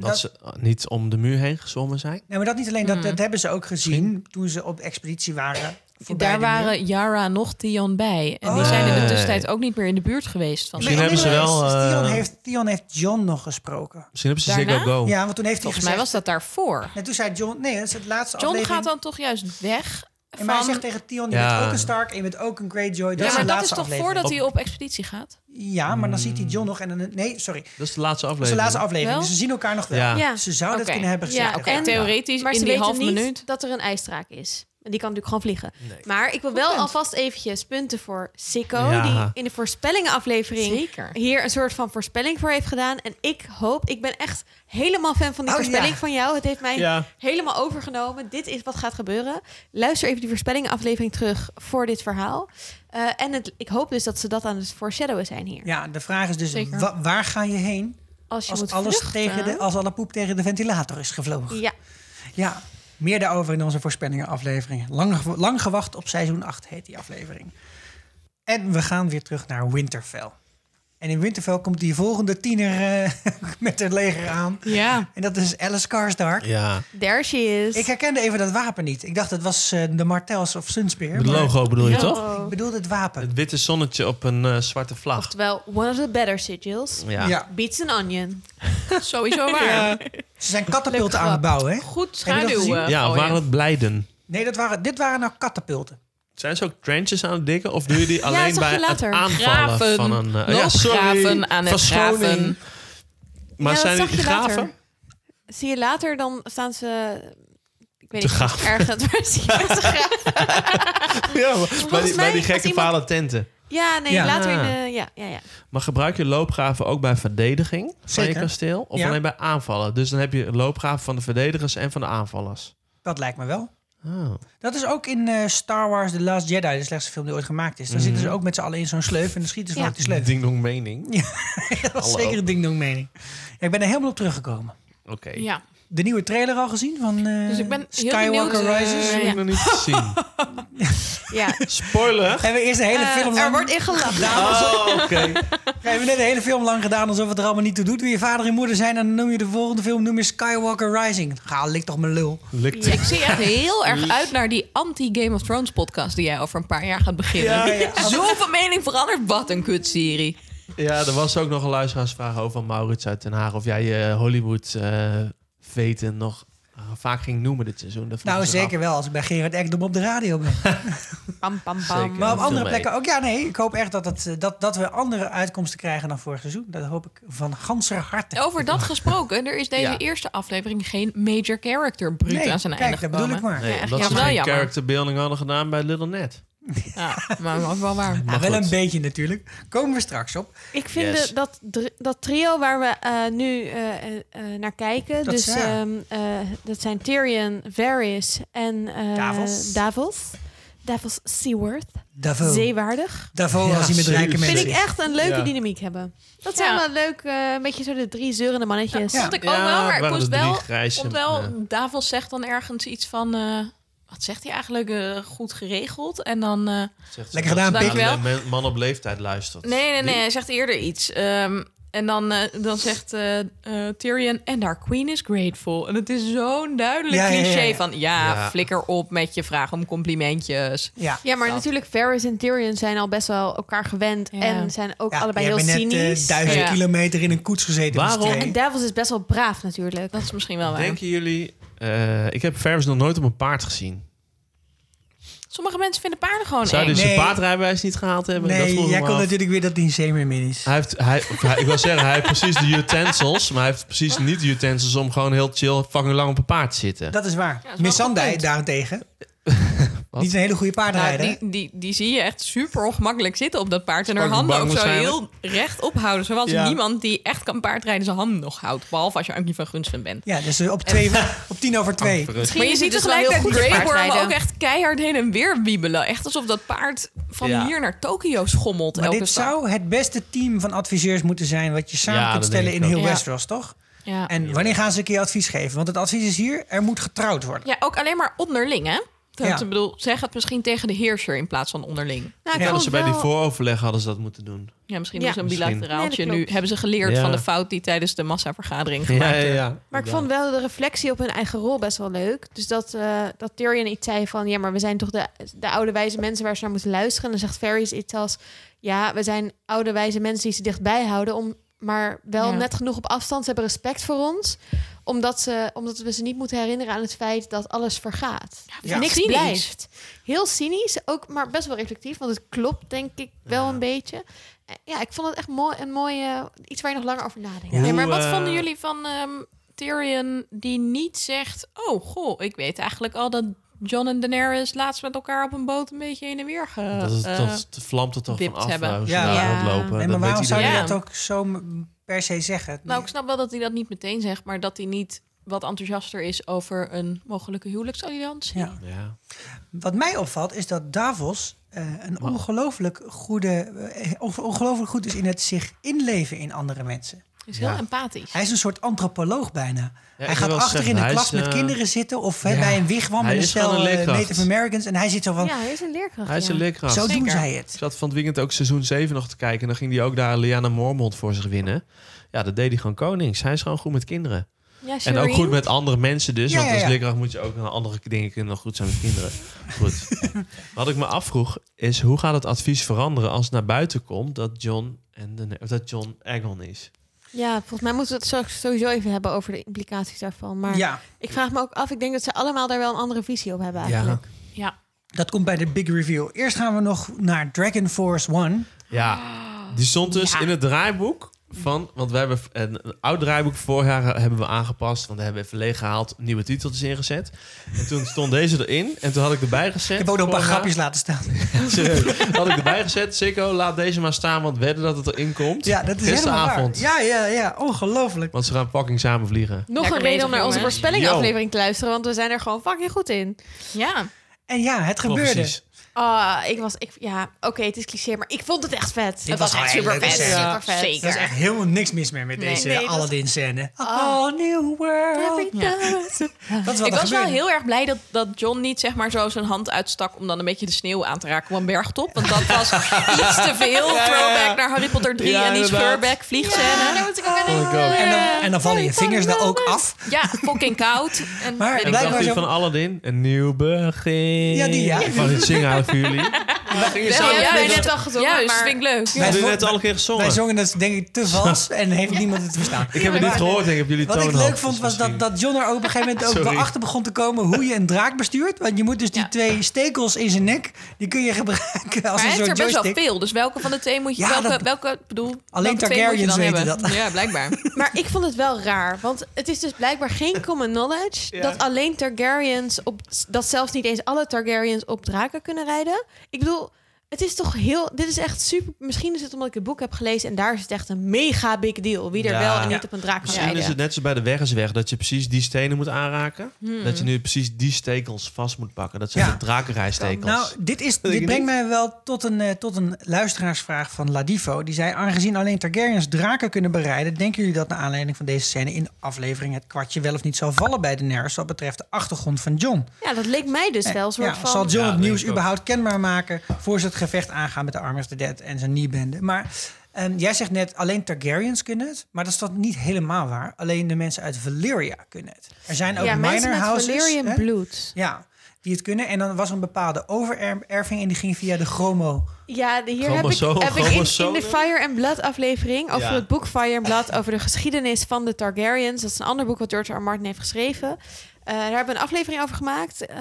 Speaker 6: Dat,
Speaker 1: dat-
Speaker 6: ze eh, niet om de muur heen gezwommen zijn.
Speaker 1: Nee, maar dat niet alleen. Dat,
Speaker 4: Mm.
Speaker 1: dat hebben ze ook gezien toen ze op expeditie waren. voorbij
Speaker 4: Daar
Speaker 1: de muur.
Speaker 4: waren Yara nog Tion bij. En die
Speaker 1: Oh.
Speaker 4: zijn in de tussentijd ook niet meer in de buurt geweest. Van
Speaker 1: Nee,
Speaker 6: Misschien hebben ze
Speaker 1: nee,
Speaker 6: wel,
Speaker 1: nee,
Speaker 6: eh,
Speaker 1: Theon, heeft, Theon heeft John nog gesproken.
Speaker 6: Misschien hebben ze
Speaker 4: Daarna?
Speaker 6: Ziggo Go.
Speaker 1: Ja, want toen heeft hij
Speaker 4: Volgens
Speaker 1: gezegd...
Speaker 4: mij was dat daarvoor.
Speaker 1: En toen zei John... Nee, dat is het laatste
Speaker 4: John
Speaker 1: aflevering.
Speaker 4: gaat dan toch juist weg.
Speaker 1: En maar hij
Speaker 4: van-
Speaker 1: zegt tegen Theon, je
Speaker 6: Ja.
Speaker 1: bent ook een Stark en je bent ook een Greyjoy. Dat
Speaker 4: ja,
Speaker 1: is
Speaker 4: maar dat
Speaker 1: de
Speaker 4: is
Speaker 1: laatste
Speaker 4: toch
Speaker 1: aflevering.
Speaker 4: voordat hij op expeditie gaat?
Speaker 1: Ja, maar dan ziet
Speaker 6: Hmm.
Speaker 1: hij John nog en dan... Nee, sorry. Dat
Speaker 6: Dat is de laatste
Speaker 1: is de
Speaker 6: aflevering.
Speaker 1: laatste aflevering. dus
Speaker 4: Wel?
Speaker 1: Ze zien elkaar nog wel.
Speaker 6: Ja.
Speaker 5: Ja.
Speaker 1: Ze zouden
Speaker 4: Oké.
Speaker 1: het kunnen hebben gezegd.
Speaker 5: Ja,
Speaker 4: Oké,
Speaker 5: en-
Speaker 4: theoretisch
Speaker 5: Maar
Speaker 4: in
Speaker 5: ze
Speaker 4: die
Speaker 5: weten
Speaker 4: halve
Speaker 5: niet
Speaker 4: minuut.
Speaker 5: dat er een ijsdraak is. En die kan natuurlijk gewoon vliegen. Maar ik wil wel
Speaker 4: punt.
Speaker 5: alvast eventjes punten voor Sikko.
Speaker 6: Ja.
Speaker 5: Die in de voorspellingenaflevering
Speaker 4: Zeker.
Speaker 5: hier een soort van voorspelling voor heeft gedaan. En ik hoop, ik ben echt helemaal fan van die
Speaker 1: Oh,
Speaker 5: voorspelling
Speaker 1: ja.
Speaker 5: van jou. Het heeft mij
Speaker 6: Ja.
Speaker 5: helemaal overgenomen. Dit is wat gaat gebeuren. Luister even die voorspellingenaflevering terug voor dit verhaal. Eh, en het, ik hoop dus dat ze dat aan het foreshadowen zijn hier.
Speaker 1: Ja, de vraag is dus,
Speaker 4: Zeker.
Speaker 1: wa- waar ga je heen
Speaker 5: Als je
Speaker 1: als,
Speaker 5: moet
Speaker 1: alles
Speaker 5: vluchten-
Speaker 1: tegen de, als alle poep tegen de ventilator is gevlogen?
Speaker 5: Ja,
Speaker 1: Ja, meer daarover in onze voorspellingen aflevering. Lang, gew- lang gewacht op seizoen 8 heet die aflevering. En we gaan weer terug naar Winterfell. En in Winterfell komt die volgende tiener eh, met het leger aan.
Speaker 4: Ja.
Speaker 1: En dat is Alice Karstark.
Speaker 6: Ja,
Speaker 5: there she is.
Speaker 1: Ik herkende even dat wapen niet. Ik dacht het was eh, de Martels of Sunspear.
Speaker 6: het
Speaker 1: maar
Speaker 6: logo bedoel je
Speaker 5: Oh.
Speaker 6: toch?
Speaker 1: Ik bedoel het wapen.
Speaker 6: Het witte zonnetje op een eh, zwarte vlag.
Speaker 5: Oftewel, one of the better sigils.
Speaker 6: Ja.
Speaker 1: Ja.
Speaker 5: Beats an onion.
Speaker 4: Sowieso waar.
Speaker 1: Ze zijn katapulten
Speaker 4: Leuke
Speaker 1: aan het
Speaker 4: grap.
Speaker 1: bouwen, hè?
Speaker 4: Goed
Speaker 1: Heb je dat gezien?
Speaker 4: schaduwen.
Speaker 6: Ja, of
Speaker 4: gooien.
Speaker 6: waren het blijden?
Speaker 1: Nee, dat waren, dit waren nou katapulten.
Speaker 6: Zijn ze ook trenches aan het dikken? Of doe je die alleen
Speaker 5: zag
Speaker 6: bij
Speaker 5: je
Speaker 6: het
Speaker 5: later.
Speaker 6: aanvallen
Speaker 4: Graven.
Speaker 6: van een... eh,
Speaker 4: Nog graven aan het
Speaker 6: verschoning.
Speaker 4: graven.
Speaker 6: Maar
Speaker 5: Ja, dat
Speaker 6: zijn
Speaker 5: zag
Speaker 6: die
Speaker 5: je later.
Speaker 6: graven?
Speaker 5: Zie je later, dan staan ze... Ik weet
Speaker 6: Te
Speaker 5: niet
Speaker 6: gaaf.
Speaker 5: ergens. Maar zie je ze graag.
Speaker 6: Ja, maar bij, die, bij
Speaker 5: mij
Speaker 6: die
Speaker 5: als
Speaker 6: gekke
Speaker 5: iemand-
Speaker 6: vale tenten.
Speaker 5: Ja, nee,
Speaker 1: Ja.
Speaker 5: later in de... Ja, ja, ja.
Speaker 6: Maar gebruik je loopgraven ook bij verdediging van je
Speaker 1: Zeker.
Speaker 6: kasteel? Of
Speaker 1: Ja.
Speaker 6: alleen bij aanvallen? Dus dan heb je loopgraven van de verdedigers en van de aanvallers.
Speaker 1: Dat lijkt me wel.
Speaker 6: Oh.
Speaker 1: Dat is ook in eh, Star Wars The Last Jedi, de slechtste film die ooit gemaakt is. Daar zitten ze ook met z'n allen in zo'n sleuf en dan schieten ze
Speaker 5: Ja.
Speaker 1: vanuit die sleuf.
Speaker 6: Ding dong mening.
Speaker 1: Dat was
Speaker 6: Hallo.
Speaker 1: zeker een ding-dong mening. Ja, ik ben er helemaal op teruggekomen.
Speaker 6: Oké.
Speaker 4: Ja.
Speaker 1: De nieuwe trailer al gezien van eh,
Speaker 4: Dus ik ben heel
Speaker 1: Skywalker
Speaker 4: benieuwd, eh,
Speaker 1: Rises.
Speaker 6: Nee,
Speaker 4: Ja.
Speaker 6: nog niet gezien.
Speaker 5: ja.
Speaker 6: Spoiler.
Speaker 1: Hebben we eerst een hele
Speaker 5: Eh,
Speaker 1: film
Speaker 5: er
Speaker 1: lang
Speaker 5: wordt in gelachen.
Speaker 1: gedaan. alsof-
Speaker 6: Oh, oké.
Speaker 1: We hebben net een hele film lang gedaan alsof het er allemaal niet toe doet. Wie je vader en moeder zijn en dan noem je de volgende film noem je Skywalker Rising. Ga, lik toch mijn lul.
Speaker 6: Lukt.
Speaker 4: Ja, ik zie echt heel erg uit naar die anti-Game of Thrones podcast die jij over een paar jaar gaat beginnen.
Speaker 1: Ja, ja.
Speaker 4: Zoveel mening veranderd. Wat een kutserie.
Speaker 6: Ja, er was ook nog een luisteraarsvraag over van Maurits uit Den Haag. Of jij je Hollywood eh, veten nog eh, vaak ging noemen dit seizoen. Dat vroeg
Speaker 1: Nou,
Speaker 6: ik zich
Speaker 1: zeker
Speaker 6: af.
Speaker 1: wel als ik bij Gerard Ekdom op de radio ben.
Speaker 4: Pam, pam,
Speaker 6: Zeker.
Speaker 4: pam.
Speaker 1: Maar op
Speaker 6: dat viel
Speaker 1: andere
Speaker 6: mee.
Speaker 1: plekken ook. Ja, nee, ik hoop echt dat, het, eh, dat, dat we andere uitkomsten krijgen dan vorig seizoen. Dat hoop ik van ganser harte.
Speaker 4: Over dat gesproken, er is deze
Speaker 6: Ja.
Speaker 4: eerste aflevering geen major character bruut
Speaker 1: nee,
Speaker 4: aan zijn
Speaker 1: kijk,
Speaker 4: einde
Speaker 1: dat
Speaker 4: gekomen.
Speaker 1: bedoel ik maar.
Speaker 6: Nee,
Speaker 4: Ja,
Speaker 6: omdat
Speaker 4: echt
Speaker 6: ze
Speaker 4: wel
Speaker 6: geen
Speaker 4: jammer. Oh,
Speaker 6: character building hadden gedaan bij Little Net.
Speaker 4: Ja, maar maar wel waar.
Speaker 1: Nou,
Speaker 6: Maar
Speaker 1: wel
Speaker 6: goed.
Speaker 1: een beetje natuurlijk. Komen we straks op.
Speaker 5: Ik vind
Speaker 6: Yes.
Speaker 5: de- dat, dr- dat trio waar we eh, nu eh, eh, eh, naar kijken...
Speaker 1: Dat
Speaker 5: dus
Speaker 1: is waar.
Speaker 5: ehm, eh, dat zijn Tyrion, Varys en eh
Speaker 1: Davos. Oh.
Speaker 5: Davos. Davos Seaworth.
Speaker 1: Davo.
Speaker 5: Zeewaardig.
Speaker 1: Davo
Speaker 6: Ja,
Speaker 1: als hij met
Speaker 6: serieus.
Speaker 1: rijke mensen
Speaker 5: Vind ik
Speaker 1: is.
Speaker 5: echt een leuke
Speaker 6: Ja.
Speaker 5: dynamiek hebben. Dat
Speaker 4: Ja.
Speaker 5: zijn wel leuk, eh, een beetje zo de drie zeurende mannetjes.
Speaker 1: Ja.
Speaker 4: Vond ik
Speaker 6: Ja,
Speaker 4: ook wel, maar ik
Speaker 6: waren
Speaker 4: moest
Speaker 6: de drie
Speaker 4: wel...
Speaker 6: grijze,
Speaker 4: vond wel
Speaker 6: ja.
Speaker 4: Davos zegt dan ergens iets van... eh, wat zegt hij eigenlijk? eh, goed geregeld. En dan... eh,
Speaker 6: Zegt ze
Speaker 1: Lekker
Speaker 6: dat
Speaker 1: gedaan,
Speaker 6: ze
Speaker 4: Pik.
Speaker 6: naar
Speaker 4: Dankjewel.
Speaker 6: een men- man op leeftijd luistert.
Speaker 4: nee, nee, nee. Hij zegt eerder iets. Ehm, en dan, eh, dan zegt eh, eh, Tyrion... And our queen is grateful. En het is zo'n duidelijk
Speaker 1: Ja, ja, ja,
Speaker 4: cliché
Speaker 1: ja.
Speaker 4: van... Ja,
Speaker 6: Ja.
Speaker 4: flikker op met je vraag om complimentjes.
Speaker 1: Ja.
Speaker 5: Ja, maar natuurlijk, Varys en Tyrion zijn al best wel elkaar gewend.
Speaker 4: Ja.
Speaker 5: En zijn ook
Speaker 1: Ja,
Speaker 5: allebei
Speaker 1: jij
Speaker 5: heel
Speaker 1: bent net eh,
Speaker 5: cynisch.
Speaker 1: duizend
Speaker 4: Ja.
Speaker 1: kilometer in een koets gezeten. met z'n
Speaker 6: Waarom?
Speaker 1: tweeën.
Speaker 5: en Davos is best wel braaf natuurlijk.
Speaker 4: Dat is misschien wel waar.
Speaker 6: Denken jullie... eh, ik heb Ferris nog nooit op een paard
Speaker 4: Oh,
Speaker 6: gezien.
Speaker 4: Sommige mensen vinden paarden gewoon
Speaker 6: Zou
Speaker 4: eng.
Speaker 6: hij dus zijn
Speaker 1: Nee.
Speaker 6: paardrijbewijs niet gehaald hebben? dat vroeg
Speaker 1: Nee,
Speaker 6: ik
Speaker 1: jij
Speaker 6: me
Speaker 1: kon
Speaker 6: af.
Speaker 1: natuurlijk weer dat hij een zeemeermin is.
Speaker 6: Hij heeft, hij, of hij- ik wil zeggen, hij heeft precies de utensils, maar hij heeft precies niet de utensils om gewoon heel chill fucking lang op een paard te zitten.
Speaker 1: Dat is waar.
Speaker 4: is wel een goed
Speaker 1: Missandei
Speaker 4: punt.
Speaker 1: daarentegen. Niet een hele goede
Speaker 4: Nou,
Speaker 1: paardrijder. hè?
Speaker 4: die, die, die zie je echt super ongemakkelijk zitten op dat paard. En haar
Speaker 6: Fucking
Speaker 4: handen ook
Speaker 6: bang
Speaker 4: zo heel recht ophouden. Zoals
Speaker 6: Ja.
Speaker 4: niemand die echt kan paardrijden zijn hand nog houdt. Behalve als je ook niet van gunsten bent.
Speaker 1: Ja, dus op, twee, op tien over twee.
Speaker 6: Verrust.
Speaker 4: Maar je
Speaker 5: is het
Speaker 4: ziet
Speaker 5: dus
Speaker 4: tegelijkertijd
Speaker 5: wel heel goed
Speaker 4: Grey Worm
Speaker 5: paardrijden.
Speaker 4: ook echt keihard heen en weer wiebelen. Echt alsof dat paard van
Speaker 6: Ja.
Speaker 4: hier naar Tokio schommelt
Speaker 1: Maar
Speaker 4: elke
Speaker 1: dit
Speaker 4: stap.
Speaker 1: zou het beste team van adviseurs moeten zijn... wat je samen
Speaker 6: Ja,
Speaker 1: kunt
Speaker 6: dat
Speaker 1: stellen in
Speaker 6: denk ik
Speaker 1: heel
Speaker 4: ook. Ja.
Speaker 1: Westeros, toch?
Speaker 4: Ja.
Speaker 1: En wanneer gaan ze een keer advies geven? Want het advies is hier, er moet getrouwd worden.
Speaker 4: ja, ook alleen maar onderling, hè? Dat,
Speaker 1: Ja.
Speaker 4: Ik bedoel, zeg het misschien tegen de heerser in plaats van onderling.
Speaker 5: Nou, ik
Speaker 1: Ja,
Speaker 5: vond
Speaker 1: dat
Speaker 6: Als ze bij
Speaker 5: wel-
Speaker 6: die vooroverleg hadden ze dat moeten doen.
Speaker 4: Ja, misschien
Speaker 5: Ja,
Speaker 4: doen ze een
Speaker 6: misschien.
Speaker 4: bilateraaltje.
Speaker 5: Nee, dat klopt.
Speaker 4: nu hebben ze geleerd
Speaker 6: Ja.
Speaker 4: van de fout die tijdens de massavergadering gemaakt werd.
Speaker 5: Maar ik vond wel de reflectie op hun eigen rol best wel leuk. Dus dat, eh dat Tyrion iets zei van... ja, maar we zijn toch de, de oude wijze mensen waar ze naar moeten luisteren. En dan zegt Varys iets als... ja, we zijn oude wijze mensen die ze dichtbij houden... Om, maar wel
Speaker 4: Ja.
Speaker 5: net genoeg op afstand. Ze hebben respect voor ons. Omdat, ze, omdat we ze niet moeten herinneren aan het feit dat alles vergaat.
Speaker 1: Ja.
Speaker 5: Niks
Speaker 4: Cynisch.
Speaker 5: blijft. Heel cynisch, ook, maar best wel reflectief. Want het klopt denk ik wel een beetje. Eh, Ja, ik vond het echt mooi, een mooi... eh, iets waar je nog langer over nadenkt.
Speaker 1: Ja.
Speaker 4: Nee, maar
Speaker 6: Hoe,
Speaker 4: wat
Speaker 6: eh,
Speaker 4: vonden jullie van ehm, Tyrion die niet zegt... Oh, goh, ik weet eigenlijk al dat John en Daenerys laatst met elkaar op een boot een beetje heen en weer ge...
Speaker 6: Dat, is,
Speaker 4: eh,
Speaker 6: dat vlamt het toch van
Speaker 4: dipt
Speaker 6: af
Speaker 4: hebben.
Speaker 6: eh, hoe ze
Speaker 1: Ja.
Speaker 6: daar
Speaker 5: Ja.
Speaker 6: rondlopen.
Speaker 1: Nee,
Speaker 6: Dat
Speaker 1: maar waarom
Speaker 6: weet
Speaker 1: zou je
Speaker 6: iedereen.
Speaker 4: iedereen.
Speaker 1: dat ook zo m- per se zeggen?
Speaker 4: Nou, ik snap wel dat hij dat niet meteen zegt... maar dat hij niet wat enthousiaster is over een mogelijke huwelijksalliantie.
Speaker 1: Ja.
Speaker 6: Ja.
Speaker 1: Wat mij opvalt is dat Davos eh, een ongelooflijk goede, eh, on- ongelooflijk goed is in het zich inleven in andere mensen.
Speaker 4: Hij is heel
Speaker 6: Ja.
Speaker 4: empathisch.
Speaker 1: Hij is een soort antropoloog bijna. hij
Speaker 6: ik
Speaker 1: gaat
Speaker 6: wil
Speaker 1: achter
Speaker 6: zeggen,
Speaker 1: in een
Speaker 6: hij
Speaker 1: klas
Speaker 6: is,
Speaker 1: met
Speaker 6: eh,
Speaker 1: kinderen zitten of hè,
Speaker 6: ja,
Speaker 1: bij een wigwam
Speaker 6: hij
Speaker 1: met een
Speaker 6: is gewoon
Speaker 1: stel
Speaker 6: een
Speaker 1: eh,
Speaker 6: leerkracht.
Speaker 1: Native Americans en hij zit zo van,
Speaker 5: Ja, hij is een leerkracht.
Speaker 6: Hij is
Speaker 5: ja.
Speaker 6: een leerkracht.
Speaker 1: zo doen
Speaker 4: zeker.
Speaker 1: zij
Speaker 6: Ik
Speaker 1: het.
Speaker 6: zat van het weekend ook seizoen 7 nog te kijken. En dan ging hij ook daar Liana Mormont voor zich winnen. Ja, dat deed hij gewoon konings. Hij is gewoon goed met kinderen.
Speaker 5: Ja,
Speaker 6: En ook
Speaker 5: Shireen.
Speaker 6: goed met andere mensen dus.
Speaker 1: Ja,
Speaker 6: want
Speaker 1: ja, ja.
Speaker 6: als leerkracht moet je ook naar andere dingen kunnen dan goed zijn met kinderen. Goed. Wat ik me afvroeg is hoe gaat het advies veranderen als naar buiten komt dat John, en de, of dat John Agon is?
Speaker 5: Ja, volgens mij moeten we het straks sowieso even hebben over de implicaties daarvan. Maar
Speaker 1: Ja,
Speaker 5: ik vraag me ook af, ik denk dat ze allemaal daar wel een andere visie op hebben eigenlijk.
Speaker 4: Ja.
Speaker 1: dat komt bij de big reveal. Eerst gaan we nog naar Dragon Force One.
Speaker 6: Ja, die stond dus in het draaiboek van... Want we hebben een, een oud draaiboek vorig jaar hebben we aangepast. Want daar hebben we even leeg gehaald, nieuwe titeltjes ingezet. En toen stond deze erin en toen had ik erbij gezet...
Speaker 1: Ik heb ook nog een paar
Speaker 6: vorig jaar-
Speaker 1: grapjes laten staan.
Speaker 6: Serieus. Had ik erbij gezet. Sikko, laat deze maar staan, want wedden dat het erin komt.
Speaker 1: Ja, dat is helemaal
Speaker 6: Gisteravond.
Speaker 1: waar. Ja, ja, ja, ongelooflijk.
Speaker 6: Want ze gaan fucking samen vliegen.
Speaker 5: Nog
Speaker 4: Lekker
Speaker 5: een reden
Speaker 4: bezig,
Speaker 5: om naar onze
Speaker 4: jongens.
Speaker 5: voorspellingaflevering te luisteren, want we zijn er gewoon fucking goed in.
Speaker 4: ja.
Speaker 1: En ja, het gebeurde.
Speaker 6: Oh, Precies.
Speaker 5: Ah, ik was, ik, ja, oké, het is cliché, maar ik vond het echt vet.
Speaker 1: Dit was gewoon een leuke scène.
Speaker 5: super vet.
Speaker 1: Er is echt helemaal niks mis meer met
Speaker 4: Nee.
Speaker 1: deze
Speaker 5: Nee, dat-
Speaker 1: Aladdin-scène. Oh, new world. Dat is wat
Speaker 4: Ik
Speaker 1: er
Speaker 4: was wel
Speaker 1: gebeurde.
Speaker 4: heel erg blij dat, dat John niet zeg maar zo zijn hand uitstak... om dan een beetje de sneeuw aan te raken van bergtop. Want dat was iets te veel throwback naar Harry Potter 3...
Speaker 6: Ja,
Speaker 4: en die
Speaker 6: inderdaad.
Speaker 4: speurback vliegcène.
Speaker 5: daar moet ik
Speaker 6: Oh
Speaker 5: ook aan denken.
Speaker 1: En dan, en dan vallen je vingers er ook af.
Speaker 4: Ja, fucking koud. En
Speaker 1: Maar
Speaker 4: weet ik
Speaker 6: En
Speaker 1: blijkbaar
Speaker 6: dacht
Speaker 4: wat.
Speaker 6: hij
Speaker 1: zo-
Speaker 6: van Aladdin, een nieuw begin.
Speaker 1: Ja, die, ja.
Speaker 6: Ik wou het zingen houden voor jullie. We gingen
Speaker 5: Ja,
Speaker 6: samen
Speaker 5: ja,
Speaker 6: vliegen.
Speaker 5: wij net al gezongen,
Speaker 4: Juist,
Speaker 5: maar-
Speaker 4: vind ik leuk.
Speaker 6: We hebben
Speaker 1: Wij-
Speaker 6: net alle keer
Speaker 1: Wij
Speaker 6: gezongen.
Speaker 1: zongen dat denk ik te vals en heeft niemand het verstaan.
Speaker 6: Ik heb het niet gehoord, denk ik, op jullie
Speaker 1: Wat
Speaker 6: toon
Speaker 1: ik leuk
Speaker 6: had.
Speaker 1: vond
Speaker 6: Dus
Speaker 1: was dat,
Speaker 6: misschien-
Speaker 1: dat John er ook op een gegeven moment ook
Speaker 6: Sorry.
Speaker 1: wel achter begon te komen hoe je een draak bestuurt. Want je moet dus die
Speaker 4: Ja.
Speaker 1: twee stekels in zijn nek, die kun je gebruiken als
Speaker 4: Maar
Speaker 1: een
Speaker 4: hij heeft er
Speaker 1: soort
Speaker 4: best wel
Speaker 1: joystick.
Speaker 4: veel. Dus welke van de twee moet je...
Speaker 1: Ja,
Speaker 4: welke,
Speaker 1: dat-
Speaker 4: welke, bedoel,
Speaker 1: Alleen
Speaker 4: welke twee moet je
Speaker 1: Targaryens
Speaker 4: dan
Speaker 1: weten
Speaker 4: hebben?
Speaker 1: dat.
Speaker 4: Ja, blijkbaar.
Speaker 5: Maar ik vond het wel raar, want het is dus blijkbaar geen common knowledge dat alleen Targaryens op dat zelfs niet eens alle Targaryens op draken kunnen rijden. Ik bedoel, het is toch heel dit is echt super. Misschien is het omdat ik het boek heb gelezen en daar is het echt een mega big deal wie er
Speaker 6: Ja.
Speaker 5: wel en
Speaker 1: Ja.
Speaker 5: niet op een draak kan
Speaker 6: Misschien
Speaker 5: rijden.
Speaker 6: is het net zoals bij de weg is weg, dat je precies die stenen moet aanraken.
Speaker 4: Hmm.
Speaker 6: Dat je nu precies die stekels vast moet pakken. Dat zijn
Speaker 1: Ja.
Speaker 6: de drakenrijstekels.
Speaker 1: Nou, dit, is,
Speaker 6: ik
Speaker 1: dit brengt
Speaker 6: niet.
Speaker 1: mij wel tot een, eh, tot een luisteraarsvraag van Ladivo. Die zei, aangezien alleen Targaryens draken kunnen bereiden... denken jullie dat naar aanleiding van deze scène in de aflevering... het kwartje wel of niet zal vallen bij Daenerys... wat betreft de achtergrond van John?
Speaker 5: Ja, dat leek mij dus wel een soort
Speaker 1: Ja,
Speaker 5: van.
Speaker 1: zal John
Speaker 6: Ja,
Speaker 1: het nieuws
Speaker 6: denk ik ook.
Speaker 1: überhaupt kenbaar maken... voor ze het gevecht aangaan met de Army of the Dead en zijn kniebenden? Maar ehm, jij zegt net, alleen Targaryens kunnen het. Maar dat is toch niet helemaal waar? Alleen de mensen uit Valyria kunnen het. Er zijn ook
Speaker 5: ja, mensen
Speaker 1: minor
Speaker 5: met
Speaker 1: houses...
Speaker 5: Valyrian
Speaker 1: hè?
Speaker 5: bloed.
Speaker 1: Ja, die het kunnen. En dan was er een bepaalde overerving en die ging via de chromo.
Speaker 5: Ja, de- hier heb ik,
Speaker 6: Chromosoom-
Speaker 5: heb ik in, in
Speaker 6: chromosomen.
Speaker 5: de Fire and Blood aflevering over
Speaker 6: Ja.
Speaker 5: het boek Fire and Blood over de geschiedenis van de Targaryens. Dat is een ander boek wat George R. R. Martin heeft geschreven. Eh, daar hebben we een aflevering over gemaakt. Eh,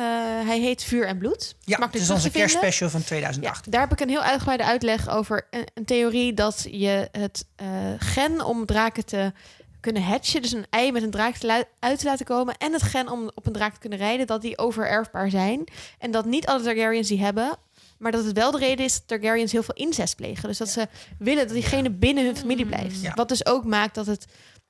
Speaker 5: hij heet Vuur en Bloed.
Speaker 1: Ja,
Speaker 5: Makkelijk
Speaker 1: het is
Speaker 5: terug te
Speaker 1: onze
Speaker 5: vinden.
Speaker 1: kerstspecial van
Speaker 5: Ja,
Speaker 1: 2008.
Speaker 5: daar heb ik een heel uitgebreide uitleg over. Een, een theorie dat je het eh, gen om draken te kunnen hatchen, dus een ei met een draak te lu- uit te laten komen, en het gen om op een draak te kunnen rijden, dat die overerfbaar zijn. En dat niet alle Targaryens die hebben, maar dat het wel de reden is dat Targaryens heel veel incest plegen. Dus dat ze willen dat diegene binnen hun familie blijft.
Speaker 1: Ja.
Speaker 5: Wat dus ook maakt dat het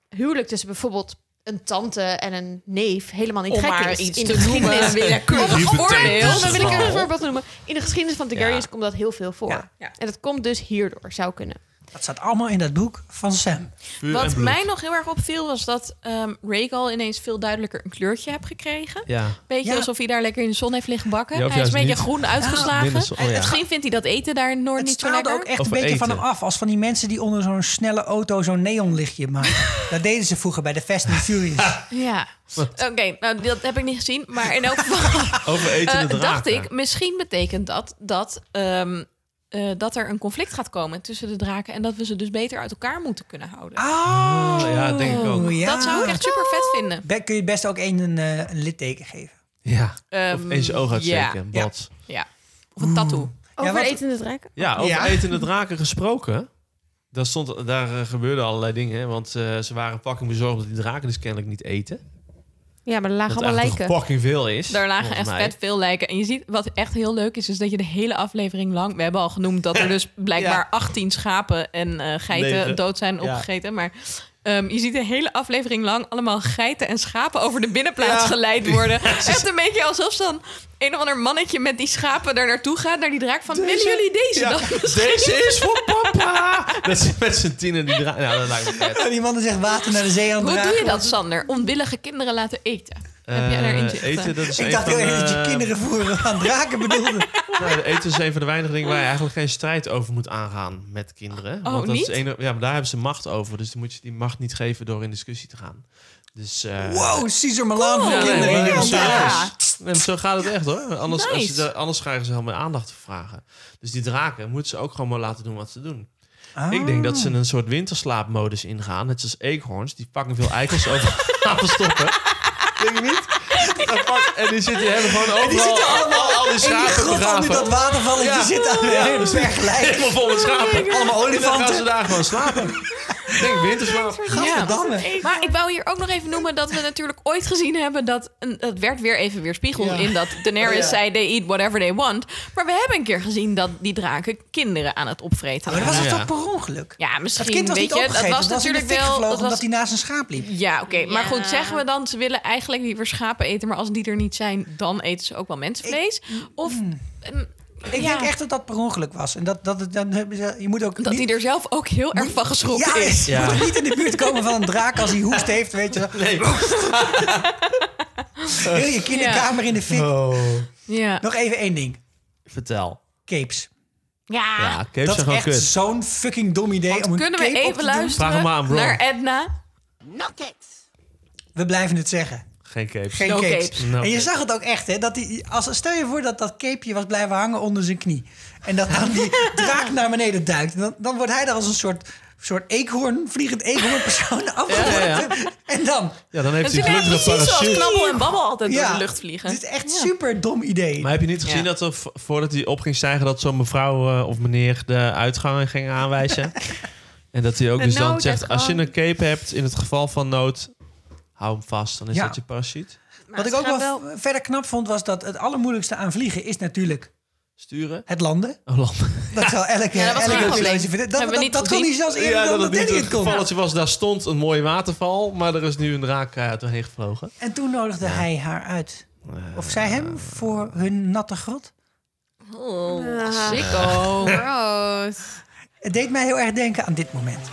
Speaker 5: huwelijk tussen bijvoorbeeld een tante en een neef helemaal niet
Speaker 4: Om
Speaker 5: gek
Speaker 4: maar
Speaker 5: is.
Speaker 4: iets
Speaker 5: in
Speaker 4: te
Speaker 5: de geschiedenis.
Speaker 4: noemen.
Speaker 5: Om een
Speaker 4: Willekeurig
Speaker 1: Dus
Speaker 5: voorbeeld,
Speaker 4: voorbeeld.
Speaker 5: dan wil ik even een voorbeeld noemen. In de geschiedenis van Targaryens komt dat heel veel voor.
Speaker 1: Ja.
Speaker 4: Ja.
Speaker 5: En dat komt dus hierdoor, zou kunnen.
Speaker 1: Dat staat allemaal in dat boek van Sam.
Speaker 6: Vuur en
Speaker 4: Wat
Speaker 6: bloed.
Speaker 4: mij nog heel erg opviel was dat ehm Rhaegal ineens veel duidelijker een kleurtje heeft gekregen.
Speaker 6: Ja.
Speaker 4: Beetje
Speaker 1: Ja.
Speaker 4: alsof hij daar lekker in de zon heeft liggen bakken.
Speaker 6: Ja, of
Speaker 4: hij is een
Speaker 6: juist
Speaker 4: beetje
Speaker 6: niet.
Speaker 4: groen uitgeslagen.
Speaker 6: Minder zo- oh, ja.
Speaker 4: Misschien vindt hij dat eten daar in het noorden
Speaker 1: Het
Speaker 4: niet zo
Speaker 1: straalde
Speaker 4: lekker.
Speaker 1: ook echt
Speaker 6: Of
Speaker 1: een beetje van hem
Speaker 6: eten.
Speaker 1: af. Als van die mensen die onder zo'n snelle auto zo'n neonlichtje maken. dat deden ze vroeger bij de Fast and Furious.
Speaker 4: Ja. Oké, nou dat heb ik niet gezien. Maar in elk geval
Speaker 6: Over eten
Speaker 4: eh,
Speaker 6: en
Speaker 4: dacht
Speaker 6: draken.
Speaker 4: ik, misschien betekent dat dat, ehm, eh, dat er een conflict gaat komen tussen de draken. En dat we ze dus beter uit elkaar moeten kunnen houden.
Speaker 6: Ah,
Speaker 1: Oh,
Speaker 6: ja, denk ik ook.
Speaker 1: ja.
Speaker 4: Dat zou ik echt super vet vinden.
Speaker 1: Be- kun je best ook één een, eh, een litteken geven.
Speaker 6: Ja.
Speaker 4: Ehm,
Speaker 6: Of eens je oog uitsteken.
Speaker 4: Ja,
Speaker 6: een bad.
Speaker 4: ja. Of een tattoo.
Speaker 1: Ja,
Speaker 5: Over
Speaker 1: wat-
Speaker 5: etende draken.
Speaker 6: Ja, over
Speaker 1: Ja.
Speaker 6: etende draken gesproken. Daar, stond, daar eh, gebeurden allerlei dingen. hè, Want eh, ze waren fucking bezorgd dat die draken dus kennelijk niet eten.
Speaker 5: Ja, maar er lagen
Speaker 6: dat
Speaker 5: allemaal
Speaker 6: eigenlijk
Speaker 5: lijken.
Speaker 6: toch fucking veel is.
Speaker 4: Daar lagen
Speaker 6: volgens
Speaker 4: echt
Speaker 6: mij.
Speaker 4: vet veel lijken. En je ziet wat echt heel leuk is, is dat je de hele aflevering lang. We hebben al genoemd dat er dus blijkbaar
Speaker 6: Ja.
Speaker 4: 18 schapen en eh, geiten
Speaker 6: Negen.
Speaker 4: dood zijn opgegeten. Maar ehm, je ziet de hele aflevering lang allemaal geiten en schapen over de binnenplaats
Speaker 6: Ja.
Speaker 4: geleid worden. echt een beetje alsof dan een of ander mannetje met die schapen daar naartoe gaat, naar die draak van. Willen jullie deze
Speaker 6: Ja,
Speaker 4: dan?
Speaker 6: Deze is voor papa! dat is met z'n tienen die draken. Nou, dat lijkt me vet.
Speaker 1: Die man die zegt water naar de zee aan het
Speaker 4: Hoe doe je
Speaker 1: dragen.
Speaker 4: dat, Sander? Onwillige kinderen laten eten. Heb jij daar
Speaker 6: Eh,
Speaker 4: inzicht?
Speaker 6: eten, dat is
Speaker 1: Ik
Speaker 6: een
Speaker 1: dacht
Speaker 6: van eh,
Speaker 1: heel erg dat je
Speaker 6: de-
Speaker 1: kinderen voeren aan draken bedoelde.
Speaker 6: Nou, eten is een van de weinige dingen waar je eigenlijk geen strijd over moet aangaan met kinderen.
Speaker 4: Oh,
Speaker 6: Want dat
Speaker 4: niet?
Speaker 6: Is een, ja, maar daar hebben ze macht over. Dus dan moet je die macht niet geven door in discussie te gaan. Dus, eh,
Speaker 1: Wow, Caesar Milan voor
Speaker 4: Cool.
Speaker 1: kinderen.
Speaker 6: nee,
Speaker 1: hier
Speaker 6: maar-
Speaker 1: aan tafel.
Speaker 4: Ja.
Speaker 6: Nee, maar zo gaat het echt hoor. Anders, als je
Speaker 4: Nice.
Speaker 6: da- anders krijgen ze helemaal aandacht te vragen. Dus die draken moeten ze ook gewoon maar laten doen wat ze doen. Ik denk
Speaker 1: Ah.
Speaker 6: dat ze een soort winterslaapmodus ingaan. Net zoals eekhoorns, die pakken veel eikels over tafel stoppen. Denk je niet? En, pak- en die zitten, hebben gewoon overal
Speaker 1: Die zitten allemaal
Speaker 6: al, al die
Speaker 1: in die
Speaker 6: schapen
Speaker 1: grot onder dat
Speaker 6: begraven.
Speaker 1: watervalletje
Speaker 6: Ja.
Speaker 1: zitten. Ja,
Speaker 6: Ja. Helemaal vol met schapen.
Speaker 1: Allemaal
Speaker 6: En dan gaan ze
Speaker 1: olifanten.
Speaker 6: daar gewoon slapen. Ik denk winterslaap.
Speaker 1: Gadverdamme.
Speaker 4: Maar ik wou hier ook nog even noemen dat we natuurlijk ooit gezien hebben dat. Een, dat werd weer even weerspiegeld in dat Daenerys zei: they eat whatever they want. Maar we hebben een keer gezien dat die draken kinderen aan het opvreten
Speaker 1: Maar Oh, dat was
Speaker 4: waren.
Speaker 1: het
Speaker 6: Ja.
Speaker 1: toch per ongeluk?
Speaker 4: Ja, misschien.
Speaker 1: Dat kind was
Speaker 4: weet
Speaker 1: niet
Speaker 4: je,
Speaker 1: opgegeten.
Speaker 4: dat was
Speaker 1: in de
Speaker 4: natuurlijk
Speaker 1: fik
Speaker 4: wel.
Speaker 1: gevlogen
Speaker 4: Dat was,
Speaker 1: omdat hij naast een schaap liep.
Speaker 4: ja, oké. Maar
Speaker 5: Ja.
Speaker 4: goed, zeggen we dan, ze willen eigenlijk liever schapen eten. Maar als die er niet zijn, dan eten ze ook wel mensenvlees.
Speaker 1: mm,
Speaker 4: Of. ehm,
Speaker 1: Ik
Speaker 4: ja,
Speaker 1: denk echt dat dat per ongeluk was. En dat, dat, het- dan hebben ze, je moet ook
Speaker 4: Dat hij
Speaker 1: niet,
Speaker 4: er zelf ook heel erg van geschrokken
Speaker 1: ja,
Speaker 4: is.
Speaker 1: je moet ook niet in de buurt komen van een draak als hij hoest heeft. Weet je, wel.
Speaker 6: Nee.
Speaker 1: heel je kinderkamer in de fik.
Speaker 6: Oh.
Speaker 4: Ja.
Speaker 1: Nog even één ding.
Speaker 6: Vertel.
Speaker 1: Capes.
Speaker 4: Ja.
Speaker 6: Ja, Kees
Speaker 1: Dat
Speaker 6: zijn
Speaker 1: is
Speaker 6: gewoon
Speaker 1: echt
Speaker 6: kut.
Speaker 1: zo'n fucking dom idee om een
Speaker 4: Kunnen
Speaker 1: cape
Speaker 4: we
Speaker 1: op te
Speaker 4: even
Speaker 1: doen.
Speaker 4: luisteren
Speaker 6: Vraag hem maar aan Ron.
Speaker 4: naar Edna?
Speaker 1: We blijven het zeggen.
Speaker 6: Geen capes.
Speaker 1: Geen
Speaker 4: No
Speaker 1: capes.
Speaker 4: capes.
Speaker 6: No
Speaker 1: en je
Speaker 6: capes.
Speaker 1: zag het ook echt, hè? Dat die, als, stel je voor dat dat capeje was blijven hangen onder zijn knie. En dat dan die draak naar beneden duikt. En Dan, dan wordt hij daar als een soort, soort eekhoorn, vliegend eekhoornpersoon afgeworpen. En dan,
Speaker 6: Ja, dan heeft
Speaker 4: Het is
Speaker 6: hij gelukkig een
Speaker 4: precies zoals
Speaker 6: parachute.
Speaker 4: knabbel en babbel altijd
Speaker 1: ja.
Speaker 4: door de lucht vliegen.
Speaker 1: Het is echt super dom idee.
Speaker 6: Maar heb je niet gezien
Speaker 4: Ja.
Speaker 6: dat er v- voordat hij op ging stijgen... dat zo'n mevrouw eh, of meneer de uitgangen ging aanwijzen? en dat hij ook
Speaker 5: De
Speaker 6: dus dan
Speaker 5: nood
Speaker 6: zegt...
Speaker 5: heeft
Speaker 6: als je
Speaker 5: gewoon-
Speaker 6: een cape hebt in het geval van nood... hou hem vast, dan is
Speaker 1: Ja.
Speaker 6: dat je parachute.
Speaker 5: Maar
Speaker 1: Wat ik
Speaker 5: ze
Speaker 1: ook wel,
Speaker 5: gaan
Speaker 1: v- verder knap vond, was dat het allermoeilijkste aan vliegen is natuurlijk
Speaker 6: Sturen.
Speaker 1: het landen.
Speaker 6: Oh, land.
Speaker 1: Dat zou elke
Speaker 4: Ja, dat was geen
Speaker 1: elke
Speaker 4: probleem.
Speaker 1: episode vinden. Dat,
Speaker 4: Hebben we
Speaker 1: dat,
Speaker 4: niet
Speaker 1: dat kon
Speaker 4: gezien.
Speaker 1: hij zelfs eerder
Speaker 6: Ja,
Speaker 1: dan
Speaker 6: dat
Speaker 1: dat
Speaker 6: het niet
Speaker 1: Danny
Speaker 6: het
Speaker 1: het kon.
Speaker 6: gevalletje was. Daar stond een mooie waterval... maar er is nu een draak uit doorheen gevlogen.
Speaker 1: En toen nodigde hij haar uit.
Speaker 6: Eh.
Speaker 1: Of zij hem voor hun natte grot.
Speaker 4: Oh,
Speaker 5: Ah.
Speaker 4: sicko.
Speaker 5: Gross.
Speaker 1: Het deed mij heel erg denken aan dit moment.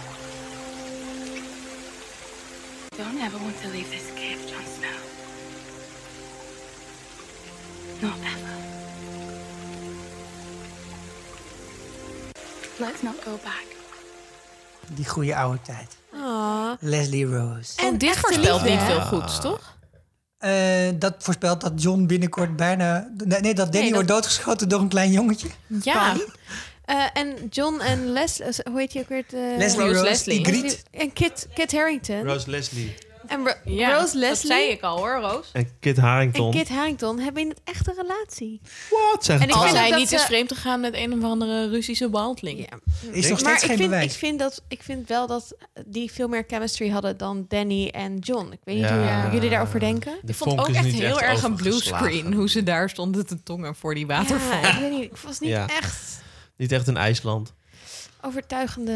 Speaker 10: Don't ever want to leave this cave, Jon Snow. Not ever. Let's not go back.
Speaker 1: Die goede oude tijd.
Speaker 5: Ah.
Speaker 1: Leslie Rose.
Speaker 4: En Oh, dit voorspelt niet veel goeds, toch?
Speaker 1: Eh, dat voorspelt dat John binnenkort bijna... Nee, nee, dat Danny
Speaker 5: dat-
Speaker 1: wordt doodgeschoten door een klein jongetje.
Speaker 4: Ja.
Speaker 5: Eh, en John en Les, eh, hoe heet je ook weer? De,
Speaker 1: Leslie Rose,
Speaker 4: Rose
Speaker 1: die
Speaker 4: Leslie.
Speaker 1: griet.
Speaker 5: En Kit, Kit Harrington.
Speaker 6: Rose Leslie
Speaker 5: en Ro-
Speaker 4: ja.
Speaker 5: Rose Leslie.
Speaker 4: Dat zei ik al hoor, Roos.
Speaker 6: en Kit
Speaker 5: en
Speaker 6: Harington.
Speaker 5: Kit Harrington hebben in het echt een relatie.
Speaker 6: Wat? Zeg
Speaker 5: En ik
Speaker 6: het
Speaker 4: Als
Speaker 5: vind
Speaker 6: wel.
Speaker 5: ook
Speaker 4: hij
Speaker 5: dat
Speaker 4: niet
Speaker 5: ze-
Speaker 4: is vreemd gegaan met een of andere Russische wildling.
Speaker 5: Ja.
Speaker 1: Is
Speaker 5: Maar
Speaker 1: nog steeds
Speaker 5: ik
Speaker 1: geen
Speaker 5: vind, ik,
Speaker 1: bewijs.
Speaker 5: vind dat, ik vind wel dat die veel meer chemistry hadden dan Danny en John. Ik weet niet
Speaker 6: Ja.
Speaker 5: hoe jullie daarover denken.
Speaker 6: De
Speaker 4: Ik vond
Speaker 6: vonk
Speaker 4: ook
Speaker 6: is
Speaker 4: echt
Speaker 6: niet
Speaker 4: heel erg een
Speaker 6: overgeslagen.
Speaker 4: bluescreen hoe ze daar stonden te tongen voor die waterval.
Speaker 5: Ja, ik weet niet. Ik was niet
Speaker 6: Ja.
Speaker 5: echt...
Speaker 6: Niet echt in IJsland.
Speaker 5: Overtuigende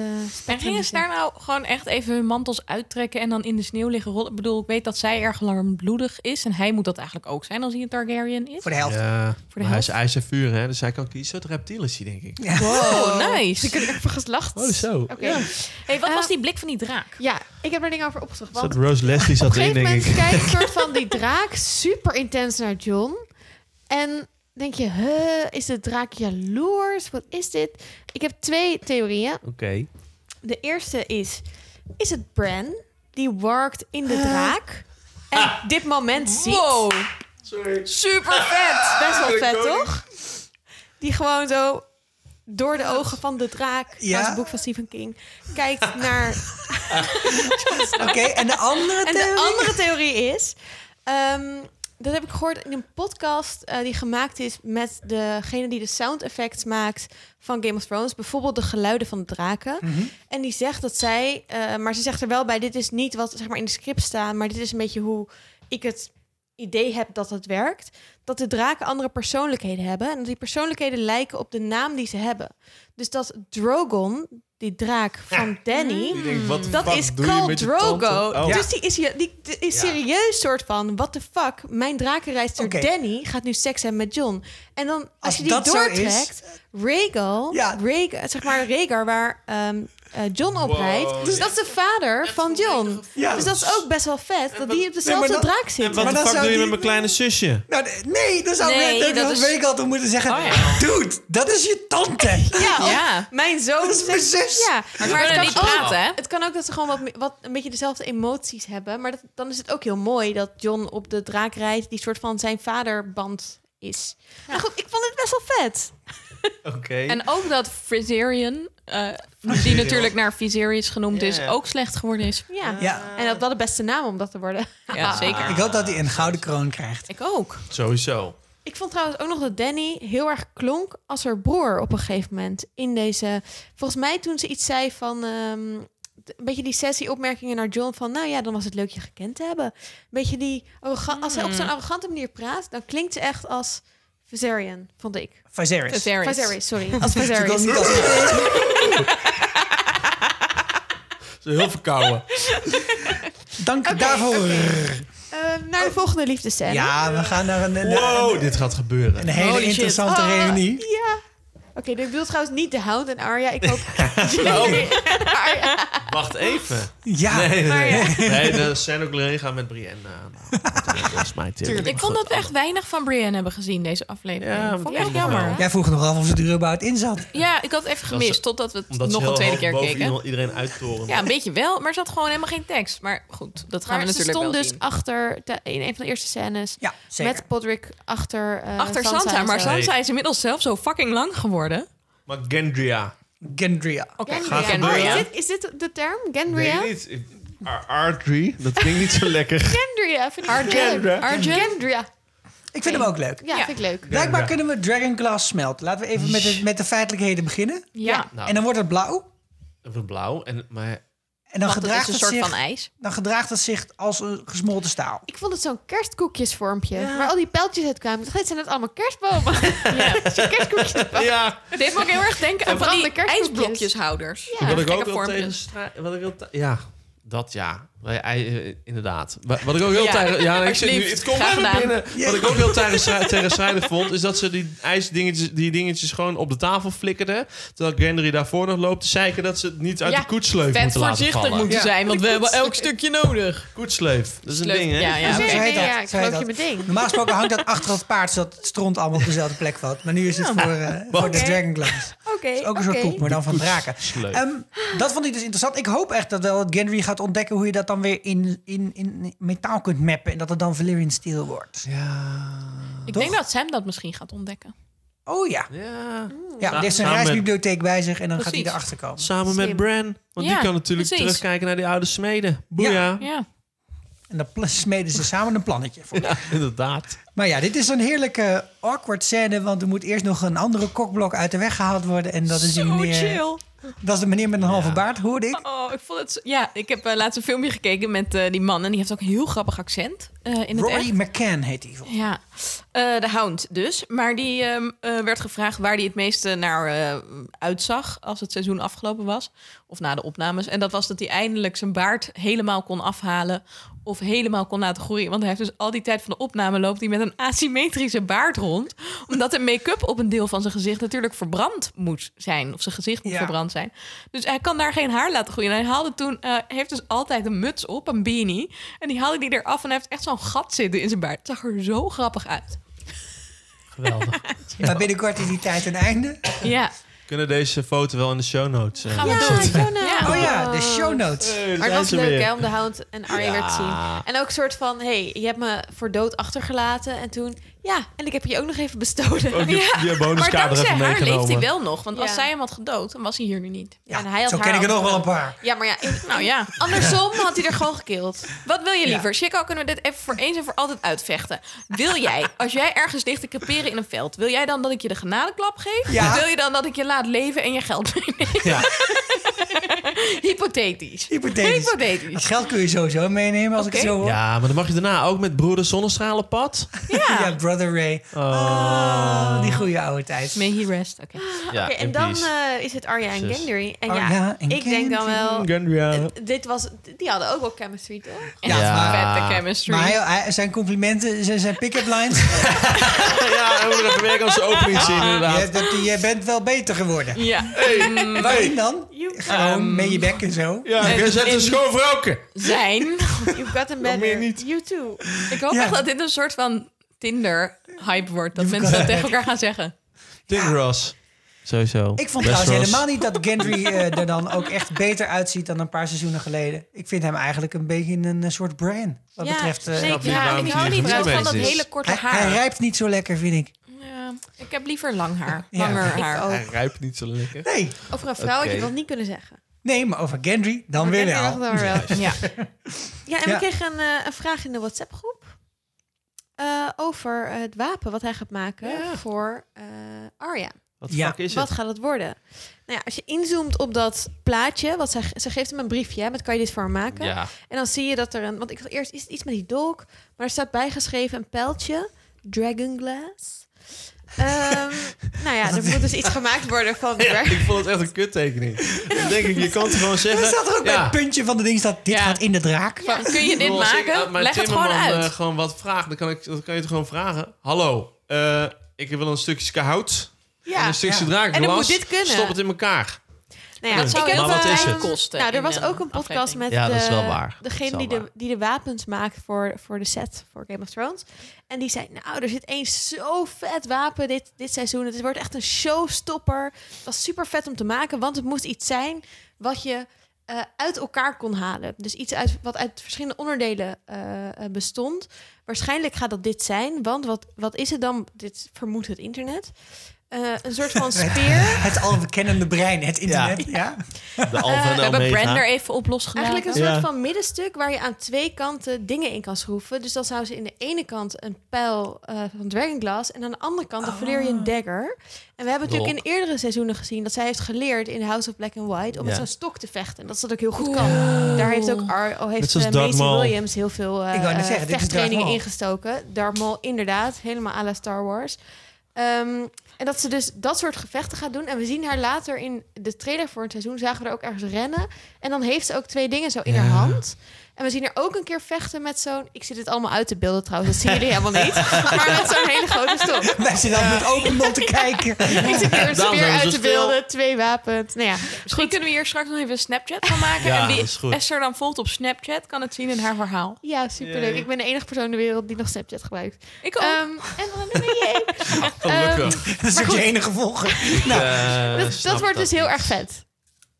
Speaker 4: En gingen ze daar nou gewoon echt even hun mantels uittrekken en dan in de sneeuw liggen rollen? Ik bedoel, ik weet dat zij erg langbloedig is en hij moet dat eigenlijk ook zijn als hij een Targaryen is.
Speaker 1: Voor de helft.
Speaker 6: Ja,
Speaker 4: de
Speaker 6: maar hij is
Speaker 4: helft.
Speaker 6: ijs en vuur, hè? Dus hij kan kiezen. Een soort reptiel is hij, denk ik.
Speaker 4: Wow,
Speaker 5: Ze
Speaker 4: Oh, nice.
Speaker 5: kunnen even geslacht.
Speaker 6: Oh, zo.
Speaker 5: Oké.
Speaker 6: Ja.
Speaker 4: Hey, wat
Speaker 5: Eh,
Speaker 4: was die blik van die draak?
Speaker 5: Ja, ik heb er dingen over opgezocht. Want
Speaker 6: Zat Rose Leslie
Speaker 5: op een
Speaker 6: zat erin,
Speaker 5: gegeven
Speaker 6: denk
Speaker 5: moment
Speaker 6: ik.
Speaker 5: kijkt een soort van die draak super intens naar John. En denk je, huh, is de draak jaloers? Wat is dit? Ik heb twee theorieën.
Speaker 6: Oké.
Speaker 5: De eerste is, is het Bran die worked in de draak? En dit moment ziet.
Speaker 4: Ah. Wow. Super vet.
Speaker 5: Best wel vet, toch? Die gewoon zo door de ogen van de draak,
Speaker 1: Ja.
Speaker 5: uit het boek van Stephen King, kijkt naar
Speaker 1: Oké, en de andere
Speaker 5: En
Speaker 1: theorie?
Speaker 5: de andere theorie is... ehm, dat heb ik gehoord in een podcast eh, die gemaakt is met degene die de sound effects maakt van Game of Thrones. Bijvoorbeeld de geluiden van de draken.
Speaker 6: Mhm.
Speaker 5: En die zegt dat zij, eh, maar ze zegt er wel bij, dit is niet wat zeg maar, in de script staat, maar dit is een beetje hoe ik het idee heb dat het werkt. Dat de draken andere persoonlijkheden hebben en dat die persoonlijkheden lijken op de naam die ze hebben. Dus dat Drogon, die draak van Danny,
Speaker 6: Die denkt, wat de
Speaker 5: dat
Speaker 6: fuck
Speaker 5: is
Speaker 6: doe je
Speaker 5: Khal
Speaker 6: met je
Speaker 5: Drogo.
Speaker 6: tante? Oh.
Speaker 5: Dus die is, hier- die, die is serieus soort van... what the fuck, mijn drakenrijster
Speaker 1: Oké.
Speaker 5: Danny gaat nu seks hebben met John. En dan, als,
Speaker 1: Als
Speaker 5: je die
Speaker 1: dat zo is- eh,
Speaker 5: doortrekt... Rhaegal,
Speaker 1: Ja.
Speaker 5: Rhaeg- zeg maar Rhaegar, waar ehm, eh, John op rijdt... dus dat is de vader van John.
Speaker 1: Ja.
Speaker 5: Dus dat is ook best wel vet, dat die op dezelfde
Speaker 1: maar dat-
Speaker 5: draak zit.
Speaker 6: Wat
Speaker 1: Maar
Speaker 6: de
Speaker 1: dan
Speaker 6: fuck
Speaker 1: zou
Speaker 6: doe je
Speaker 1: die-
Speaker 6: met mijn kleine zusje?
Speaker 1: Nou, d- nee, dan zou
Speaker 4: Nee, dat
Speaker 1: ik dat
Speaker 4: is-
Speaker 1: week al toe moeten zeggen...
Speaker 4: Oh, ja.
Speaker 1: Dude, dat is je tante.
Speaker 5: Ja, of
Speaker 4: Ja.
Speaker 5: mijn zoon
Speaker 1: Dat is mijn zus.
Speaker 5: Ja, maar,
Speaker 4: kunnen
Speaker 5: het, kan
Speaker 4: niet
Speaker 5: ook,
Speaker 4: praten, hè?
Speaker 5: het kan ook dat ze gewoon wat, me- wat een beetje dezelfde emoties hebben. Maar dat, dan is het ook heel mooi dat John op de draak rijdt... die soort van zijn vaderband is. Maar goed, ik vond het best wel vet.
Speaker 6: Oké.
Speaker 4: En ook dat Viserion, eh, die natuurlijk naar Viserys genoemd is,
Speaker 6: Ja.
Speaker 4: ook slecht geworden is.
Speaker 5: Ja.
Speaker 1: Ja.
Speaker 5: En dat was de beste naam om dat te worden.
Speaker 4: Ja, zeker.
Speaker 1: Ik hoop dat hij een gouden kroon krijgt.
Speaker 4: ah, Ik ook.
Speaker 6: Sowieso.
Speaker 5: Ik vond trouwens ook nog dat Danny heel erg klonk als haar broer op een gegeven moment. In deze, volgens mij toen ze iets zei van ehm, d- een beetje die sessie opmerkingen naar John van, nou ja, dan was het leuk je gekend te hebben. Een beetje die, arrogan- als hij op zo'n arrogante manier praat, dan klinkt ze echt als Viserion, vond ik.
Speaker 1: Viserys.
Speaker 4: Viserys.
Speaker 5: Viserys, sorry. Als
Speaker 1: Ik wil
Speaker 5: Viserys.
Speaker 1: niet als-
Speaker 6: Ze is heel verkouden.
Speaker 1: Dank daarvoor.
Speaker 5: Eh, naar de volgende liefdescène.
Speaker 1: Oh. Ja, we gaan naar een, een-
Speaker 6: Wow,
Speaker 1: een-
Speaker 6: Oh, dit gaat gebeuren.
Speaker 1: een hele
Speaker 4: Holy shit. Oh.
Speaker 1: interessante
Speaker 5: Ah,
Speaker 1: reunie.
Speaker 5: Ja. Oké, ik bedoel trouwens niet de Hound en Arya. Ik hoop Jamie en Arya.
Speaker 6: Wacht even.
Speaker 1: Ja,
Speaker 6: Nee, nee,
Speaker 5: Maar ja.
Speaker 6: nee. nee daar zijn ook alleen gaan met Brienne. eh, nou, dat is mijn theorie.
Speaker 4: Ik vond dat we echt weinig van Brienne hebben gezien deze aflevering.
Speaker 6: Ja,
Speaker 4: vond ik
Speaker 6: dat
Speaker 4: echt
Speaker 6: is nog
Speaker 4: jammer.
Speaker 6: wel.
Speaker 4: Ja.
Speaker 1: jij vroeg nog af of ze er überhaupt in zat.
Speaker 4: ik had het even
Speaker 6: ze-
Speaker 4: gemist totdat we het
Speaker 6: Omdat ze
Speaker 4: nog een
Speaker 6: heel
Speaker 4: tweede
Speaker 6: hoog
Speaker 4: keer
Speaker 6: boven
Speaker 4: keken.
Speaker 6: iemand- iedereen uittoren.
Speaker 4: Ja, een beetje wel, maar er zat gewoon helemaal geen tekst. Maar goed, dat gaan
Speaker 5: Maar
Speaker 4: we
Speaker 5: ze
Speaker 4: natuurlijk
Speaker 5: stond
Speaker 4: wel
Speaker 5: dus
Speaker 4: zien.
Speaker 5: achter, de- in een van de eerste scènes,
Speaker 1: Ja, zeker.
Speaker 5: met Podrick achter, eh,
Speaker 4: Achter Sansa,
Speaker 5: en
Speaker 4: maar
Speaker 5: zo.
Speaker 4: Sansa is inmiddels zelf zo fucking lang geworden.
Speaker 6: Maar Gendria.
Speaker 1: Gendria.
Speaker 4: Oké,
Speaker 5: Gendria.
Speaker 6: Gaat gebeuren.
Speaker 5: Oh, is, dit, is dit de term? Gendria?
Speaker 6: Weet ik niet. Ar- Artry. Dat klinkt niet zo lekker.
Speaker 5: Gendria vind ik leuk.
Speaker 6: Gendra.
Speaker 4: Arjen?
Speaker 5: Gendria.
Speaker 1: Ik vind hem ook leuk.
Speaker 5: Ja,
Speaker 4: Ja.
Speaker 5: vind ik leuk.
Speaker 1: Blijkbaar kunnen we Dragonglass smelten. Laten we even met de, met de feitelijkheden beginnen.
Speaker 4: Ja.
Speaker 6: Nou,
Speaker 1: En dan wordt het blauw.
Speaker 6: even blauw. En, maar
Speaker 1: En dan
Speaker 4: Want dat is
Speaker 1: gedraagt,
Speaker 4: een
Speaker 1: het
Speaker 4: soort van
Speaker 1: zich,
Speaker 4: ijs.
Speaker 1: dan gedraagt het zich als een gesmolten staal.
Speaker 5: Ik vond het zo'n kerstkoekjesvormpje, waar al die pijltjes uit kwamen. Ik dacht, dit zijn het allemaal kerstbomen. Ja, kerstkoekjes.
Speaker 6: ja,
Speaker 4: Dit moet ik heel erg denken aan van
Speaker 5: verbrande
Speaker 4: die
Speaker 5: kerstkoekjes.
Speaker 4: ijsblokjeshouders.
Speaker 5: Ja,
Speaker 6: wat ik ook
Speaker 4: gekke
Speaker 6: heel
Speaker 4: vormpjes.
Speaker 6: tegen stra- wat ik heel te- Ja, dat ja. Wij- ei- eh, Inderdaad. Wa- Wat ik ook heel tegen... Ja, ik zit nu...
Speaker 4: alsjeblieft.
Speaker 6: Het komt
Speaker 4: Graag
Speaker 6: bij me
Speaker 4: gedaan.
Speaker 6: binnen. Wat ik ook heel tegen Schra- tegen Schrijder vond... is dat ze die ijsdingetjes die dingetjes gewoon op de tafel flikkerden... terwijl Gendry daarvoor nog loopt te zeiken... dat ze het niet uit
Speaker 4: Ja,
Speaker 6: de koetsleuf
Speaker 4: Vet
Speaker 6: moeten laten
Speaker 4: voorzichtig
Speaker 6: vallen.
Speaker 4: moeten zijn, want we hebben elk stukje nodig.
Speaker 6: Koetsleuf. Dat is een
Speaker 4: Sleuf.
Speaker 6: ding, hè?
Speaker 4: Ja, ja.
Speaker 1: Zo
Speaker 4: oké.
Speaker 1: heet
Speaker 5: Dus Nee,
Speaker 1: dat.
Speaker 5: ja, ik
Speaker 1: Zo heet
Speaker 5: geloof je
Speaker 1: dat.
Speaker 5: mijn ding.
Speaker 1: Normaal gesproken hangt dat achter het paard... zodat het stront allemaal op dezelfde plek valt. Maar nu is het voor, eh, voor de
Speaker 5: Oké.
Speaker 1: Dragonglass.
Speaker 5: Oké,
Speaker 1: Het is ook
Speaker 5: oké.
Speaker 1: een soort koek, maar dan van draken.
Speaker 6: Koetsleuf.
Speaker 1: Ehm, dat vond ik dus interessant. Ik hoop echt dat wel dat Gendry gaat ontdekken... hoe je dat dan weer in, in, in metaal kunt mappen... en dat het dan Valyrian Steel wordt.
Speaker 4: Ik
Speaker 1: Toch?
Speaker 4: denk dat Sam dat misschien gaat ontdekken.
Speaker 1: Oh ja.
Speaker 6: Ja.
Speaker 4: Mm,
Speaker 1: ja er is een
Speaker 6: Samen met-
Speaker 1: reisbibliotheek bij zich... en dan gaat
Speaker 4: Precies.
Speaker 1: hij erachter komen.
Speaker 6: Samen met
Speaker 5: Slim.
Speaker 6: Bran. Want
Speaker 4: Ja,
Speaker 6: die kan natuurlijk
Speaker 4: precies.
Speaker 6: terugkijken naar die oude smeden. Boeia. Ja,
Speaker 4: Ja.
Speaker 1: En dan pla- smeden ze samen een plannetje voor.
Speaker 6: inderdaad.
Speaker 1: Maar ja, dit is een heerlijke awkward scène... want er moet eerst nog een andere kokblok uit de weg gehaald worden... en dat is eh, die
Speaker 4: Zo
Speaker 1: meneer...
Speaker 4: chill.
Speaker 1: Dat is de meneer met een halve baard, hoorde ik.
Speaker 4: Oh, ik vond het... zo- Ja, ik heb eh, laatst een filmpje gekeken met eh, die man... en die heeft ook een heel grappig accent. eh, in het echt.
Speaker 1: Rory McCann heet die. volgens
Speaker 4: Ja, Eh, de hound dus. Maar die ehm, eh, werd gevraagd waar hij het meeste naar eh, uitzag als het seizoen afgelopen was. Of na de opnames. En dat was dat hij eindelijk zijn baard helemaal kon afhalen. Of helemaal kon laten groeien. Want hij heeft dus al die tijd van de opname loopt hij met een asymmetrische baard rond. Omdat de make-up op een deel van zijn gezicht natuurlijk verbrand moet zijn. Of zijn gezicht moet
Speaker 1: Ja.
Speaker 4: verbrand zijn. Dus hij kan daar geen haar laten groeien. En hij haalde toen, eh, heeft dus altijd een muts op, een beanie. En die haalde die eraf en hij heeft echt zo'n gat zitten in zijn baard. Het zag er zo grappig uit.
Speaker 6: Geweldig.
Speaker 1: mij. Maar binnenkort is die tijd een einde.
Speaker 4: Ja,
Speaker 6: Kunnen deze foto wel in de show notes? eh,
Speaker 4: gaan we
Speaker 5: Ja,
Speaker 4: doen.
Speaker 5: Jonah.
Speaker 4: Ja.
Speaker 1: Oh ja, de show notes.
Speaker 6: hey, daar
Speaker 5: Maar het
Speaker 6: zijn
Speaker 5: was
Speaker 6: ze
Speaker 5: leuk
Speaker 6: weer.
Speaker 5: hè, om de hound en Arya weer te zien. En ook een soort van, hey, je hebt me voor dood achtergelaten. En toen, ja, en ik heb je ook nog even bestolen.
Speaker 6: Ook je, je
Speaker 4: Maar
Speaker 6: bonuskader
Speaker 4: dankzij
Speaker 6: even
Speaker 4: haar leeft hij
Speaker 6: meegenomen.
Speaker 4: wel nog. Want
Speaker 5: Ja.
Speaker 4: als zij hem had gedood, dan was hij hier nu niet.
Speaker 1: Ja,
Speaker 5: en hij had
Speaker 1: zo
Speaker 5: haar
Speaker 1: ken ik er nog wel een
Speaker 5: afgenomen.
Speaker 1: paar.
Speaker 5: Ja, maar ja, in-
Speaker 4: Nou ja,
Speaker 5: andersom had hij er gewoon gekild.
Speaker 4: wat wil je liever? Chico, kunnen we dit even voor eens en voor altijd uitvechten? Wil jij, als jij ergens ligt te creperen in een veld... wil jij dan dat ik je de genadeklap geef?
Speaker 1: Ja.
Speaker 4: Of wil je dan dat ik je laat leven en je geld meeneem?
Speaker 6: Ja.
Speaker 4: Hypothetisch.
Speaker 1: Hypothetisch.
Speaker 4: Hypothetisch.
Speaker 1: Dat geld kun je sowieso meenemen als ik het
Speaker 4: Oké.
Speaker 1: zo hoor.
Speaker 6: ja, maar dan mag je daarna ook met broeder zonnestralenpad.
Speaker 1: Ja, Brother Ray. Ah, die goede oude tijd.
Speaker 4: May he rest. Oké.
Speaker 6: Ja,
Speaker 5: Oké, en
Speaker 6: in
Speaker 5: dan
Speaker 6: peace.
Speaker 5: eh, is het Arya en
Speaker 6: Zus.
Speaker 5: Gendry. En
Speaker 1: Arya
Speaker 5: ja,
Speaker 1: en
Speaker 5: ik denk dan wel...
Speaker 6: Gandria.
Speaker 5: Dit was, die hadden ook wel chemistry, toch?
Speaker 4: Ja,
Speaker 6: Ja.
Speaker 4: vette chemistry.
Speaker 1: Maar hij- hij- zijn complimenten, zijn, zijn pick-up lines.
Speaker 6: Ja, we moeten even werken als opening zien inderdaad.
Speaker 1: je, dat, je bent wel beter geworden.
Speaker 4: Ja.
Speaker 1: En waarin dan? Gewoon mee je bek en zo.
Speaker 6: Ja, je zet
Speaker 4: in-
Speaker 6: een schoon vrouwke.
Speaker 4: Zijn.
Speaker 5: You've gotten better. You too.
Speaker 4: Ik hoop
Speaker 1: Ja.
Speaker 4: echt dat dit een soort van Tinder-hype wordt. Dat
Speaker 1: Je
Speaker 4: mensen
Speaker 1: kan-
Speaker 4: dat tegen elkaar gaan zeggen.
Speaker 6: Dick Ross. Sowieso.
Speaker 1: Ik vond
Speaker 6: Best Ross.
Speaker 1: trouwens helemaal niet dat Gendry eh, er dan ook echt beter uitziet dan een paar seizoenen geleden. Ik vind hem eigenlijk een beetje een eh, soort brain. Wat betreft. eh,
Speaker 5: nee,
Speaker 6: Snap je
Speaker 5: ja,
Speaker 6: waarom
Speaker 5: ik
Speaker 6: ze
Speaker 5: hou
Speaker 6: hier
Speaker 5: niet
Speaker 6: goed
Speaker 5: van
Speaker 6: mee
Speaker 5: dat
Speaker 6: is?
Speaker 5: hele korte
Speaker 1: hij,
Speaker 5: haar.
Speaker 1: hij rijpt niet zo lekker, vind ik.
Speaker 4: Ja, ik heb liever lang haar.
Speaker 1: Ja.
Speaker 4: Langer
Speaker 1: Ik
Speaker 4: haar.
Speaker 6: Hij ruikt niet zo lekker.
Speaker 1: Nee,
Speaker 5: Over een vrouw had je
Speaker 6: Oké.
Speaker 5: dat niet kunnen zeggen.
Speaker 1: nee maar over Gendry dan weer
Speaker 5: Gendry
Speaker 1: wel.
Speaker 5: dacht dan wel.
Speaker 4: Ja.
Speaker 5: Ja, en
Speaker 1: Ja.
Speaker 5: we kregen een, eh, een vraag in de WhatsApp-groep. eh, over eh, het wapen wat hij gaat maken voor eh Arya.
Speaker 6: Wat
Speaker 1: Ja.
Speaker 6: fuck is
Speaker 5: Wat
Speaker 6: het?
Speaker 5: gaat het worden? Nou ja, als je inzoomt op dat plaatje, wat zij, ge- ze geeft hem een briefje, hè, met kan je dit voor me maken?
Speaker 6: Ja.
Speaker 5: En dan zie je dat er een, want ik dacht eerst is het iets met die dolk, maar er staat bijgeschreven een pijltje, dragon glass. Ehm, nou ja, er moet dus iets gemaakt worden van.
Speaker 6: Ja, ik vond het echt een kuttekening. Dan denk ik, je kan het gewoon zeggen.
Speaker 1: Er staat er ook bij
Speaker 6: ja.
Speaker 1: het puntje van de ding staat, dit
Speaker 4: Ja.
Speaker 1: gaat in de draak.
Speaker 4: Van, kun je
Speaker 6: Ik
Speaker 4: dit
Speaker 6: bedoel, als ik aan
Speaker 4: maken?
Speaker 6: mijn
Speaker 4: Leg het gewoon
Speaker 6: timmerman,
Speaker 4: uit.
Speaker 6: eh, gewoon wat vragen. Dan kan, ik, dan kan je het gewoon vragen. Hallo, eh, ik wil een stukje hout. en
Speaker 5: Ja,
Speaker 6: een stukje
Speaker 1: ja.
Speaker 6: draakglas.
Speaker 5: En dan moet dit kunnen.
Speaker 6: Stop het in elkaar.
Speaker 5: nou ja,
Speaker 4: dat zou
Speaker 5: ik heb,
Speaker 4: heel
Speaker 6: Maar wat
Speaker 5: eh,
Speaker 6: is
Speaker 4: veel
Speaker 6: het?
Speaker 4: tijd kosten.
Speaker 5: Nou, er
Speaker 4: in
Speaker 5: was
Speaker 4: een
Speaker 5: ook een podcast
Speaker 4: aflevering.
Speaker 5: met
Speaker 6: Ja, dat is
Speaker 5: de-
Speaker 6: wel waar.
Speaker 5: degene
Speaker 6: Dat is
Speaker 5: die
Speaker 6: wel
Speaker 5: de, die de wapens maakt voor, voor de set voor Game of Thrones. En die zei, nou, er zit één zo vet wapen dit, dit seizoen. Het wordt echt een showstopper. Het was super vet om te maken, want het moest iets zijn wat je eh, uit elkaar kon halen. Dus iets uit, wat uit verschillende onderdelen eh, eh, bestond. Waarschijnlijk gaat dat dit zijn, want wat, wat is het dan? Dit vermoedt het internet. Eh, een soort van speer.
Speaker 1: Het albekennende brein, het internet. Ja.
Speaker 6: De Alfa en
Speaker 4: Eh, We hebben Brand er even op losgelaten.
Speaker 5: Eigenlijk een soort
Speaker 6: Ja.
Speaker 5: van middenstuk waar je aan twee kanten dingen in kan schroeven. Dus dan zou ze in de ene kant een pijl eh, van Dragonglass en aan de andere kant een
Speaker 1: Oh.
Speaker 5: Valyrian dagger. En we hebben natuurlijk in eerdere seizoenen gezien dat zij heeft geleerd in House of Black and White om met
Speaker 6: Ja.
Speaker 5: zo'n stok te vechten. En dat ze dat ook heel goed kan. Daar heeft ook Ar, oh,
Speaker 6: Net
Speaker 5: heeft
Speaker 6: zoals
Speaker 5: eh,
Speaker 6: Darth
Speaker 5: Maisie
Speaker 6: Maul.
Speaker 5: Williams heel veel eh
Speaker 1: Ik wou net
Speaker 5: eh,
Speaker 1: zeggen, dit is
Speaker 5: vechttrainingen
Speaker 1: Darth Maul.
Speaker 5: ingestoken. Darth Maul inderdaad, helemaal à la Star Wars. Ehm, en dat ze dus dat soort gevechten gaat doen. En we zien haar later in de trailer voor het seizoen... zagen we haar ook ergens rennen. En dan heeft ze ook twee dingen zo in haar hand. En we zien haar ook een keer vechten met zo'n... Ik zit het allemaal uit te beelden trouwens, dat zien jullie helemaal niet. Maar met zo'n hele grote stok.
Speaker 1: Wij zitten dan met open mond te kijken.
Speaker 5: Ik zit hier een
Speaker 6: Daarom zijn
Speaker 5: speer
Speaker 6: we zo
Speaker 5: uit te
Speaker 6: stil.
Speaker 5: beelden, twee wapens. Nou ja,
Speaker 4: Misschien kunnen we hier straks nog even een Snapchat van maken.
Speaker 6: Ja,
Speaker 4: en wie
Speaker 6: dat is goed.
Speaker 4: Esther dan volgt op Snapchat, kan het zien in haar verhaal.
Speaker 5: ja superleuk. Ik ben de enige persoon in de wereld die nog Snapchat gebruikt.
Speaker 4: Ik ook.
Speaker 5: Ehm, en dan ben je...
Speaker 6: Oh, Gelukkig.
Speaker 4: Ehm,
Speaker 1: Dat is ook je enige volger. Nou,
Speaker 6: Eh,
Speaker 5: dat,
Speaker 6: snap
Speaker 5: dat wordt dus heel
Speaker 6: niet.
Speaker 5: erg vet.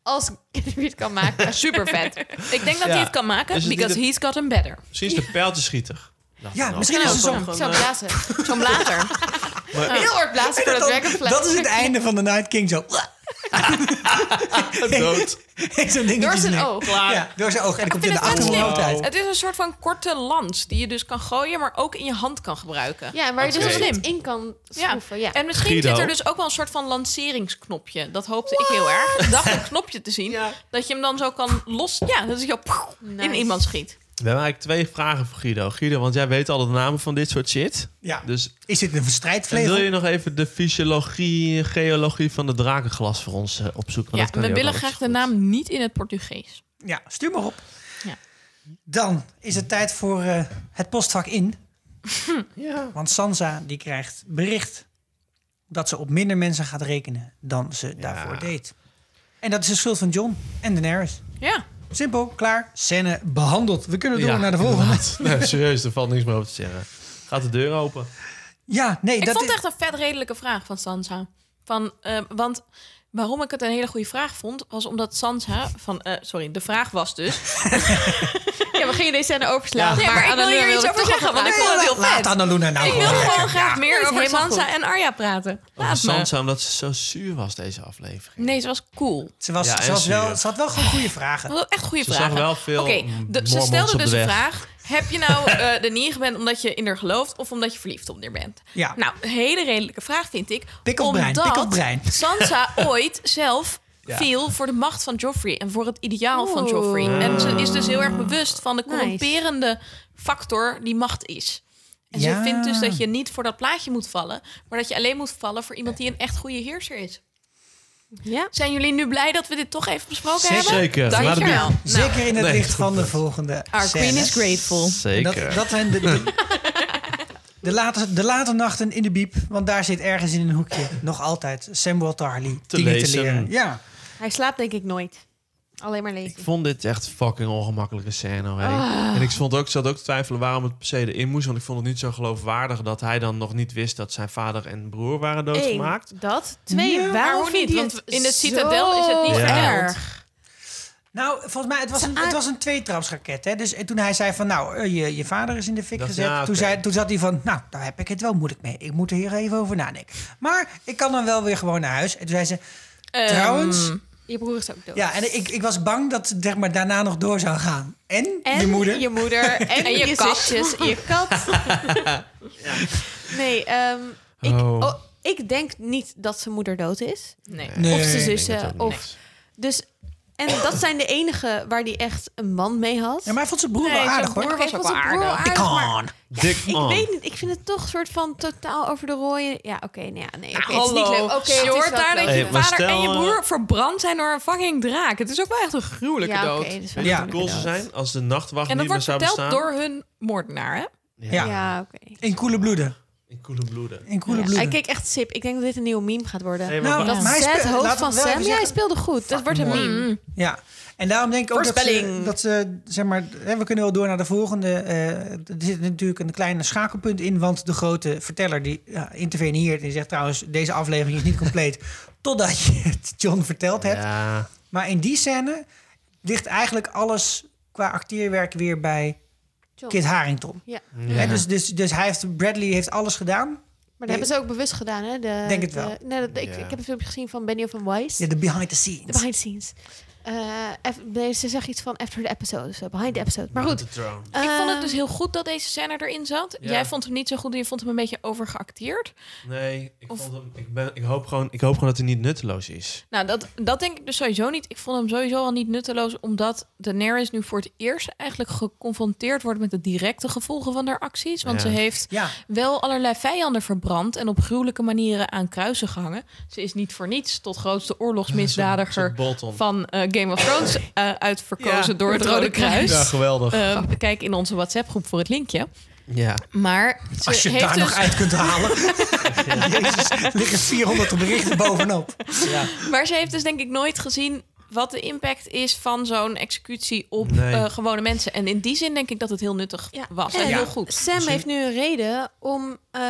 Speaker 5: Als wie het kan maken.
Speaker 4: Super vet. Ik denk dat
Speaker 6: Ja.
Speaker 4: hij het kan maken,
Speaker 6: Is het niet
Speaker 4: because
Speaker 6: een-
Speaker 4: he's gotten better.
Speaker 6: Misschien is de Nou, pijltjesschieter. Laat
Speaker 1: ja,
Speaker 6: dan
Speaker 1: misschien is
Speaker 6: ook. eh,
Speaker 1: het zo.
Speaker 5: Zo blazen.
Speaker 4: Zo'n blazer.
Speaker 5: Heel hard blazen voor dat
Speaker 1: Dat-
Speaker 5: dragonfly.
Speaker 1: dat is het einde van de Night King zo.
Speaker 6: Dood.
Speaker 1: Heeft Zo'n dingetje
Speaker 5: Door zijn
Speaker 1: nek.
Speaker 5: oog.
Speaker 1: Ja, door zijn oog. En dan komt
Speaker 4: Ik
Speaker 1: in de
Speaker 4: vind het vet
Speaker 1: achtergrond
Speaker 4: slim.
Speaker 1: uit.
Speaker 4: Het is een soort van korte lans die je dus kan gooien, maar ook in je hand kan gebruiken.
Speaker 5: Ja, waar je dus
Speaker 6: Oké.
Speaker 5: ook iets in kan schroeven. Ja.
Speaker 4: En misschien
Speaker 6: Guido.
Speaker 4: zit er dus ook wel een soort van lanceringsknopje. Dat hoopte ik heel erg. Ik dacht een knopje te zien. Dat je hem dan zo kan los... Ja, dat is je op- in
Speaker 5: Nice.
Speaker 4: iemand schiet.
Speaker 6: We hebben eigenlijk twee vragen voor Guido. Guido, want jij weet alle de namen van dit soort shit.
Speaker 1: Ja.
Speaker 6: Dus
Speaker 1: Is dit een strijdvlegel?
Speaker 6: wil je nog even de fysiologie, geologie van de drakenglas voor ons eh, opzoeken?
Speaker 4: Ja,
Speaker 6: Want dat kan
Speaker 4: we
Speaker 6: hij ook
Speaker 4: willen
Speaker 6: wel
Speaker 4: graag
Speaker 6: eens
Speaker 4: de
Speaker 6: goed.
Speaker 4: naam niet in het Portugees.
Speaker 1: Ja, stuur maar op.
Speaker 4: Ja.
Speaker 1: Dan is het tijd voor eh, het postvak in. Want Sansa die krijgt bericht dat ze op minder mensen gaat rekenen dan ze daarvoor deed. En dat is de schuld van John en Daenerys.
Speaker 4: Ja,
Speaker 1: Simpel, klaar, scène behandeld. We kunnen door
Speaker 6: Ja,
Speaker 1: naar de volgende.
Speaker 6: inderdaad. Nee, serieus, er valt niks meer over te zeggen. Gaat de deur open.
Speaker 1: Ja, nee,
Speaker 4: ik
Speaker 1: dat
Speaker 4: vond
Speaker 1: is...
Speaker 4: echt een vet redelijke vraag van Sansa. Van, eh, want waarom ik het een hele goede vraag vond, was omdat Sansa van, eh, sorry, de vraag was dus.
Speaker 5: Ja, we gingen deze scène overslaan.
Speaker 4: Nee, maar ik wil
Speaker 5: Annalena
Speaker 4: hier iets
Speaker 5: ik
Speaker 4: over
Speaker 5: toch
Speaker 4: zeggen,
Speaker 5: wat
Speaker 4: want ik
Speaker 5: vragen.
Speaker 4: vond het heel
Speaker 1: Laat
Speaker 4: vet.
Speaker 1: Annaluna nou
Speaker 4: Ik wil
Speaker 1: gewoon
Speaker 4: gewoon
Speaker 1: lekker.
Speaker 4: graag meer
Speaker 5: Dit
Speaker 4: over
Speaker 5: is helemaal
Speaker 4: Sansa
Speaker 5: goed.
Speaker 4: en Arya praten.
Speaker 6: Over
Speaker 4: Laat me.
Speaker 6: Sansa, omdat ze zo zuur was deze aflevering.
Speaker 4: Nee, ze was cool.
Speaker 1: Ze, was,
Speaker 6: Ja,
Speaker 1: ze,
Speaker 6: en
Speaker 1: was wel,
Speaker 6: zuur.
Speaker 1: ze had wel gewoon goede vragen.
Speaker 4: Dat was echt goede
Speaker 6: Ze
Speaker 4: vragen.
Speaker 6: zag wel veel
Speaker 4: Oké, de- ze
Speaker 6: Mormons
Speaker 4: stelde
Speaker 6: op de
Speaker 4: dus de
Speaker 6: weg.
Speaker 4: vraag: heb je nou eh de nier bent omdat je in haar gelooft of omdat je verliefd op haar bent?
Speaker 1: Ja.
Speaker 4: Nou, een hele redelijke vraag vind ik.
Speaker 1: Pik op brein,
Speaker 4: omdat
Speaker 1: pik op brein.
Speaker 4: Sansa ooit zelf viel voor de macht van Joffrey en voor het ideaal van Joffrey. En ze is dus heel erg bewust van de
Speaker 5: Nice.
Speaker 4: corrumperende factor die macht is. En
Speaker 1: Ja.
Speaker 4: ze vindt dus dat je niet voor dat plaatje moet vallen, maar dat je alleen moet vallen voor iemand die een echt goede heerser is.
Speaker 5: Ja.
Speaker 4: Zijn jullie nu blij dat we dit toch even besproken
Speaker 1: Zeker.
Speaker 4: hebben?
Speaker 6: Zeker. Laat het
Speaker 4: Dankjewel.
Speaker 6: doen.
Speaker 4: Nou,
Speaker 1: Zeker in het
Speaker 6: nee,
Speaker 1: licht
Speaker 6: goed eh,
Speaker 1: van de volgende
Speaker 4: Our queen
Speaker 1: scène.
Speaker 4: is grateful.
Speaker 1: En
Speaker 6: Zeker.
Speaker 1: Dat, dat zijn de, de, de, late, de late nachten in de biep. Want daar zit ergens in een hoekje nog altijd Samuel Tarly
Speaker 6: Te
Speaker 1: dingen te
Speaker 6: lezen.
Speaker 1: leren. Ja,
Speaker 5: Hij slaapt denk ik nooit. Alleen maar lezen.
Speaker 6: Ik vond dit echt fucking ongemakkelijke scène. hoor.
Speaker 4: Ah.
Speaker 6: En ik stond ook, zat ook te twijfelen waarom het per se erin moest. Want ik vond het niet zo geloofwaardig dat hij dan nog niet wist dat zijn vader en broer waren doodgemaakt.
Speaker 5: Eén, dat. Twee,
Speaker 4: Maar
Speaker 5: waarom
Speaker 4: hoe niet?
Speaker 5: niet?
Speaker 4: Want in de citadel is het niet
Speaker 6: Ja.
Speaker 4: erg.
Speaker 1: nou volgens mij, het was een,
Speaker 5: Ze-
Speaker 1: het was een tweetrapsraket. Hè? Dus eh, toen hij zei van, nou, eh, je, je vader is in de fik
Speaker 6: Dacht,
Speaker 1: gezet.
Speaker 6: ja, oké.
Speaker 1: toen, zei, toen zat hij van, nou, daar heb ik het wel moeilijk mee. Ik moet er hier even over nadenken. Maar ik kan dan wel weer gewoon naar huis. En toen zei ze,
Speaker 4: Ehm,
Speaker 1: trouwens...
Speaker 5: Je broer is ook dood.
Speaker 1: Ja, en ik, ik was bang dat het zeg maar, daarna nog door zou gaan. En,
Speaker 5: En
Speaker 1: je moeder.
Speaker 5: Je moeder en,
Speaker 4: je
Speaker 5: je,
Speaker 4: kat.
Speaker 5: zusjes, je kat. Nee, ehm, ik,
Speaker 6: Oh.
Speaker 5: oh, ik denk niet dat zijn moeder dood is.
Speaker 4: Nee.
Speaker 1: Nee.
Speaker 5: Of zijn
Speaker 6: Ik denk het
Speaker 5: zussen.
Speaker 6: ook niet.
Speaker 5: Of, dus, en dat zijn de enige waar die echt een man mee had.
Speaker 1: Ja, maar hij vond zijn broer
Speaker 5: Nee,
Speaker 1: wel
Speaker 5: zijn
Speaker 1: aardig,
Speaker 5: broer
Speaker 1: hoor.
Speaker 5: was ook wel aardig.
Speaker 1: Ik
Speaker 5: maar-
Speaker 6: Ja,
Speaker 1: kan.
Speaker 6: Dick
Speaker 5: Ik
Speaker 6: on.
Speaker 5: weet niet, ik vind het toch soort van totaal over de rooien. Ja, oké, nou ja, nee, oké, het is niet
Speaker 4: Hallo.
Speaker 5: leuk. Oké, het is
Speaker 4: je
Speaker 5: wel
Speaker 4: hoort daar dat
Speaker 5: leuk.
Speaker 4: je
Speaker 6: Hey, maar
Speaker 4: vader en je
Speaker 6: stel, eh,
Speaker 4: broer verbrand zijn door een fucking draak. Het is ook wel echt een gruwelijke
Speaker 5: ja,
Speaker 4: dood.
Speaker 5: oké, het is wel
Speaker 1: Ja.
Speaker 5: een
Speaker 6: Het cool zou
Speaker 5: dood.
Speaker 6: zijn als de nachtwacht
Speaker 4: en dat
Speaker 6: niet meer
Speaker 4: wordt
Speaker 6: zou
Speaker 4: verteld
Speaker 6: bestaan.
Speaker 4: door hun moordenaar, hè?
Speaker 1: Ja.
Speaker 5: Ja, oké.
Speaker 1: In koele bloeden.
Speaker 6: In koele bloeden.
Speaker 1: In koele
Speaker 5: Ja,
Speaker 1: bloeden.
Speaker 5: Hij keek echt sip. Ik denk dat dit een nieuwe meme gaat worden.
Speaker 6: Nee, maar
Speaker 1: Nou,
Speaker 4: Dat
Speaker 5: dat
Speaker 1: maar hij
Speaker 5: zet
Speaker 1: speel-
Speaker 5: hoofd
Speaker 1: laten
Speaker 5: van
Speaker 1: we wel
Speaker 5: Sam.
Speaker 1: even
Speaker 5: Ja, hij
Speaker 1: zeggen-
Speaker 5: speelde goed. Dat wordt een
Speaker 1: mooi.
Speaker 5: meme.
Speaker 1: Ja, en daarom denk ik ook dat ze,
Speaker 5: Voorspelling.
Speaker 1: dat ze, zeg maar, hè, we kunnen wel door naar de volgende. eh, er zit natuurlijk een kleine schakelpunt in, want de grote verteller die ja, interveneert en zegt trouwens, deze aflevering is niet compleet, totdat je het John verteld hebt.
Speaker 6: Ja.
Speaker 1: Maar in die scène ligt eigenlijk alles qua acteerwerk weer bij
Speaker 5: John.
Speaker 1: Kit Harington.
Speaker 5: Ja.
Speaker 1: Hè, dus, dus, dus hij heeft, Bradley heeft alles gedaan.
Speaker 5: Maar dat hebben ze ook bewust gedaan, hè? De,
Speaker 1: Denk het
Speaker 5: de-
Speaker 1: wel.
Speaker 5: nee, dat, ik,
Speaker 6: Ja.
Speaker 5: ik heb een filmpje gezien van Benny van Wise.
Speaker 1: Ja, de behind the
Speaker 5: De
Speaker 1: scenes.
Speaker 5: behind the scenes. Eh, eff- nee, ze zegt iets van after the episode. of zo, behind the episode. Maar goed.
Speaker 6: De throne.
Speaker 4: ik vond het
Speaker 5: eh,
Speaker 4: dus heel goed dat deze scène erin zat.
Speaker 6: Ja.
Speaker 4: Jij vond hem niet zo goed en je vond hem een beetje overgeacteerd.
Speaker 6: Nee, ik,
Speaker 4: Of-
Speaker 6: vond hem, ik, ben, ik, hoop gewoon, ik hoop gewoon dat hij niet nutteloos is.
Speaker 4: Nou, dat, dat denk ik dus sowieso niet. Ik vond hem sowieso al niet nutteloos, omdat Daenerys nu voor het eerst eigenlijk geconfronteerd wordt met de directe gevolgen van haar acties. Want
Speaker 6: Ja.
Speaker 4: ze heeft
Speaker 1: Ja,
Speaker 4: wel allerlei vijanden verbrand en op gruwelijke manieren aan kruisen gehangen. Ze is niet voor niets tot grootste
Speaker 6: Zo'n
Speaker 4: oorlogsmisdadiger
Speaker 6: Bolton.
Speaker 4: van eh, Game of Thrones eh, uitverkozen door het Rode Kruis.
Speaker 6: Ja, geweldig.
Speaker 4: Eh, kijk in onze WhatsApp-groep voor het linkje.
Speaker 6: ja.
Speaker 4: Maar ze
Speaker 1: als je
Speaker 4: heeft
Speaker 1: daar
Speaker 4: dus,
Speaker 1: nog uit kunt halen. Jezus, er liggen 400 berichten bovenop.
Speaker 4: maar ze heeft dus denk ik nooit gezien wat de impact is van zo'n executie op
Speaker 6: Nee.
Speaker 4: eh, gewone mensen. En in die zin denk ik dat het heel nuttig
Speaker 5: Ja.
Speaker 4: was
Speaker 5: En
Speaker 4: en heel goed.
Speaker 5: Sam heeft nu een reden om ehm,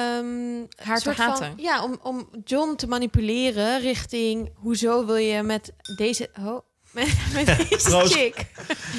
Speaker 4: Haar te
Speaker 5: soort
Speaker 4: haten.
Speaker 5: Van, ja, om, om John te manipuleren richting hoezo wil je met deze. Oh, met, met deze
Speaker 6: Proost.
Speaker 5: chick.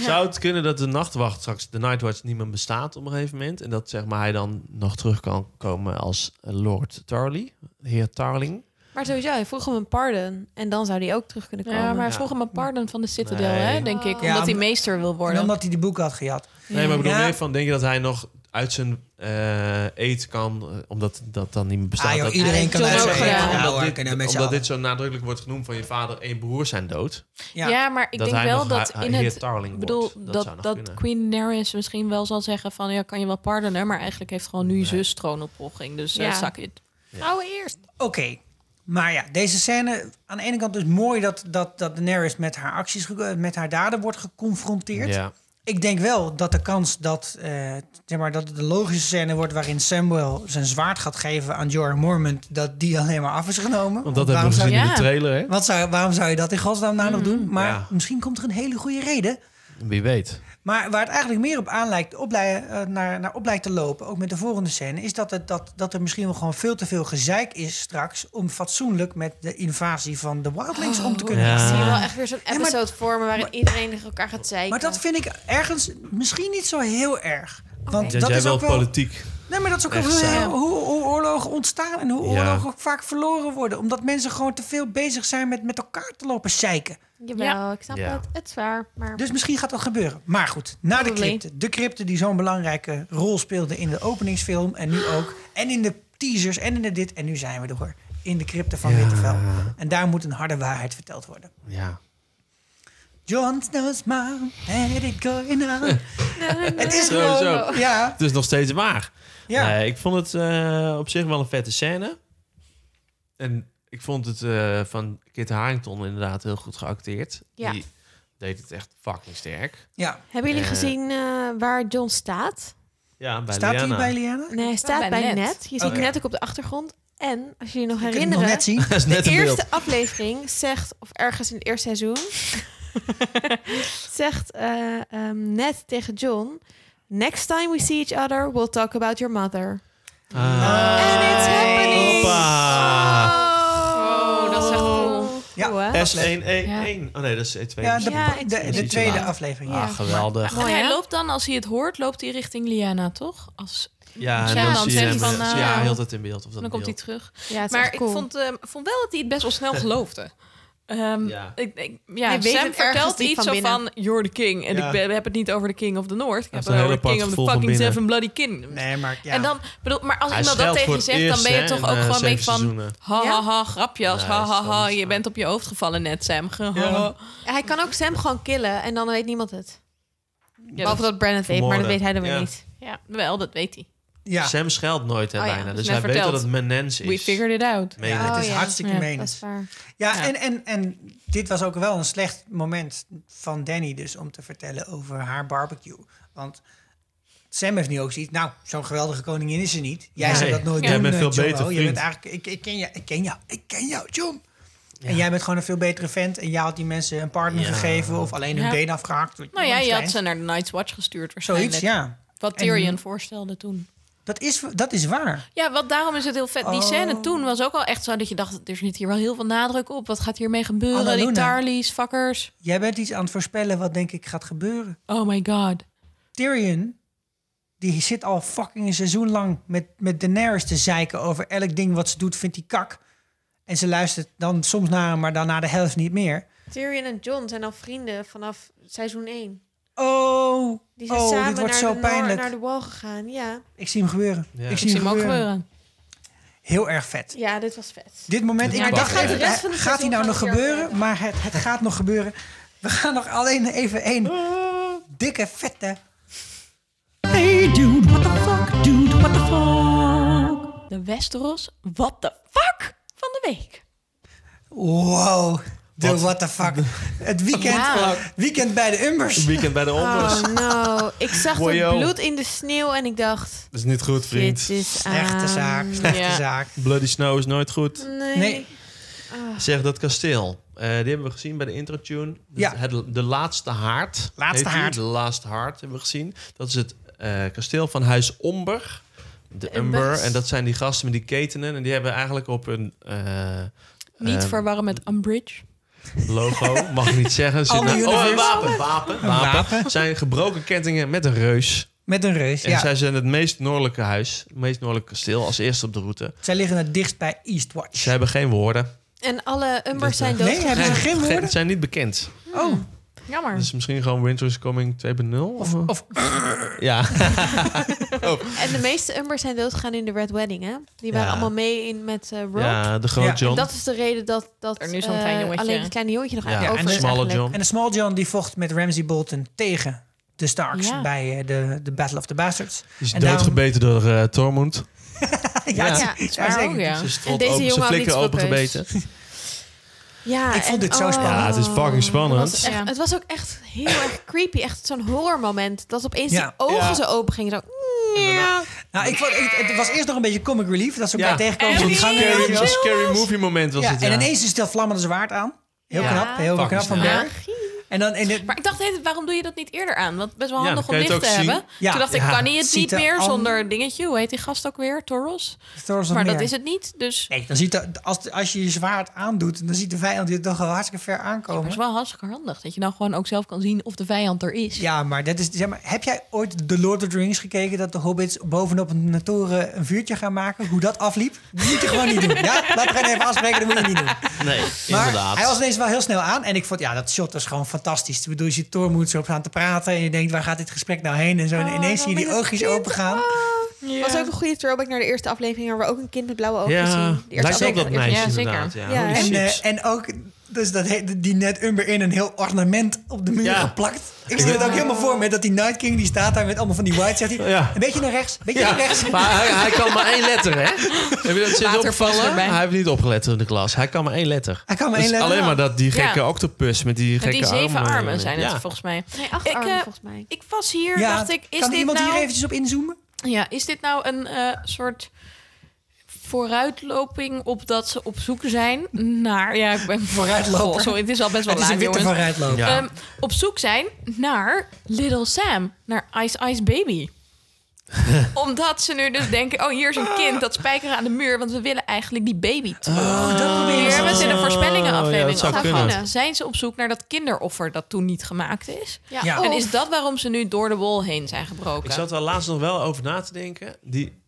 Speaker 6: Zou het kunnen dat de nachtwacht straks, de Nightwatch, niet meer bestaat op een gegeven moment? En dat zeg maar, hij dan nog terug kan komen als eh, Lord Tarly, heer Tarling?
Speaker 5: Maar sowieso, hij vroeg hem een pardon. En dan zou die ook terug kunnen komen.
Speaker 4: Ja, maar hij
Speaker 6: Ja.
Speaker 4: vroeg hem een pardon van de Citadel,
Speaker 6: Nee.
Speaker 4: hè, denk ik.
Speaker 5: Ja,
Speaker 4: Omdat hij
Speaker 1: maar-
Speaker 4: meester wil
Speaker 1: En
Speaker 4: worden.
Speaker 1: omdat hij die boeken had gehad.
Speaker 6: Nee, maar ik bedoel
Speaker 1: Ja.
Speaker 6: meer van, denk je dat hij nog uit zijn eh, eet kan, eh, omdat dat dan niet meer bestaat.
Speaker 1: Ah, joh,
Speaker 6: dat-
Speaker 1: iedereen kan
Speaker 5: John
Speaker 1: uit
Speaker 5: ook
Speaker 1: zijn
Speaker 5: gedaan.
Speaker 1: eten.
Speaker 5: Ja,
Speaker 1: Ja,
Speaker 6: omdat
Speaker 1: hoor,
Speaker 6: dit,
Speaker 1: kunnen we met z'n
Speaker 6: omdat
Speaker 1: allen.
Speaker 6: dit zo nadrukkelijk wordt genoemd van je vader en broer zijn dood.
Speaker 4: Ja,
Speaker 1: Ja.
Speaker 4: maar ik
Speaker 6: dat
Speaker 4: denk
Speaker 6: hij
Speaker 4: wel
Speaker 6: nog
Speaker 4: dat
Speaker 6: ha-
Speaker 4: in
Speaker 6: Heer
Speaker 4: het...
Speaker 6: Tarling
Speaker 4: Ik bedoel,
Speaker 6: wordt. Dat,
Speaker 4: dat,
Speaker 6: zou nog
Speaker 4: dat,
Speaker 6: kunnen.
Speaker 4: Queen Daenerys misschien wel zal zeggen van... ja, kan je wel pardonen, maar eigenlijk heeft gewoon nu zus troonopvolging. Dus
Speaker 5: Ja.
Speaker 4: eh zak het.
Speaker 1: Oké. Maar ja, deze scène, aan de ene kant dus mooi dat, dat, dat Daenerys met haar acties, ge- met haar daden wordt geconfronteerd.
Speaker 6: Ja.
Speaker 1: Ik denk wel dat de kans dat, eh, zeg maar, dat het de logische scène wordt waarin Samuel zijn zwaard gaat geven aan Jorah Mormont, dat die alleen maar af is genomen.
Speaker 6: Want dat
Speaker 1: Want
Speaker 6: hebben
Speaker 1: waarom
Speaker 6: we
Speaker 1: zou,
Speaker 6: gezien in de
Speaker 4: Ja.
Speaker 6: trailer, hè?
Speaker 1: wat zou, waarom zou je dat in godsnaam nou nog doen? Maar
Speaker 6: Ja.
Speaker 1: misschien komt er een hele goede reden.
Speaker 6: Wie weet.
Speaker 1: Maar waar het eigenlijk meer op aan lijkt, op lij- eh, naar, naar op lijkt te lopen, ook met de volgende scène, is dat, het, dat, dat er misschien wel gewoon veel te veel gezeik is straks om fatsoenlijk met de invasie van de Wildlings om te kunnen
Speaker 6: Oh, Ja.
Speaker 1: gaan.
Speaker 5: Ik zie wel echt weer zo'n
Speaker 1: maar-
Speaker 5: episode vormen waarin iedereen tegen elkaar gaat zeiken.
Speaker 1: Maar dat vind ik ergens misschien niet zo heel erg. Want
Speaker 6: Dat
Speaker 1: dat
Speaker 6: jij
Speaker 1: is
Speaker 6: wel
Speaker 1: ook wel.
Speaker 6: politiek.
Speaker 1: Nee, maar dat is ook wel
Speaker 6: echt
Speaker 1: heel-
Speaker 6: saai.
Speaker 1: hoe, hoe oorlogen ontstaan en hoe
Speaker 6: Ja.
Speaker 1: oorlogen ook vaak verloren worden. Omdat mensen gewoon te veel bezig zijn met, met elkaar te lopen zeiken.
Speaker 5: Jawel, ik snap
Speaker 6: Ja.
Speaker 5: het. Het is waar. Maar
Speaker 1: Dus misschien gaat dat gebeuren. Maar goed, na de
Speaker 5: Probably.
Speaker 1: crypte. De crypte die zo'n belangrijke rol speelde in de openingsfilm en nu ook. En in de teasers en in de dit. En nu zijn we er in de crypte van Winterfell. En daar moet een harde waarheid verteld worden.
Speaker 6: Ja.
Speaker 1: Jon Snow's mom had it going on. Het is
Speaker 6: Sowieso.
Speaker 1: gewoon... Ja,
Speaker 6: Het is nog steeds waar.
Speaker 1: ja.
Speaker 6: Nee, ik vond het eh, op zich wel een vette scène. En ik vond het eh, van Kit Harington inderdaad heel goed geacteerd.
Speaker 5: Ja.
Speaker 6: Die deed het echt fucking sterk.
Speaker 1: ja.
Speaker 5: hebben jullie
Speaker 6: Eh.
Speaker 5: gezien eh, waar John staat?
Speaker 6: Ja, bij
Speaker 1: Staat hij
Speaker 6: Lyanna.
Speaker 1: bij Liana?
Speaker 5: Nee, hij staat bij,
Speaker 4: bij
Speaker 5: net.
Speaker 4: Ned.
Speaker 5: Je ziet
Speaker 1: Oké.
Speaker 5: net ook op de achtergrond. En als jullie je nog
Speaker 1: Ik kan het nog
Speaker 5: herinneren,
Speaker 1: net zien.
Speaker 6: Dat is net
Speaker 5: de
Speaker 6: een beeld.
Speaker 5: eerste aflevering zegt, of ergens in het eerste seizoen, zegt eh, ehm, Ned tegen John: Next time we see each other, we'll talk about your mother.
Speaker 6: Ah.
Speaker 5: And it's happening.
Speaker 6: Hoppa.
Speaker 5: Oh,
Speaker 4: dat is echt cool.
Speaker 1: Ja. Eh.
Speaker 5: Cool, hè?
Speaker 6: S111. Oh nee, dat is E2.
Speaker 1: Ja, de,
Speaker 5: Ja,
Speaker 1: de- de
Speaker 5: het is
Speaker 1: tweede
Speaker 5: iets te
Speaker 1: aflevering.
Speaker 6: Ah, geweldig.
Speaker 4: En
Speaker 5: Mooi,
Speaker 4: hij
Speaker 5: hè?
Speaker 4: loopt dan, als hij het hoort, loopt hij richting Liana, toch? Als,
Speaker 6: Ja, en
Speaker 4: Ja,
Speaker 6: dan,
Speaker 4: dan
Speaker 6: zie je
Speaker 4: zegt
Speaker 6: hem
Speaker 4: hij
Speaker 6: eh,
Speaker 4: van, nou,
Speaker 6: ja, heel de tijd in beeld. Of dat
Speaker 4: dan
Speaker 6: in
Speaker 4: komt hij
Speaker 6: beeld.
Speaker 4: terug.
Speaker 5: Ja, het is
Speaker 4: Maar
Speaker 5: echt
Speaker 4: ik
Speaker 5: cool.
Speaker 4: vond, eh, vond wel dat hij het best wel snel geloofde. Ehm,
Speaker 6: Ja.
Speaker 4: ik, ik, ja,
Speaker 5: Hij weet
Speaker 4: Sam
Speaker 5: het ergens
Speaker 4: vertelt
Speaker 5: diep
Speaker 4: iets
Speaker 5: van
Speaker 4: zo
Speaker 5: binnen.
Speaker 4: van... You're the king. En
Speaker 6: Ja.
Speaker 4: ik ben- heb het niet over de king of the north. Ik
Speaker 6: Dat
Speaker 4: heb
Speaker 6: is
Speaker 4: het
Speaker 6: een
Speaker 4: over
Speaker 6: hele
Speaker 4: de king
Speaker 6: apart
Speaker 4: of the
Speaker 6: gevoel van
Speaker 4: fucking
Speaker 6: binnen.
Speaker 4: seven bloody kingdoms.
Speaker 1: Nee, maar ja.
Speaker 4: En dan, bedoel, maar als
Speaker 6: Hij
Speaker 4: iemand dat
Speaker 6: schelt
Speaker 4: tegen
Speaker 6: voor het
Speaker 4: je zegt,
Speaker 6: eerst,
Speaker 4: dan ben je
Speaker 6: hè,
Speaker 4: toch
Speaker 6: in,
Speaker 4: ook
Speaker 6: eh,
Speaker 4: gewoon
Speaker 6: zeven
Speaker 4: mee van...
Speaker 6: seizoenen.
Speaker 4: Ha,
Speaker 5: Ja?
Speaker 4: ha, ha, grapjas.
Speaker 6: Ja,
Speaker 4: ha,
Speaker 6: is
Speaker 4: ha,
Speaker 6: dat
Speaker 4: ha.
Speaker 6: anders,
Speaker 4: Je
Speaker 6: ja.
Speaker 4: bent op je hoofd gevallen net, Sam. Ge- ha, ha.
Speaker 5: Hij kan ook Sam gewoon killen en dan weet niemand het.
Speaker 4: Ja,
Speaker 5: Behalve dat Brandon het weet, maar dat
Speaker 6: vermoorden.
Speaker 5: weet hij dan weer
Speaker 6: Ja.
Speaker 5: niet.
Speaker 4: ja, wel, dat weet hij.
Speaker 1: ja.
Speaker 6: Sam scheldt nooit hè,
Speaker 4: Oh ja,
Speaker 6: bijna.
Speaker 4: dat
Speaker 6: Dus
Speaker 4: is
Speaker 6: hij
Speaker 4: net
Speaker 6: weet dat
Speaker 4: verteld.
Speaker 6: het Menens is.
Speaker 4: We figured it out.
Speaker 6: Meen
Speaker 1: Ja,
Speaker 6: ik.
Speaker 1: het is
Speaker 5: Oh, ja.
Speaker 1: hartstikke
Speaker 4: Ja,
Speaker 5: Dat
Speaker 1: menens.
Speaker 5: is waar.
Speaker 1: Ja,
Speaker 4: Ja.
Speaker 1: En, en, en dit was ook wel een slecht moment van Danny dus om te vertellen over haar barbecue. Want Sam heeft nu ook zoiets. Nou, zo'n geweldige koningin is ze niet. Jij
Speaker 6: Nee.
Speaker 1: zou dat nooit
Speaker 6: Jij
Speaker 1: doen,
Speaker 6: bent
Speaker 1: eh,
Speaker 6: veel
Speaker 1: John.
Speaker 6: beter,
Speaker 1: Oh, jij
Speaker 6: vriend.
Speaker 1: bent eigenlijk, ik, ik ken jou, ik ken jou, ik ken jou, John. En jij bent gewoon een veel betere vent. En jij had die mensen een partner
Speaker 6: Ja.
Speaker 1: gegeven of alleen hun
Speaker 4: Ja.
Speaker 1: been afgehaakt. Weet
Speaker 4: Nou
Speaker 1: wel,
Speaker 4: ja, je had
Speaker 1: Stijn.
Speaker 4: ze naar de Night's Watch gestuurd waarschijnlijk.
Speaker 1: Zoiets, ja.
Speaker 4: Wat Tyrion voorstelde toen.
Speaker 1: Dat is, dat is waar.
Speaker 4: Ja, want daarom is het heel vet.
Speaker 1: Oh.
Speaker 4: Die scène toen was ook al echt zo dat je dacht... er zit hier wel heel veel nadruk op. Wat gaat hiermee gebeuren?
Speaker 1: Anna
Speaker 4: Die
Speaker 1: Luna.
Speaker 4: Tarlys, fuckers.
Speaker 1: Jij bent iets aan het voorspellen wat denk ik gaat gebeuren.
Speaker 4: Oh my god.
Speaker 1: Tyrion, die zit al fucking een seizoen lang met, met Daenerys te zeiken over elk ding wat ze doet, vindt hij kak. En ze luistert dan soms naar hem, maar dan na de helft niet meer.
Speaker 5: Tyrion en John zijn al vrienden vanaf seizoen 1.
Speaker 1: Oh,
Speaker 5: Die zijn
Speaker 1: oh
Speaker 5: samen
Speaker 1: dit wordt
Speaker 5: naar,
Speaker 1: zo
Speaker 5: de
Speaker 1: pijnlijk.
Speaker 5: naar de wall gegaan. Ja.
Speaker 1: Ik zie hem gebeuren.
Speaker 6: Ja.
Speaker 1: Ik
Speaker 6: Ik
Speaker 1: zie
Speaker 4: Ik zie
Speaker 1: hem
Speaker 4: hem ook
Speaker 1: gebeuren.
Speaker 4: gebeuren.
Speaker 1: Heel erg vet.
Speaker 5: ja, dit was vet.
Speaker 1: Dit moment,
Speaker 6: Dit
Speaker 1: ik
Speaker 6: Ja,
Speaker 1: dacht
Speaker 6: dat gaat de
Speaker 1: even,
Speaker 5: rest van het
Speaker 1: gaat
Speaker 5: seizoen
Speaker 1: hij nou nog
Speaker 5: gewoon weer
Speaker 1: gebeuren? Maar het, het gaat nog gebeuren. We gaan nog alleen even één dikke vette...
Speaker 2: Hey dude, what the fuck, dude, what the fuck.
Speaker 4: De Westeros, what the fuck van de week.
Speaker 1: Wow, de what, the fuck. Het weekend,
Speaker 4: Ja.
Speaker 1: weekend bij de Umbers.
Speaker 6: Weekend bij de Ombers.
Speaker 5: Oh no, ik zag dat
Speaker 6: Boyo.
Speaker 5: bloed in de sneeuw en ik dacht,
Speaker 6: Dat is niet goed,
Speaker 5: dit
Speaker 6: vriend.
Speaker 5: is aan.
Speaker 1: Slechte zaak, slechte
Speaker 4: Ah. Ja.
Speaker 1: zaak.
Speaker 6: Bloody Snow is nooit goed.
Speaker 5: Nee.
Speaker 1: Nee.
Speaker 6: Zeg, dat kasteel. eh, die hebben we gezien bij de intro-tune. Dat-
Speaker 1: Ja.
Speaker 6: Het, de laatste haard.
Speaker 1: Laatste
Speaker 6: heet die.
Speaker 1: haard.
Speaker 6: De laatste haard hebben we gezien. Dat is het eh, kasteel van Huis Omber. De
Speaker 5: Umbers.
Speaker 6: Umber. En dat zijn die gasten met die ketenen. En die hebben eigenlijk op een eh,
Speaker 4: Niet
Speaker 6: Ehm.
Speaker 4: verwarren met Umbridge.
Speaker 6: logo, mag ik niet zeggen. Zit
Speaker 1: Alle
Speaker 6: daar- oh,
Speaker 1: universe.
Speaker 6: een wapen. Wapen. wapen.
Speaker 1: wapen.
Speaker 6: Zijn gebroken kettingen met een reus.
Speaker 1: Met een reus,
Speaker 6: En
Speaker 1: ja.
Speaker 6: zij zijn het meest noordelijke huis. Het meest noordelijke kasteel als eerste op de route.
Speaker 1: Zij liggen het dichtst bij Eastwatch.
Speaker 6: Ze hebben geen woorden.
Speaker 5: En alle Umbers zijn
Speaker 1: Nee,
Speaker 5: doodgegaan.
Speaker 1: hebben ze geen
Speaker 6: Ze
Speaker 1: woorden?
Speaker 6: zijn niet bekend.
Speaker 1: Oh,
Speaker 4: Jammer.
Speaker 6: Dus misschien gewoon Winter is Coming 2.0? Of,
Speaker 4: Oh.
Speaker 1: Of
Speaker 6: ja.
Speaker 5: En de meeste Umbers zijn doodgegaan in de Red Wedding, hè? Die waren
Speaker 6: Ja.
Speaker 5: allemaal mee in met eh Rob.
Speaker 6: ja, de
Speaker 1: Ja,
Speaker 6: grote
Speaker 1: en
Speaker 6: John.
Speaker 5: En dat is de reden dat, dat
Speaker 4: Er nu zo'n
Speaker 5: eh,
Speaker 4: klein jongetje-
Speaker 5: alleen het kleine jongetje nog
Speaker 6: Ja,
Speaker 5: eigenlijk
Speaker 1: en
Speaker 5: over
Speaker 1: de
Speaker 5: is
Speaker 6: smalle
Speaker 5: eigenlijk.
Speaker 6: John.
Speaker 1: En de Small John die vocht met Ramsey Bolton tegen de Starks
Speaker 4: Ja.
Speaker 1: bij eh, de, de Battle of the Bastards.
Speaker 6: Die is
Speaker 1: en daarom-
Speaker 6: doodgebeten door eh Tormund.
Speaker 5: Ja,
Speaker 1: ja, ja,
Speaker 4: Zwaar
Speaker 1: zeker.
Speaker 4: ook, ja.
Speaker 6: Ze is strot
Speaker 5: deze
Speaker 6: open,
Speaker 5: jongen
Speaker 6: zijn
Speaker 5: had
Speaker 6: flikken
Speaker 5: niet zoveel
Speaker 6: opengebeten.
Speaker 5: Ja,
Speaker 1: Ik vond
Speaker 5: en-
Speaker 1: dit zo
Speaker 5: oh.
Speaker 1: spannend.
Speaker 6: Ja, het is fucking spannend.
Speaker 5: Het was, echt-
Speaker 4: Ja.
Speaker 5: het was ook echt heel erg creepy. Echt zo'n horrormoment. Dat opeens
Speaker 1: Ja.
Speaker 5: die ogen
Speaker 6: Ja.
Speaker 5: zo open gingen. Zo.
Speaker 1: Nou, ik vond, ik- het was eerst nog een beetje comic relief dat ze elkaar
Speaker 6: Ja.
Speaker 1: tegenkomen in
Speaker 6: Zo'n
Speaker 1: de gang. weet je
Speaker 6: scary,
Speaker 1: wel.
Speaker 6: zo'n scary movie moment was
Speaker 1: Ja,
Speaker 6: het, ja.
Speaker 1: En ineens is dat vlammende zwaard aan. Heel
Speaker 5: Ja.
Speaker 1: knap, heel
Speaker 6: Fucking
Speaker 1: knap van
Speaker 6: snel.
Speaker 1: Berg. En dan in de,
Speaker 4: Maar ik dacht, hey, waarom doe je dat niet eerder aan? Want best wel
Speaker 6: Ja,
Speaker 4: handig
Speaker 6: dan
Speaker 4: om
Speaker 6: kan je
Speaker 4: licht te
Speaker 6: het ook zien.
Speaker 4: hebben.
Speaker 1: Ja.
Speaker 4: Toen dacht ik,
Speaker 1: Ja.
Speaker 4: kan hij het
Speaker 1: Ziet
Speaker 4: niet
Speaker 1: er
Speaker 4: meer
Speaker 1: al-
Speaker 4: zonder dingetje? Hoe heet die gast ook weer? Toros?
Speaker 1: Thor's of
Speaker 4: Maar dat
Speaker 1: Meer.
Speaker 4: is het niet, dus...
Speaker 1: Nee, dan ziet dat, als, als je je zwaard aandoet, dan ziet de vijand je toch al hartstikke ver
Speaker 4: Maar het
Speaker 1: aankomen.
Speaker 4: is wel hartstikke handig dat je nou gewoon ook zelf kan zien of de vijand er is.
Speaker 1: Ja, maar, dat is, zeg maar heb jij ooit The Lord of the Rings gekeken... dat de hobbits bovenop een toren een vuurtje gaan maken? Hoe dat afliep? Dat moet je gewoon niet doen. Ja, laten we even afspreken, dat moet je niet doen.
Speaker 6: Nee,
Speaker 1: Maar hij was ineens wel heel snel aan. En ik vond, ja, dat shot is gewoon fantastisch. Ik bedoel, je ziet Tormoed zo op aan te praten... en je denkt, waar gaat dit gesprek nou heen? En zo en ineens zie je die oogjes opengaan.
Speaker 5: was ook een goede throwback naar de eerste aflevering... waar we ook een kind met blauwe ogen
Speaker 6: Ja,
Speaker 5: zien. De eerste
Speaker 6: lijkt wel op dat
Speaker 5: aflevering.
Speaker 6: meisje
Speaker 4: Ja, zeker.
Speaker 6: inderdaad. Ja,
Speaker 5: Ja.
Speaker 6: Holy
Speaker 1: En,
Speaker 6: shit.
Speaker 1: eh, en ook... Dus dat he- die net Umber in een heel ornament op de muur
Speaker 6: Ja.
Speaker 1: geplakt. Ik zie het ook helemaal voor me dat die Night King die staat daar met allemaal van die white zegt hij,
Speaker 6: Ja.
Speaker 1: een beetje naar rechts, een beetje
Speaker 6: Ja,
Speaker 1: naar rechts.
Speaker 6: maar hij, hij kan maar één letter, hè? Heb je dat zitten
Speaker 4: Water vast
Speaker 6: opgevallen?
Speaker 4: erbij.
Speaker 6: Hij heeft niet opgelet in de klas. Hij kan maar één letter.
Speaker 1: Hij kan maar
Speaker 6: Dus
Speaker 1: één letter.
Speaker 6: Alleen maar dat die gekke
Speaker 4: Ja.
Speaker 6: octopus met die
Speaker 4: Met
Speaker 6: gekke
Speaker 4: die zeven
Speaker 6: armen. eh,
Speaker 4: armen, zijn het
Speaker 6: Ja.
Speaker 4: volgens mij.
Speaker 5: Nee, acht
Speaker 4: Ik,
Speaker 5: armen
Speaker 4: eh,
Speaker 5: volgens mij.
Speaker 4: Ik was hier,
Speaker 1: Ja,
Speaker 4: dacht ik, is
Speaker 1: kan
Speaker 4: dit
Speaker 1: iemand
Speaker 4: nou...
Speaker 1: hier eventjes op inzoomen?
Speaker 4: Ja, is dit nou een eh, soort vooruitloping op dat ze op zoek zijn naar... Ja, ik ben
Speaker 1: Vooruitloper.
Speaker 4: Goh, sorry, het is al best wel
Speaker 1: Het is een
Speaker 4: laat,
Speaker 1: witte
Speaker 4: jongens.
Speaker 1: vooruitloop.
Speaker 6: Ja.
Speaker 4: Ehm, op zoek zijn naar Little Sam, naar Ice Ice Baby. Omdat ze nu dus denken, oh hier is een kind, dat spijkeren aan de muur, want we willen eigenlijk die baby terug.
Speaker 1: Ah. Oh, Dat
Speaker 4: Hier
Speaker 1: proberen ze.
Speaker 4: hebben we het in de
Speaker 6: Oh, ja,
Speaker 4: voorspellingenaflevering
Speaker 6: dat zou
Speaker 4: al
Speaker 5: kunnen.
Speaker 4: gehad. Zijn ze op zoek naar dat kinderoffer dat toen niet gemaakt is?
Speaker 5: Ja,
Speaker 1: Ja.
Speaker 4: En
Speaker 5: of-
Speaker 4: is dat waarom ze nu door de wol heen zijn gebroken?
Speaker 6: Ik zat er laatst nog wel over na te denken. Die,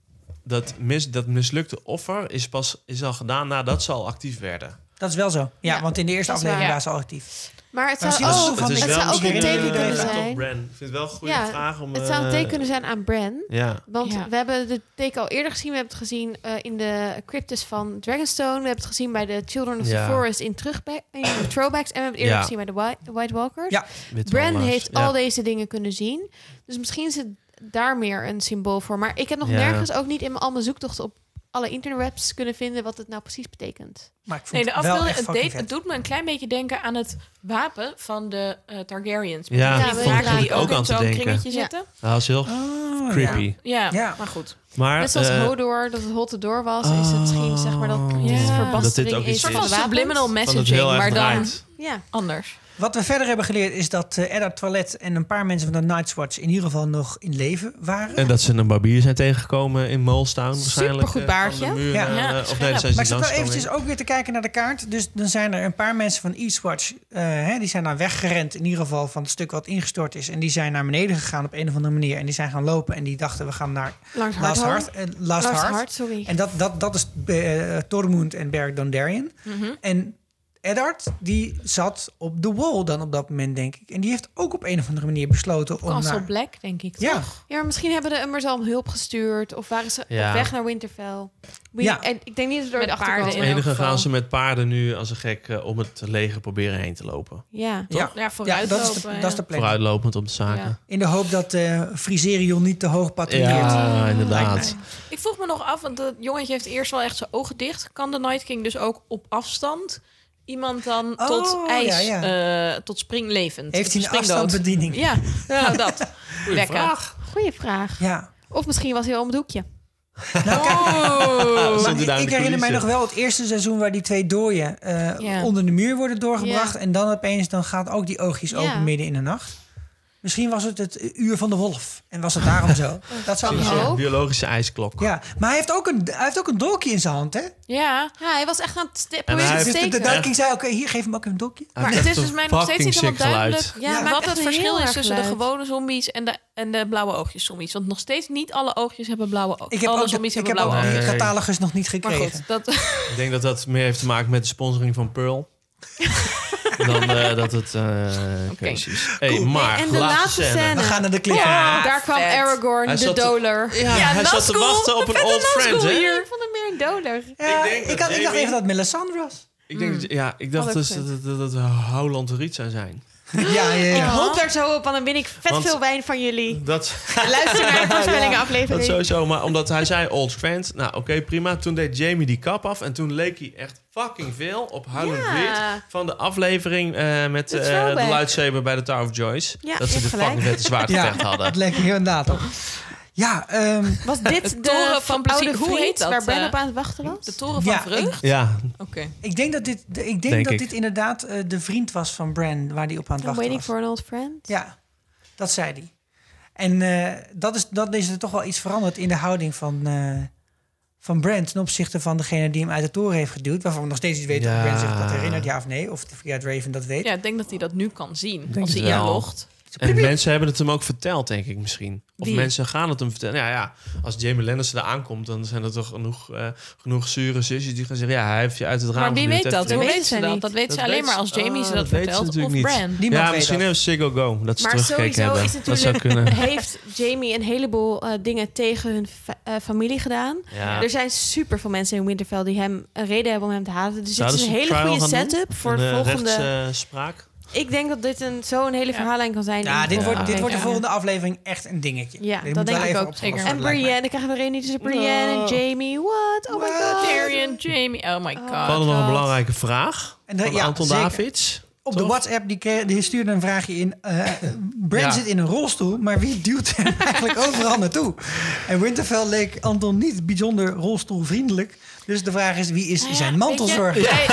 Speaker 6: dat, mis, dat mislukte offer is, pas, is al gedaan nadat ze al actief werden.
Speaker 1: Dat is wel zo. Ja,
Speaker 5: Ja,
Speaker 1: want in de eerste
Speaker 5: dat is waar.
Speaker 1: aflevering
Speaker 4: Ja.
Speaker 1: waren ze al actief.
Speaker 5: Maar het zou,
Speaker 6: Dus
Speaker 1: misschien is
Speaker 5: oh,
Speaker 1: het zo van-
Speaker 5: het
Speaker 1: wel
Speaker 5: zou ook
Speaker 1: misschien
Speaker 5: een
Speaker 1: een,
Speaker 5: teken
Speaker 1: eh,
Speaker 5: kunnen
Speaker 1: laptop
Speaker 5: zijn.
Speaker 6: Ik vind het wel een goede
Speaker 5: Ja,
Speaker 6: vraag om...
Speaker 5: Het zou een
Speaker 6: eh,
Speaker 5: teken kunnen zijn aan Bran.
Speaker 6: Ja.
Speaker 5: Want
Speaker 4: Ja.
Speaker 5: we hebben het teken al eerder gezien. We hebben het gezien eh, in de cryptus van Dragonstone. We hebben het gezien bij de Children of
Speaker 6: Ja.
Speaker 5: the Forest in, terugba- in throwbacks. En we hebben het eerder
Speaker 6: Ja.
Speaker 5: gezien bij de White, White Walkers.
Speaker 1: Ja.
Speaker 6: Witte
Speaker 5: Bran
Speaker 6: hollaars.
Speaker 5: heeft
Speaker 6: Ja.
Speaker 5: al deze dingen kunnen zien. Dus misschien is het daar meer een symbool voor. Maar ik heb nog
Speaker 6: Ja.
Speaker 5: nergens ook niet in mijn- al mijn zoektochten op alle interwebs kunnen vinden wat het nou precies betekent.
Speaker 1: Maar ik vond
Speaker 4: Nee, de
Speaker 1: het wel
Speaker 4: afbeelding,
Speaker 1: echt
Speaker 4: het,
Speaker 1: fucking
Speaker 4: deed,
Speaker 1: vet.
Speaker 4: het doet me een klein beetje denken aan het wapen van de eh, Targaryens.
Speaker 6: Ja,
Speaker 5: Ja,
Speaker 4: die
Speaker 5: we
Speaker 4: draken
Speaker 5: raken
Speaker 4: die ook,
Speaker 6: ook aan
Speaker 4: in
Speaker 6: te
Speaker 4: zo'n
Speaker 6: denken.
Speaker 4: kringetje
Speaker 5: Ja.
Speaker 4: zitten.
Speaker 6: Dat was heel
Speaker 1: Oh,
Speaker 6: creepy.
Speaker 1: ja.
Speaker 4: Ja,
Speaker 1: Ja.
Speaker 4: maar goed.
Speaker 6: Maar,
Speaker 5: Net zoals
Speaker 6: eh,
Speaker 5: Hodor, dat het hotte door was, is het misschien zeg maar dat
Speaker 6: Oh.
Speaker 5: dit
Speaker 4: Ja.
Speaker 6: Dat
Speaker 5: verbaste
Speaker 6: dit ook
Speaker 5: ding
Speaker 6: iets
Speaker 5: is.
Speaker 6: is.
Speaker 4: Een
Speaker 6: Van
Speaker 4: soort van subliminal
Speaker 6: van het
Speaker 4: messaging,
Speaker 6: heel erg
Speaker 4: maar dan
Speaker 6: draait.
Speaker 5: Ja.
Speaker 4: anders.
Speaker 1: Wat we verder hebben geleerd is dat eh Edda Toilet en een paar mensen van de Night's Watch in ieder geval nog in leven waren.
Speaker 6: En dat ze een barbier zijn tegengekomen in Molestown waarschijnlijk.
Speaker 5: Supergoed
Speaker 6: eh,
Speaker 5: baardje.
Speaker 6: van de muur,
Speaker 1: Ja.
Speaker 6: eh,
Speaker 4: Ja,
Speaker 6: of nee,
Speaker 4: scherp.
Speaker 6: dat zijn ze
Speaker 1: Maar
Speaker 6: niet
Speaker 1: ik zat wel
Speaker 6: langsgekomen.
Speaker 1: eventjes ook weer te kijken naar de kaart. Dus dan zijn er een paar mensen van Eastwatch. eh, hè, die zijn daar weggerend. In ieder geval van het stuk wat ingestort is. En die zijn naar beneden gegaan op een of andere manier. En die zijn gaan lopen. En die dachten we gaan naar
Speaker 5: Langs
Speaker 1: Last
Speaker 5: Hardhome.
Speaker 1: Heart. eh, Last
Speaker 5: Last
Speaker 1: Heart.
Speaker 5: Heart, sorry.
Speaker 1: En dat, dat, dat is eh Tormund en Beric Dondarrion. En Eddard, die zat op de wall dan op dat moment, denk ik. En die heeft ook op een of andere manier besloten om
Speaker 4: Castle
Speaker 1: naar...
Speaker 4: Black, denk ik.
Speaker 1: Ja,
Speaker 4: toch?
Speaker 5: Ja, maar misschien hebben de Umbers al om hulp gestuurd. Of waren ze
Speaker 6: Ja.
Speaker 5: op weg naar Winterfell. We-
Speaker 1: Ja.
Speaker 5: En ik denk niet dat ze
Speaker 4: Met
Speaker 5: door de
Speaker 4: paarden
Speaker 5: paarden
Speaker 4: in.
Speaker 6: Het enige
Speaker 4: elk geval.
Speaker 6: gaan ze met paarden nu als een gek eh, om het leger proberen heen te lopen.
Speaker 5: Ja.
Speaker 1: ja.
Speaker 4: Ja,
Speaker 1: ja,
Speaker 4: vooruitlopen.
Speaker 1: dat is de, dat is de plan.
Speaker 6: Vooruitlopend op de zaken.
Speaker 4: Ja.
Speaker 1: In de hoop dat eh Friserion niet te hoog patrouilleert.
Speaker 6: Ja, inderdaad.
Speaker 4: Ik vroeg me nog af, want dat jongetje heeft eerst wel echt zijn ogen dicht. Kan de Night King dus ook op afstand iemand dan
Speaker 1: Oh,
Speaker 4: tot ijs,
Speaker 1: ja,
Speaker 4: eh, tot springlevend?
Speaker 1: Heeft hij een
Speaker 4: springdood?
Speaker 1: afstandsbediening?
Speaker 4: Ja, nou dat. Lekker.
Speaker 5: Goeie vraag.
Speaker 1: Ja.
Speaker 5: Of misschien was hij al om het hoekje.
Speaker 4: Oh,
Speaker 6: Stond hij
Speaker 1: Maar ik,
Speaker 6: daar in
Speaker 1: ik
Speaker 6: de
Speaker 1: herinner mij nog
Speaker 6: coulissen.
Speaker 1: wel het eerste seizoen waar die twee dooien eh,
Speaker 4: Ja.
Speaker 1: onder de muur worden doorgebracht.
Speaker 5: Ja.
Speaker 1: En dan opeens dan gaat ook die oogjes
Speaker 5: Ja.
Speaker 1: open midden in de nacht. Misschien was het het uur van de wolf. En was het daarom zo. Dat zou
Speaker 5: Misschien
Speaker 1: kunnen.
Speaker 5: wel.
Speaker 6: Een biologische ijsklok.
Speaker 1: Ja, maar hij heeft ook een, hij heeft ook een dolkje in zijn hand, hè?
Speaker 4: Ja,
Speaker 5: Ja, hij was echt aan het ste- proberen
Speaker 6: hij
Speaker 5: te
Speaker 1: Dus
Speaker 6: heeft-
Speaker 1: de, de
Speaker 5: steken.
Speaker 1: Night King zei, oké, hier, geef hem ook een dolkje.
Speaker 6: Hij
Speaker 4: maar
Speaker 6: heeft
Speaker 4: het is
Speaker 6: echt
Speaker 4: dus
Speaker 6: een
Speaker 4: mij nog steeds
Speaker 6: fucking
Speaker 4: niet helemaal
Speaker 6: sick geluid.
Speaker 4: duidelijk
Speaker 5: Ja, het maakt
Speaker 4: wat
Speaker 5: echt
Speaker 4: het
Speaker 5: een
Speaker 4: verschil
Speaker 5: heel
Speaker 4: is
Speaker 5: erg
Speaker 4: tussen de
Speaker 5: geluid.
Speaker 4: gewone zombies en de, en de blauwe oogjes zombies. Want nog steeds niet alle oogjes hebben blauwe oogjes.
Speaker 1: Ik heb
Speaker 4: alle
Speaker 1: ook, de,
Speaker 4: zombies
Speaker 1: ik heb
Speaker 4: hebben
Speaker 1: ook
Speaker 4: blauwe
Speaker 6: ogen.
Speaker 1: die
Speaker 6: Nee.
Speaker 1: catalogus nog niet
Speaker 4: oogjes. Maar
Speaker 1: gekregen.
Speaker 4: goed, dat,
Speaker 6: Ik denk dat dat meer heeft te maken met de sponsoring van Pearl. dan eh, dat het eh crazy is. Hey, maar,
Speaker 5: en de laatste scène.
Speaker 1: We gaan naar de cliffhanger.
Speaker 5: Ja, daar kwam
Speaker 4: vet.
Speaker 5: Aragorn,
Speaker 6: Hij
Speaker 5: de
Speaker 6: zat te-
Speaker 5: doler.
Speaker 6: Ja, hij zat te wachten op een old friend, hè?
Speaker 5: Ik vond hem meer een doler.
Speaker 1: Ja,
Speaker 6: Ik denk dat
Speaker 1: ik, had, ik dacht
Speaker 6: Jamie-
Speaker 1: even dat het Melisandre was.
Speaker 6: Ik,
Speaker 4: Mm.
Speaker 6: denk, dat- ja, ik dacht
Speaker 5: Had
Speaker 6: dus
Speaker 5: ook
Speaker 6: dat, dat, dat het Howland Riet zou zijn.
Speaker 1: ja, ja, ja.
Speaker 5: Ik hoop daar zo op, want dan win ik vet
Speaker 6: Want-
Speaker 5: veel wijn van jullie.
Speaker 6: Dat,
Speaker 5: Luister naar de voorspellingen
Speaker 6: dat
Speaker 5: aflevering.
Speaker 6: sowieso, maar omdat hij zei old friend. Nou, oké, prima. Toen deed Jamie die kap af en toen leek hij echt fucking veel op Howland
Speaker 5: Ja.
Speaker 6: Reed van de aflevering eh, met
Speaker 5: De
Speaker 6: eh, de
Speaker 5: throwback.
Speaker 6: lightsaber bij de Tower of Joyce.
Speaker 5: Ja,
Speaker 6: dat ze de
Speaker 5: je hebt gelijk.
Speaker 6: fucking vette zwaardgevecht hadden.
Speaker 1: dat leek er inderdaad op. Ja, ehm,
Speaker 5: Was dit de
Speaker 4: toren van
Speaker 5: oude
Speaker 4: plezier. Hoe heet
Speaker 5: vriend
Speaker 4: dat,
Speaker 5: waar Ben
Speaker 4: eh?
Speaker 5: op aan het wachten was?
Speaker 4: De toren van
Speaker 1: Ja,
Speaker 4: vreugd?
Speaker 6: Ja,
Speaker 4: Oké.
Speaker 1: ik denk dat dit, de- ik denk
Speaker 6: Denk
Speaker 1: dat
Speaker 6: ik.
Speaker 1: dit inderdaad eh, de vriend was van Bran, waar die op aan het
Speaker 5: I'm
Speaker 1: wachten
Speaker 5: waiting
Speaker 1: was.
Speaker 5: for an old friend.
Speaker 1: Ja, dat zei hij. En eh, dat, is, dat is er toch wel iets veranderd in de houding van, eh van Brand ten opzichte van degene die hem uit de toren heeft geduwd. Waarvan we nog steeds niet weten
Speaker 6: Ja.
Speaker 1: of Brand zich dat herinnert, ja of nee. Of via Raven dat weet.
Speaker 4: Ja, ik denk dat hij dat nu kan zien. als
Speaker 6: het
Speaker 4: hij
Speaker 6: wel.
Speaker 4: inlogt.
Speaker 6: En mensen hebben het hem ook verteld, denk ik misschien. Of
Speaker 4: Wie?
Speaker 6: mensen gaan het hem vertellen. Ja, ja, als Jamie Lannister er aankomt, dan zijn er toch genoeg, eh, genoeg zure zusjes die gaan zeggen... ja, hij heeft je uit het raam
Speaker 4: Maar wie
Speaker 6: geduwd,
Speaker 4: weet
Speaker 6: hij
Speaker 4: dat?
Speaker 6: heeft
Speaker 4: Hoe
Speaker 5: weten
Speaker 4: weet
Speaker 5: ze
Speaker 4: ze dat?
Speaker 5: niet.
Speaker 4: Dat weet ze
Speaker 6: Dat
Speaker 4: alleen
Speaker 6: weet
Speaker 4: maar
Speaker 6: ze-
Speaker 4: als Jamie ze
Speaker 6: oh,
Speaker 4: dat
Speaker 6: dat weet ze
Speaker 4: vertelt. Of
Speaker 6: natuurlijk niet.
Speaker 4: Bran.
Speaker 1: Niemand
Speaker 6: Ja,
Speaker 1: weet
Speaker 6: misschien
Speaker 1: dat.
Speaker 6: hebben ze Ziggo Go. Dat ze
Speaker 5: Maar
Speaker 6: teruggekeken
Speaker 5: sowieso
Speaker 6: hebben.
Speaker 5: is
Speaker 6: dat zou
Speaker 5: natuurlijk,
Speaker 6: kunnen.
Speaker 5: heeft Jamie een heleboel eh, dingen tegen hun fa- eh, familie gedaan.
Speaker 6: Ja.
Speaker 5: Er zijn super veel mensen in Winterfell die hem een reden hebben om hem te haten. Dus dit
Speaker 6: Zouden
Speaker 5: is een
Speaker 6: ze
Speaker 5: hele
Speaker 6: trial
Speaker 5: goede
Speaker 6: gaan doen?
Speaker 5: setup voor
Speaker 6: Een,
Speaker 5: de
Speaker 6: eh,
Speaker 5: volgende.
Speaker 6: rechts, eh, spraak.
Speaker 5: Ik denk dat dit een, zo'n hele verhaallijn kan zijn.
Speaker 1: Ja,
Speaker 5: in de
Speaker 1: dit, wordt, dit
Speaker 5: volgende
Speaker 1: wordt de
Speaker 5: aflevering.
Speaker 1: volgende aflevering echt een dingetje.
Speaker 5: Ja, dat
Speaker 1: Dit
Speaker 5: denk
Speaker 1: moet wel
Speaker 5: ik
Speaker 1: even
Speaker 5: ook.
Speaker 1: opgelost
Speaker 4: Zeker.
Speaker 1: worden,
Speaker 5: En
Speaker 1: lijkt mij.
Speaker 5: Brienne, dan krijgen we Rhaenys tussen Brienne en Jamie. What? Oh my god.
Speaker 4: Tyrion, Jamie. Oh my god.
Speaker 6: We hadden nog een
Speaker 5: wat.
Speaker 6: belangrijke vraag
Speaker 1: En de-
Speaker 6: van
Speaker 1: ja,
Speaker 6: Anton
Speaker 1: zeker.
Speaker 6: Davids.
Speaker 1: Op de
Speaker 6: Toch?
Speaker 1: WhatsApp, die, ke- die stuurde een vraagje in. eh Brand
Speaker 6: Ja.
Speaker 1: zit in een rolstoel, maar wie duwt hem eigenlijk overal naartoe? En Winterfell leek Anton niet bijzonder rolstoelvriendelijk. Dus de vraag is, wie is zijn mantelzorger?
Speaker 4: Hij,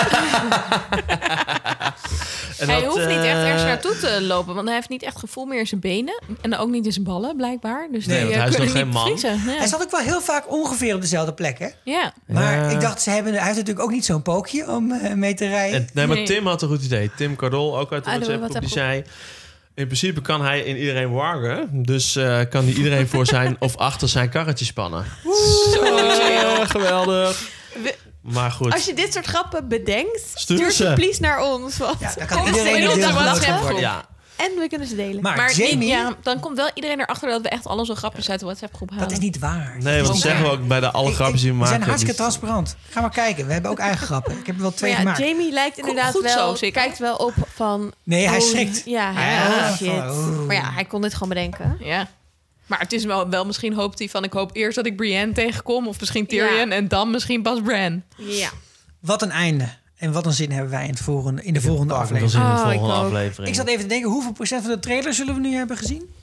Speaker 6: En
Speaker 4: hij
Speaker 6: dat,
Speaker 4: hoeft niet echt
Speaker 6: eh,
Speaker 4: ergens naartoe te lopen, want hij heeft niet echt gevoel meer in zijn benen. En ook niet in zijn ballen, blijkbaar. Dus
Speaker 6: Nee,
Speaker 4: die,
Speaker 6: want
Speaker 4: eh,
Speaker 6: hij is nog
Speaker 4: kunnen
Speaker 6: geen man.
Speaker 4: niet bevriezen.
Speaker 1: Hij zat ook wel heel vaak ongeveer op dezelfde plek, hè?
Speaker 4: Ja. ja.
Speaker 1: Maar
Speaker 6: Ja.
Speaker 1: ik dacht, ze hebben, hij heeft natuurlijk ook niet zo'n pookje om eh, mee te rijden.
Speaker 6: En, nee, maar
Speaker 4: Nee.
Speaker 6: Tim had een goed idee. Tim Cardol, ook uit de
Speaker 4: Ah, de
Speaker 6: WhatsApp-groep, die zei...
Speaker 4: WhatsApp-groep.
Speaker 6: In principe kan hij in iedereen wargen. Dus eh, kan hij iedereen voor zijn of achter zijn karretje spannen. Eh, geweldig.
Speaker 5: We-
Speaker 6: Maar
Speaker 5: Als
Speaker 6: goed.
Speaker 5: je dit soort grappen bedenkt,
Speaker 6: Stuur
Speaker 5: stuur,
Speaker 6: ze.
Speaker 5: ze please naar ons. want-
Speaker 1: ja, dan kan
Speaker 4: Kom,
Speaker 1: iedereen
Speaker 4: kom,
Speaker 1: een
Speaker 4: kom,
Speaker 1: deel
Speaker 4: kom,
Speaker 1: van
Speaker 4: kom,
Speaker 1: het
Speaker 4: kom,
Speaker 1: worden.
Speaker 6: Ja,
Speaker 5: En we kunnen ze delen.
Speaker 1: Maar,
Speaker 4: Maar
Speaker 1: Jamie,
Speaker 4: niet- ja, dan komt wel iedereen erachter dat we echt al onze grapjes uit de WhatsApp-groep halen.
Speaker 1: dat is niet waar.
Speaker 6: nee, want dat zeggen we ook bij de alle grapjes die we
Speaker 1: We
Speaker 6: maken.
Speaker 1: zijn hartstikke
Speaker 6: die-
Speaker 1: transparant. Ga maar kijken, we hebben ook eigen grappen. Ik heb er wel
Speaker 5: Maar
Speaker 1: twee
Speaker 5: ja,
Speaker 1: gemaakt.
Speaker 5: Jamie lijkt inderdaad
Speaker 4: goed zo,
Speaker 5: wel,
Speaker 4: zeker.
Speaker 5: kijkt wel op van...
Speaker 1: Nee, hij
Speaker 5: oh,
Speaker 1: schrikt.
Speaker 5: Ja,
Speaker 1: Hij-
Speaker 5: oh,
Speaker 1: oh,
Speaker 5: shit.
Speaker 1: van, oh.
Speaker 5: Maar ja, hij kon dit gewoon bedenken.
Speaker 4: Ja. Maar het is wel, wel misschien hoopt hij van... ik hoop eerst dat ik Brienne tegenkom of misschien Tyrion...
Speaker 5: Ja.
Speaker 4: en dan misschien pas Bran.
Speaker 5: Ja.
Speaker 1: Wat een einde. En wat een zin hebben wij in, het volgende, in de volgende
Speaker 6: Dat is
Speaker 1: aflevering.
Speaker 6: in de
Speaker 5: Oh, ik
Speaker 6: volgende
Speaker 5: ook.
Speaker 6: aflevering.
Speaker 1: Ik zat even te denken, hoeveel procent van de trailer zullen we nu hebben gezien?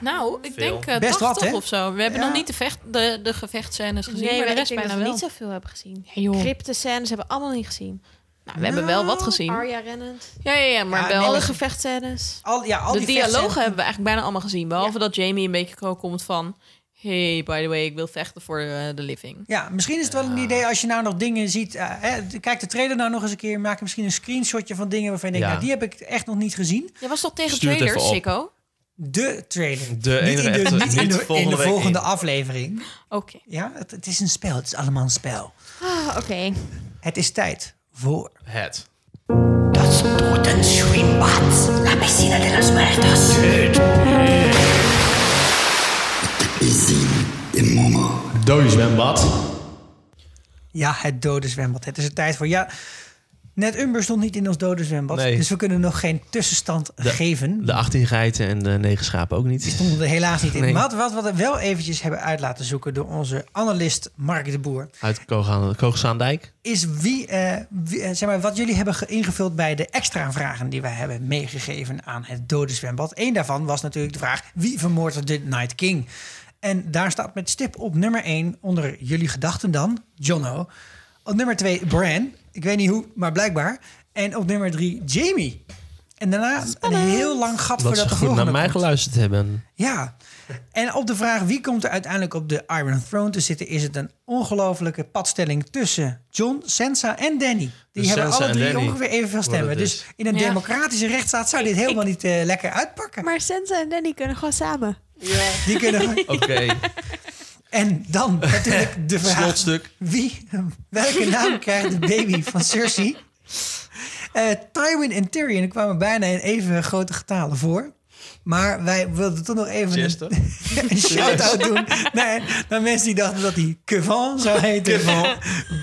Speaker 4: Nou, ik
Speaker 6: Veel.
Speaker 4: denk eh,
Speaker 1: Best
Speaker 4: 80
Speaker 1: wat, hè?
Speaker 4: of zo. We hebben
Speaker 1: Ja.
Speaker 4: nog niet de, vecht, de, de gevechtscènes gezien,
Speaker 5: Nee,
Speaker 4: maar de
Speaker 5: maar ik
Speaker 4: rest
Speaker 5: denk dat
Speaker 4: bijna
Speaker 5: we
Speaker 4: wel.
Speaker 5: niet zoveel hebben gezien.
Speaker 4: Ja, joh.
Speaker 5: Cryptescènes hebben we allemaal niet gezien.
Speaker 4: Nou, we hebben wel wat gezien.
Speaker 5: Arya rennend.
Speaker 4: Ja, ja, ja, maar
Speaker 1: Ja,
Speaker 4: wel...
Speaker 1: nee,
Speaker 5: Alle
Speaker 1: maar-
Speaker 4: de
Speaker 5: gevechtscènes.
Speaker 1: Al, ja, al
Speaker 4: de
Speaker 1: die
Speaker 4: dialogen
Speaker 1: vechten.
Speaker 4: hebben we eigenlijk bijna allemaal gezien. Behalve dat Jamie een beetje krook komt van... hey, by the way, ik wil vechten voor eh, de living.
Speaker 1: Ja, misschien is het wel een idee als je nou nog dingen ziet. eh, hè, kijk de trailer nou nog eens een keer. Maak er misschien een screenshotje van dingen waarvan je denkt...
Speaker 6: Ja.
Speaker 1: Nou, die heb ik echt nog niet gezien.
Speaker 4: Je was toch tegen
Speaker 6: Stuur het
Speaker 4: trailers,
Speaker 6: even op.
Speaker 4: Sikko? Oké.
Speaker 1: De trailer.
Speaker 6: De
Speaker 1: niet
Speaker 6: enige
Speaker 1: in de,
Speaker 6: echte.
Speaker 1: niet in
Speaker 6: Niet
Speaker 1: de, in
Speaker 6: volgende
Speaker 1: de
Speaker 6: week
Speaker 1: volgende
Speaker 6: in.
Speaker 1: aflevering. Ja, het, het is een spel. Het is allemaal een spel.
Speaker 5: Ah, Oké.
Speaker 1: Het is tijd voor...
Speaker 6: Het.
Speaker 9: Das Totenschwimmbads. La piscina de los muertos.
Speaker 6: Dode zwembad.
Speaker 1: Ja, het dode zwembad. Het is er tijd voor. Ja, net Umber stond niet in ons dode zwembad.
Speaker 6: Nee.
Speaker 1: Dus we kunnen nog geen tussenstand geven.
Speaker 6: De 18 geiten en de 9 schapen ook
Speaker 1: Die
Speaker 6: niet.
Speaker 1: stonden er helaas niet in.
Speaker 6: Nee.
Speaker 1: Wat, wat we er wel eventjes hebben uit laten zoeken door onze analist Mark de Boer...
Speaker 6: Uit Kogan- Koogzaandijk.
Speaker 1: is wie, eh, wie, eh, zeg maar, wat jullie hebben ge- ingevuld bij de extra vragen die wij hebben meegegeven aan het dode zwembad. Eén daarvan was natuurlijk de vraag: wie vermoordde de Night King? En daar staat met stip op nummer 1 onder jullie gedachten dan, Jono. Op nummer 2 Bran, ik weet niet hoe, maar blijkbaar. En op nummer 3 Jamie. En daarna een heel lang gat
Speaker 6: Dat
Speaker 1: voordat
Speaker 6: ze
Speaker 1: de
Speaker 6: goed naar
Speaker 1: volgende
Speaker 6: mij
Speaker 1: komt.
Speaker 6: geluisterd hebben.
Speaker 1: Ja, en op de vraag wie komt er uiteindelijk op de Iron Throne te zitten, is het een ongelofelijke padstelling tussen John, Sansa en Danny. Die
Speaker 6: Dus
Speaker 1: hebben
Speaker 6: Sansa
Speaker 1: alle
Speaker 6: en
Speaker 1: drie
Speaker 6: Dany
Speaker 1: ongeveer evenveel
Speaker 6: worden
Speaker 1: stemmen.
Speaker 6: dus.
Speaker 1: Dus in een
Speaker 4: Ja.
Speaker 1: democratische rechtsstaat zou dit helemaal niet eh, lekker uitpakken.
Speaker 5: Maar Sansa en Danny kunnen gewoon samen.
Speaker 1: Die kunnen...
Speaker 6: Oké,
Speaker 1: En dan natuurlijk de vraag:
Speaker 6: slotstuk.
Speaker 1: wie, welke naam krijgt de baby van Cersei? Eh, Tywin en Tyrion kwamen bijna in even grote getalen voor. Maar wij wilden toch nog even
Speaker 6: Chester.
Speaker 1: een, een shout-out doen naar, naar mensen die dachten dat hij Cuvan zou heten.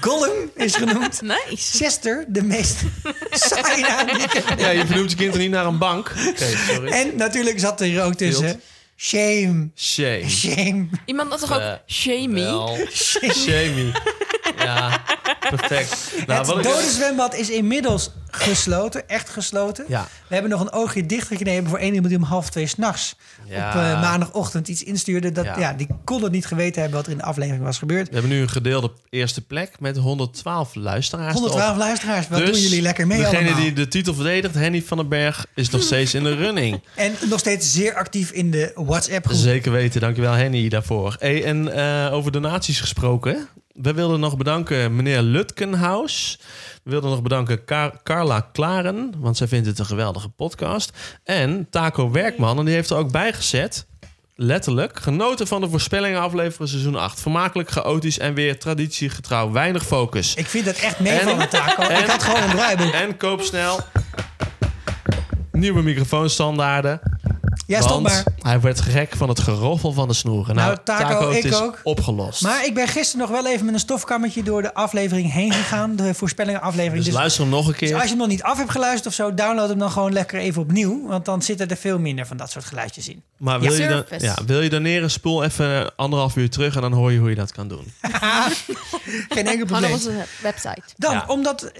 Speaker 1: Gollum is genoemd.
Speaker 4: Nice.
Speaker 1: Chester, de meest saaie naam die ik ken.
Speaker 6: Ja, je vernoemt je kind er niet naar een bank. Oké, sorry.
Speaker 1: En natuurlijk zat er ook tussen shame,
Speaker 6: Shame.
Speaker 1: shame,
Speaker 4: Iemand had toch ook Oh,
Speaker 6: Eh,
Speaker 4: Shamey?
Speaker 6: Wel. Shamey. Ja, perfect. Nou,
Speaker 1: het
Speaker 6: wat
Speaker 1: dode
Speaker 6: ik...
Speaker 1: zwembad is inmiddels gesloten, echt gesloten.
Speaker 6: Ja.
Speaker 1: We hebben nog een oogje dichtgeknepen voor één iemand die om half twee s'nachts
Speaker 6: Ja.
Speaker 1: op eh, maandagochtend iets instuurde. Dat, ja.
Speaker 6: Ja.
Speaker 1: die kon het niet geweten hebben wat er in de aflevering was gebeurd.
Speaker 6: We hebben nu een gedeelde eerste plek met 112 luisteraars. Dus
Speaker 1: 112 luisteraars, wat doen jullie lekker mee
Speaker 6: degene
Speaker 1: allemaal?
Speaker 6: die de titel verdedigt, Henny van den Berg, is nog steeds in de running.
Speaker 1: En nog steeds zeer actief in de WhatsApp-groep.
Speaker 6: Zeker weten, dankjewel Henny daarvoor. Hey, en eh, over donaties gesproken. We wilden nog bedanken meneer Lutkenhaus. We wilden nog bedanken Car- Carla Klaren, want zij vindt het een geweldige podcast. En Taco Werkman, en die heeft er ook bij gezet. Letterlijk, genoten van de voorspellingen afleveren seizoen 8. Vermakelijk, chaotisch en weer traditiegetrouw. Weinig focus.
Speaker 1: Ik vind dat echt mee
Speaker 6: En-
Speaker 1: van een taco. Ik
Speaker 6: en-
Speaker 1: had gewoon een draaiboek.
Speaker 6: En koop snel nieuwe microfoonstandaarden.
Speaker 1: Ja, stop
Speaker 6: want
Speaker 1: maar.
Speaker 6: Hij werd gek van het geroffel van de snoeren. Nou,
Speaker 1: Nou, Taco,
Speaker 6: het
Speaker 1: ik
Speaker 6: is
Speaker 1: ook.
Speaker 6: opgelost.
Speaker 1: Maar ik ben gisteren nog wel even met een stofkammetje door de aflevering heen gegaan. De voorspellingenaflevering.
Speaker 6: dus
Speaker 1: Dus
Speaker 6: luister hem nog een
Speaker 1: Dus
Speaker 6: keer.
Speaker 1: als je hem nog niet af hebt geluisterd of zo, download hem dan gewoon lekker even opnieuw. Want dan zitten er veel minder van dat soort geluidjes in.
Speaker 6: Maar wil,
Speaker 4: Ja.
Speaker 6: je dan,
Speaker 4: Service.
Speaker 6: ja, wil je doneren, spoel even anderhalf uur terug... en dan hoor je hoe je dat kan doen.
Speaker 1: Geen enkel
Speaker 5: Gewoon op
Speaker 1: probleem.
Speaker 5: onze website.
Speaker 1: Dan,
Speaker 6: Ja.
Speaker 1: omdat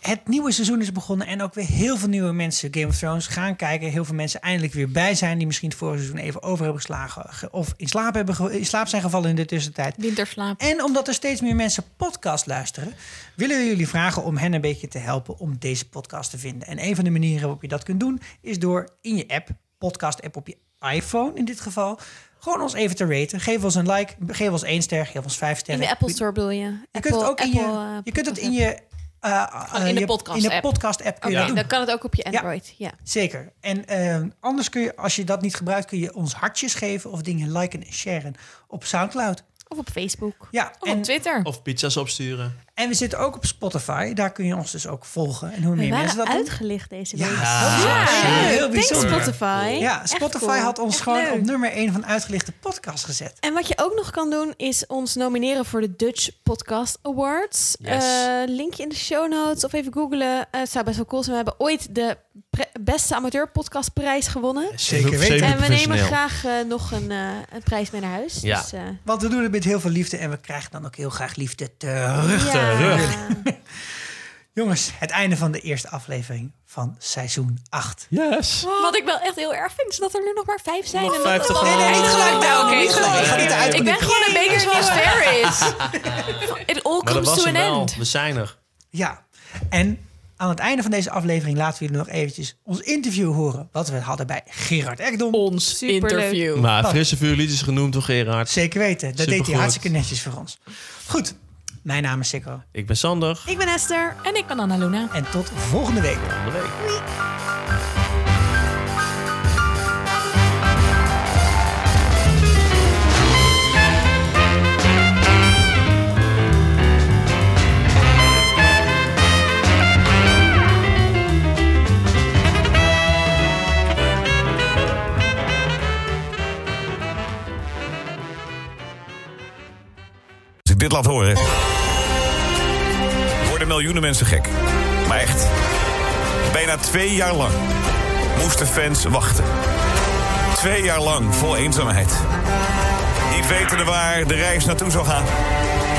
Speaker 1: het nieuwe seizoen is begonnen en ook weer heel veel nieuwe mensen Game of Thrones gaan kijken. Heel veel mensen eindelijk weer bij zijn die misschien het vorige seizoen even over hebben geslagen. ge- Of in slaap, hebben ge- in slaap zijn gevallen in de tussentijd.
Speaker 4: Winterslaap.
Speaker 1: En omdat er steeds meer mensen podcast luisteren, willen we jullie vragen om hen een beetje te helpen om deze podcast te vinden. En een van de manieren waarop je dat kunt doen, is door in je app, podcast-app op je iPhone in dit geval, gewoon ons even te raten. Geef ons een like, geef ons één ster, geef ons vijf
Speaker 5: In
Speaker 1: sterren.
Speaker 5: de Apple Store bedoel je. Apple,
Speaker 1: Je kunt het ook in
Speaker 5: Apple, eh, Oh,
Speaker 1: je, je kunt het in je, eh, eh,
Speaker 4: in de
Speaker 1: je-
Speaker 4: podcast-app.
Speaker 1: in de podcast-app kun je
Speaker 5: Oké,
Speaker 1: dat doen.
Speaker 5: dan kan het ook op je
Speaker 1: Ja.
Speaker 5: Android. Ja.
Speaker 1: Zeker. En eh, anders kun je, als je dat niet gebruikt, kun je ons hartjes geven of dingen liken en sharen op Soundcloud.
Speaker 5: Of op Facebook.
Speaker 1: Ja,
Speaker 4: Of op
Speaker 1: en
Speaker 4: Twitter.
Speaker 6: Of pizza's opsturen.
Speaker 1: En we zitten ook op Spotify. Daar kun je ons dus ook volgen. En hoe
Speaker 5: We
Speaker 1: meer mensen
Speaker 5: waren
Speaker 1: dat doen.
Speaker 5: uitgelicht deze
Speaker 1: Ja,
Speaker 5: week.
Speaker 1: dat is heel- heel
Speaker 5: Thanks
Speaker 1: bijzonder.
Speaker 5: Spotify.
Speaker 1: Ja,
Speaker 5: Echt
Speaker 1: Spotify
Speaker 5: cool.
Speaker 1: had ons
Speaker 5: Echt
Speaker 1: gewoon
Speaker 5: leuk.
Speaker 1: op nummer 1 van uitgelichte podcast gezet.
Speaker 5: En wat je ook nog kan doen, is ons nomineren voor de Dutch Podcast Awards.
Speaker 6: Yes.
Speaker 5: Eh, linkje in de show notes of even googlen. Eh, het zou best wel cool zijn. We hebben ooit de pre- beste amateur podcastprijs gewonnen.
Speaker 1: Zeker weten.
Speaker 5: En we nemen
Speaker 6: Semi-professioneel.
Speaker 5: graag eh, nog een, eh, een prijs mee naar huis.
Speaker 6: Ja.
Speaker 5: Dus, eh,
Speaker 1: Want we doen het met heel veel liefde en we krijgen dan ook heel graag liefde
Speaker 5: ja.
Speaker 1: terug.
Speaker 6: terug.
Speaker 1: Jongens, het einde van de eerste aflevering van seizoen 8.
Speaker 6: Yes.
Speaker 4: Wat ik wel echt heel erg vind, is dat er nu nog maar vijf zijn.
Speaker 6: Nog
Speaker 4: en
Speaker 6: vijftig
Speaker 4: dat
Speaker 6: Nee, nee,
Speaker 1: niet gelijk, Douwe,
Speaker 4: Oké,
Speaker 1: niet gelijk.
Speaker 4: sorry.
Speaker 1: Ik ga niet eruit.
Speaker 4: Ik ben gewoon een beker zoals fair is. It all
Speaker 6: Maar dat
Speaker 4: comes
Speaker 6: was
Speaker 4: to
Speaker 6: hem
Speaker 4: an
Speaker 6: wel.
Speaker 4: end.
Speaker 6: We zijn er.
Speaker 1: Ja, en aan het einde van deze aflevering laten we jullie nog eventjes ons interview horen. Wat we hadden bij Gerard Ekdom.
Speaker 4: Ons interview.
Speaker 6: Maar
Speaker 1: Oh.
Speaker 6: frisse vuurlied is genoemd door Gerard.
Speaker 1: Zeker weten, dat deed hij
Speaker 6: Supergoed.
Speaker 1: hartstikke netjes voor ons. Goed, mijn naam is Sikko.
Speaker 6: Ik ben Sander.
Speaker 5: Ik ben Esther.
Speaker 4: En ik ben Anna Luna.
Speaker 1: En tot volgende week.
Speaker 6: Volgende week.
Speaker 11: Als ik dit laat horen, worden miljoenen mensen gek. Maar echt, bijna twee jaar lang moesten fans wachten. Twee jaar lang vol eenzaamheid. Niet wetende waar de reis naartoe zou gaan.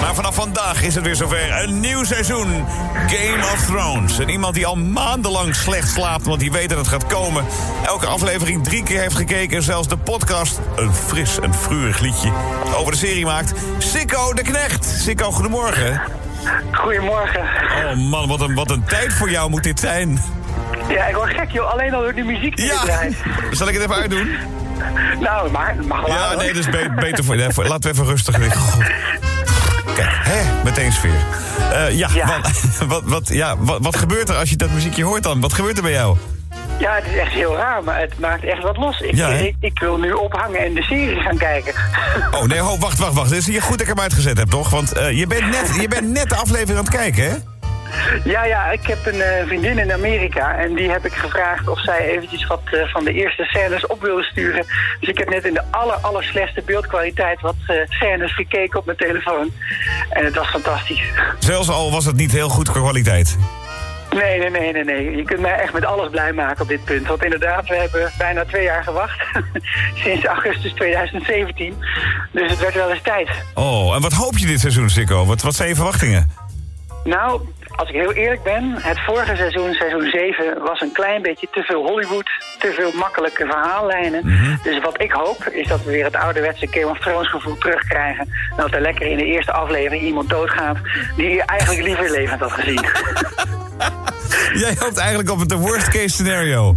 Speaker 11: Maar vanaf vandaag is het weer zover. Een nieuw seizoen. Game of Thrones. En iemand die al maandenlang slecht slaapt, want die weet dat het gaat komen. Elke aflevering drie keer heeft gekeken. En zelfs de podcast, een fris en vurig liedje, over de serie maakt. Sikko de Knecht. Sikko, goedemorgen.
Speaker 12: Goedemorgen.
Speaker 11: Oh man, wat een, wat een tijd voor jou moet dit zijn.
Speaker 12: Ja, ik word gek joh, alleen al door die muziek die
Speaker 11: Ja,
Speaker 12: je draait.
Speaker 11: zal ik het even uitdoen?
Speaker 12: Nou, maar het mag wel.
Speaker 11: Ja,
Speaker 12: hoor.
Speaker 11: nee, dat is be- beter voor je. Laten we even rustig weer. Goed. Kijk, hè, meteen sfeer. Eh, ja,
Speaker 12: Ja.
Speaker 11: Wat, wat, wat, ja wat, wat gebeurt er als je dat muziekje hoort dan? Wat gebeurt er bij jou?
Speaker 12: Ja, het is echt heel raar, maar het maakt echt wat los. Ik,
Speaker 11: Ja, hè?
Speaker 12: ik, ik wil nu ophangen en de serie gaan kijken.
Speaker 11: Oh nee, ho, wacht, wacht, wacht. Het is hier goed dat ik hem uitgezet heb, toch? Want eh, je, bent net, je bent net de aflevering aan het kijken, hè?
Speaker 12: Ja, ja, ik heb een eh, vriendin in Amerika en die heb ik gevraagd of zij eventjes wat eh, van de eerste scènes op wilde sturen. Dus ik heb net in de aller, aller slechtste beeldkwaliteit wat eh, scènes gekeken op mijn telefoon. En het was fantastisch.
Speaker 11: Zelfs al was het niet heel goed qua kwaliteit.
Speaker 12: Nee, nee, nee, nee, nee. Je kunt mij echt met alles blij maken op dit punt. Want inderdaad, we hebben bijna twee jaar gewacht. Sinds augustus 2017. Dus het werd wel eens tijd.
Speaker 11: Oh, en wat hoop je dit seizoen, Sikko? Wat, wat zijn je verwachtingen?
Speaker 12: Nou, als ik heel eerlijk ben, het vorige seizoen, seizoen 7, was een klein beetje te veel Hollywood, te veel makkelijke verhaallijnen. Dus wat ik hoop, is dat we weer het ouderwetse Game of Thrones gevoel terugkrijgen. En dat er lekker in de eerste aflevering iemand doodgaat die je eigenlijk liever levend had gezien.
Speaker 11: Jij hoopt eigenlijk op het de worst case scenario.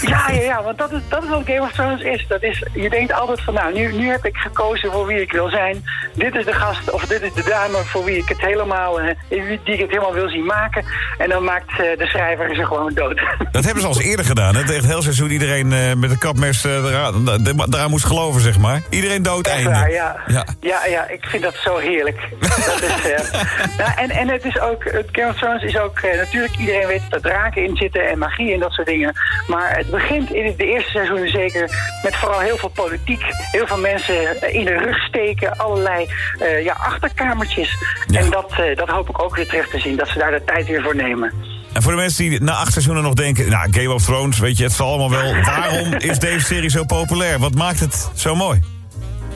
Speaker 12: Ja, ja, ja, want dat is, dat is wat Game of Thrones is. Dat is. Je denkt altijd van, nou, nu, nu heb ik gekozen voor wie ik wil zijn. Dit is de gast of dit is de dame voor wie ik het helemaal, eh, die ik het helemaal wil zien maken. En dan maakt eh, de schrijver ze gewoon dood.
Speaker 11: Dat hebben ze al eens eerder gedaan. Het echt heel seizoen iedereen eh, met de kapmes eh, eraan, de- eraan moest geloven, zeg maar. Iedereen dood
Speaker 12: Echt
Speaker 11: einde.
Speaker 12: waar, ja.
Speaker 11: Ja.
Speaker 12: Ja. ja. ik vind dat zo heerlijk. dat is, eh, nou, en, en het is ook, het Game of Thrones is ook, eh, natuurlijk iedereen weet dat er draken in zitten en magie en dat soort dingen. Maar het begint in het- de eerste seizoenen zeker met vooral heel veel politiek. Heel veel mensen eh, in de rug steken, allerlei eh, ja, achterkamertjes. En dat, eh, dat hoop ik ook weer terug te zien, dat ze daar de tijd weer voor nemen.
Speaker 11: En voor de mensen die na acht seizoenen nog denken... Nou, Game of Thrones, weet je, het zal allemaal wel. Waarom is deze serie zo populair? Wat maakt het zo mooi?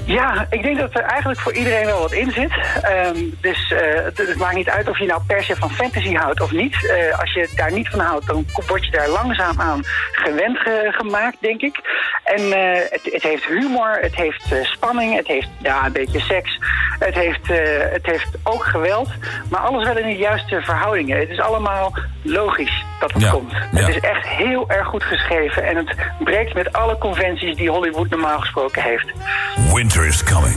Speaker 12: Ja, ik denk dat er eigenlijk voor iedereen wel wat in zit. Ehm, dus eh, het, het maakt niet uit of je nou per se van fantasy houdt of niet. Eh, als je daar niet van houdt, dan word je daar langzaam aan gewend ge- gemaakt, denk ik. En eh, het, het heeft humor, het heeft eh, spanning, het heeft ja, een beetje seks. Het heeft, eh, het heeft ook geweld, maar alles wel in de juiste verhoudingen. Het is allemaal logisch dat het komt. Het is echt heel erg goed geschreven en het breekt met alle conventies die Hollywood normaal gesproken heeft.
Speaker 11: Winter is coming.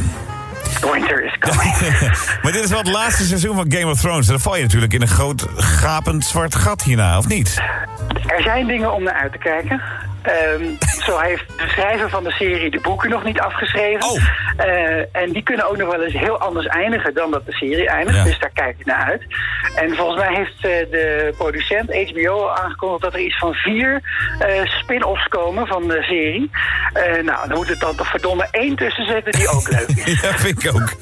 Speaker 12: Winter is coming.
Speaker 11: maar dit is wel het laatste seizoen van Game of Thrones. Dan val je natuurlijk in een groot, gapend zwart gat hierna, of niet?
Speaker 12: Er zijn dingen om naar uit te kijken. Ehm, zo heeft de schrijver van de serie de boeken nog niet afgeschreven. Eh, en die kunnen ook nog wel eens heel anders eindigen dan dat de serie eindigt. Dus daar kijk ik naar uit. En volgens mij heeft eh, de producent HBO al aangekondigd dat er iets van vier eh, spin-offs komen van de serie. Eh, nou, dan moet het dan toch verdomme één tussen zitten die ook leuk is.
Speaker 11: Ja, vind ik ook.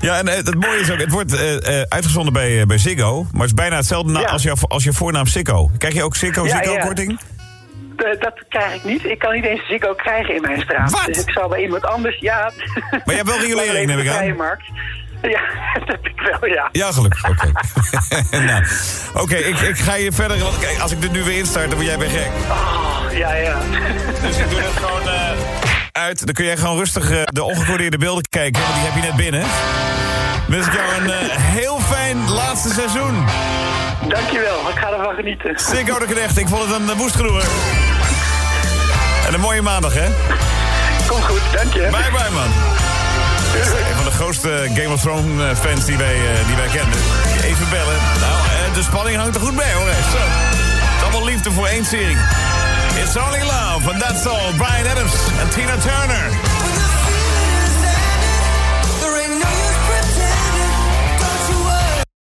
Speaker 11: Ja, en eh, het mooie is ook, het wordt eh, eh, uitgezonden bij, eh, bij Ziggo. Maar het is bijna hetzelfde na- als, jouw als je voornaam Sikko. Krijg je ook Sikko,
Speaker 12: Ja,
Speaker 11: Ziggo
Speaker 12: ja.
Speaker 11: korting?
Speaker 12: Eh, dat krijg ik niet. Ik kan niet eens Ziggo krijgen in mijn straat. Dus ik zal bij iemand anders, ja. Maar
Speaker 11: je hebt wel riolering, neem ik aan.
Speaker 12: Markt. Ja, dat heb ik wel, ja.
Speaker 11: Ja, gelukkig. Oké, nou, oké, ik, ik ga je verder. Want kijk, als ik dit nu weer instart, dan word jij weer gek.
Speaker 12: ja, ja.
Speaker 11: Dus ik doe dat gewoon eh, uit. Dan kun jij gewoon rustig eh, de ongecoördineerde beelden kijken. Want die heb je net binnen. Dan wens ik jou een eh, heel fijn laatste seizoen.
Speaker 12: Dankjewel, ik ga ervan genieten.
Speaker 11: Sikko de Knecht, ik vond het een eh, woest genoeg. En een mooie maandag, hè?
Speaker 12: Kom goed, dank je.
Speaker 11: Bye bye, man. Een van de grootste Game of Thrones eh, fans die wij, eh, die wij kennen. Even bellen. Nou, eh, de spanning hangt er goed bij, hoor. Zo. Het is allemaal liefde voor één serie. It's only love, and that's all. Brian Adams en Tina Turner.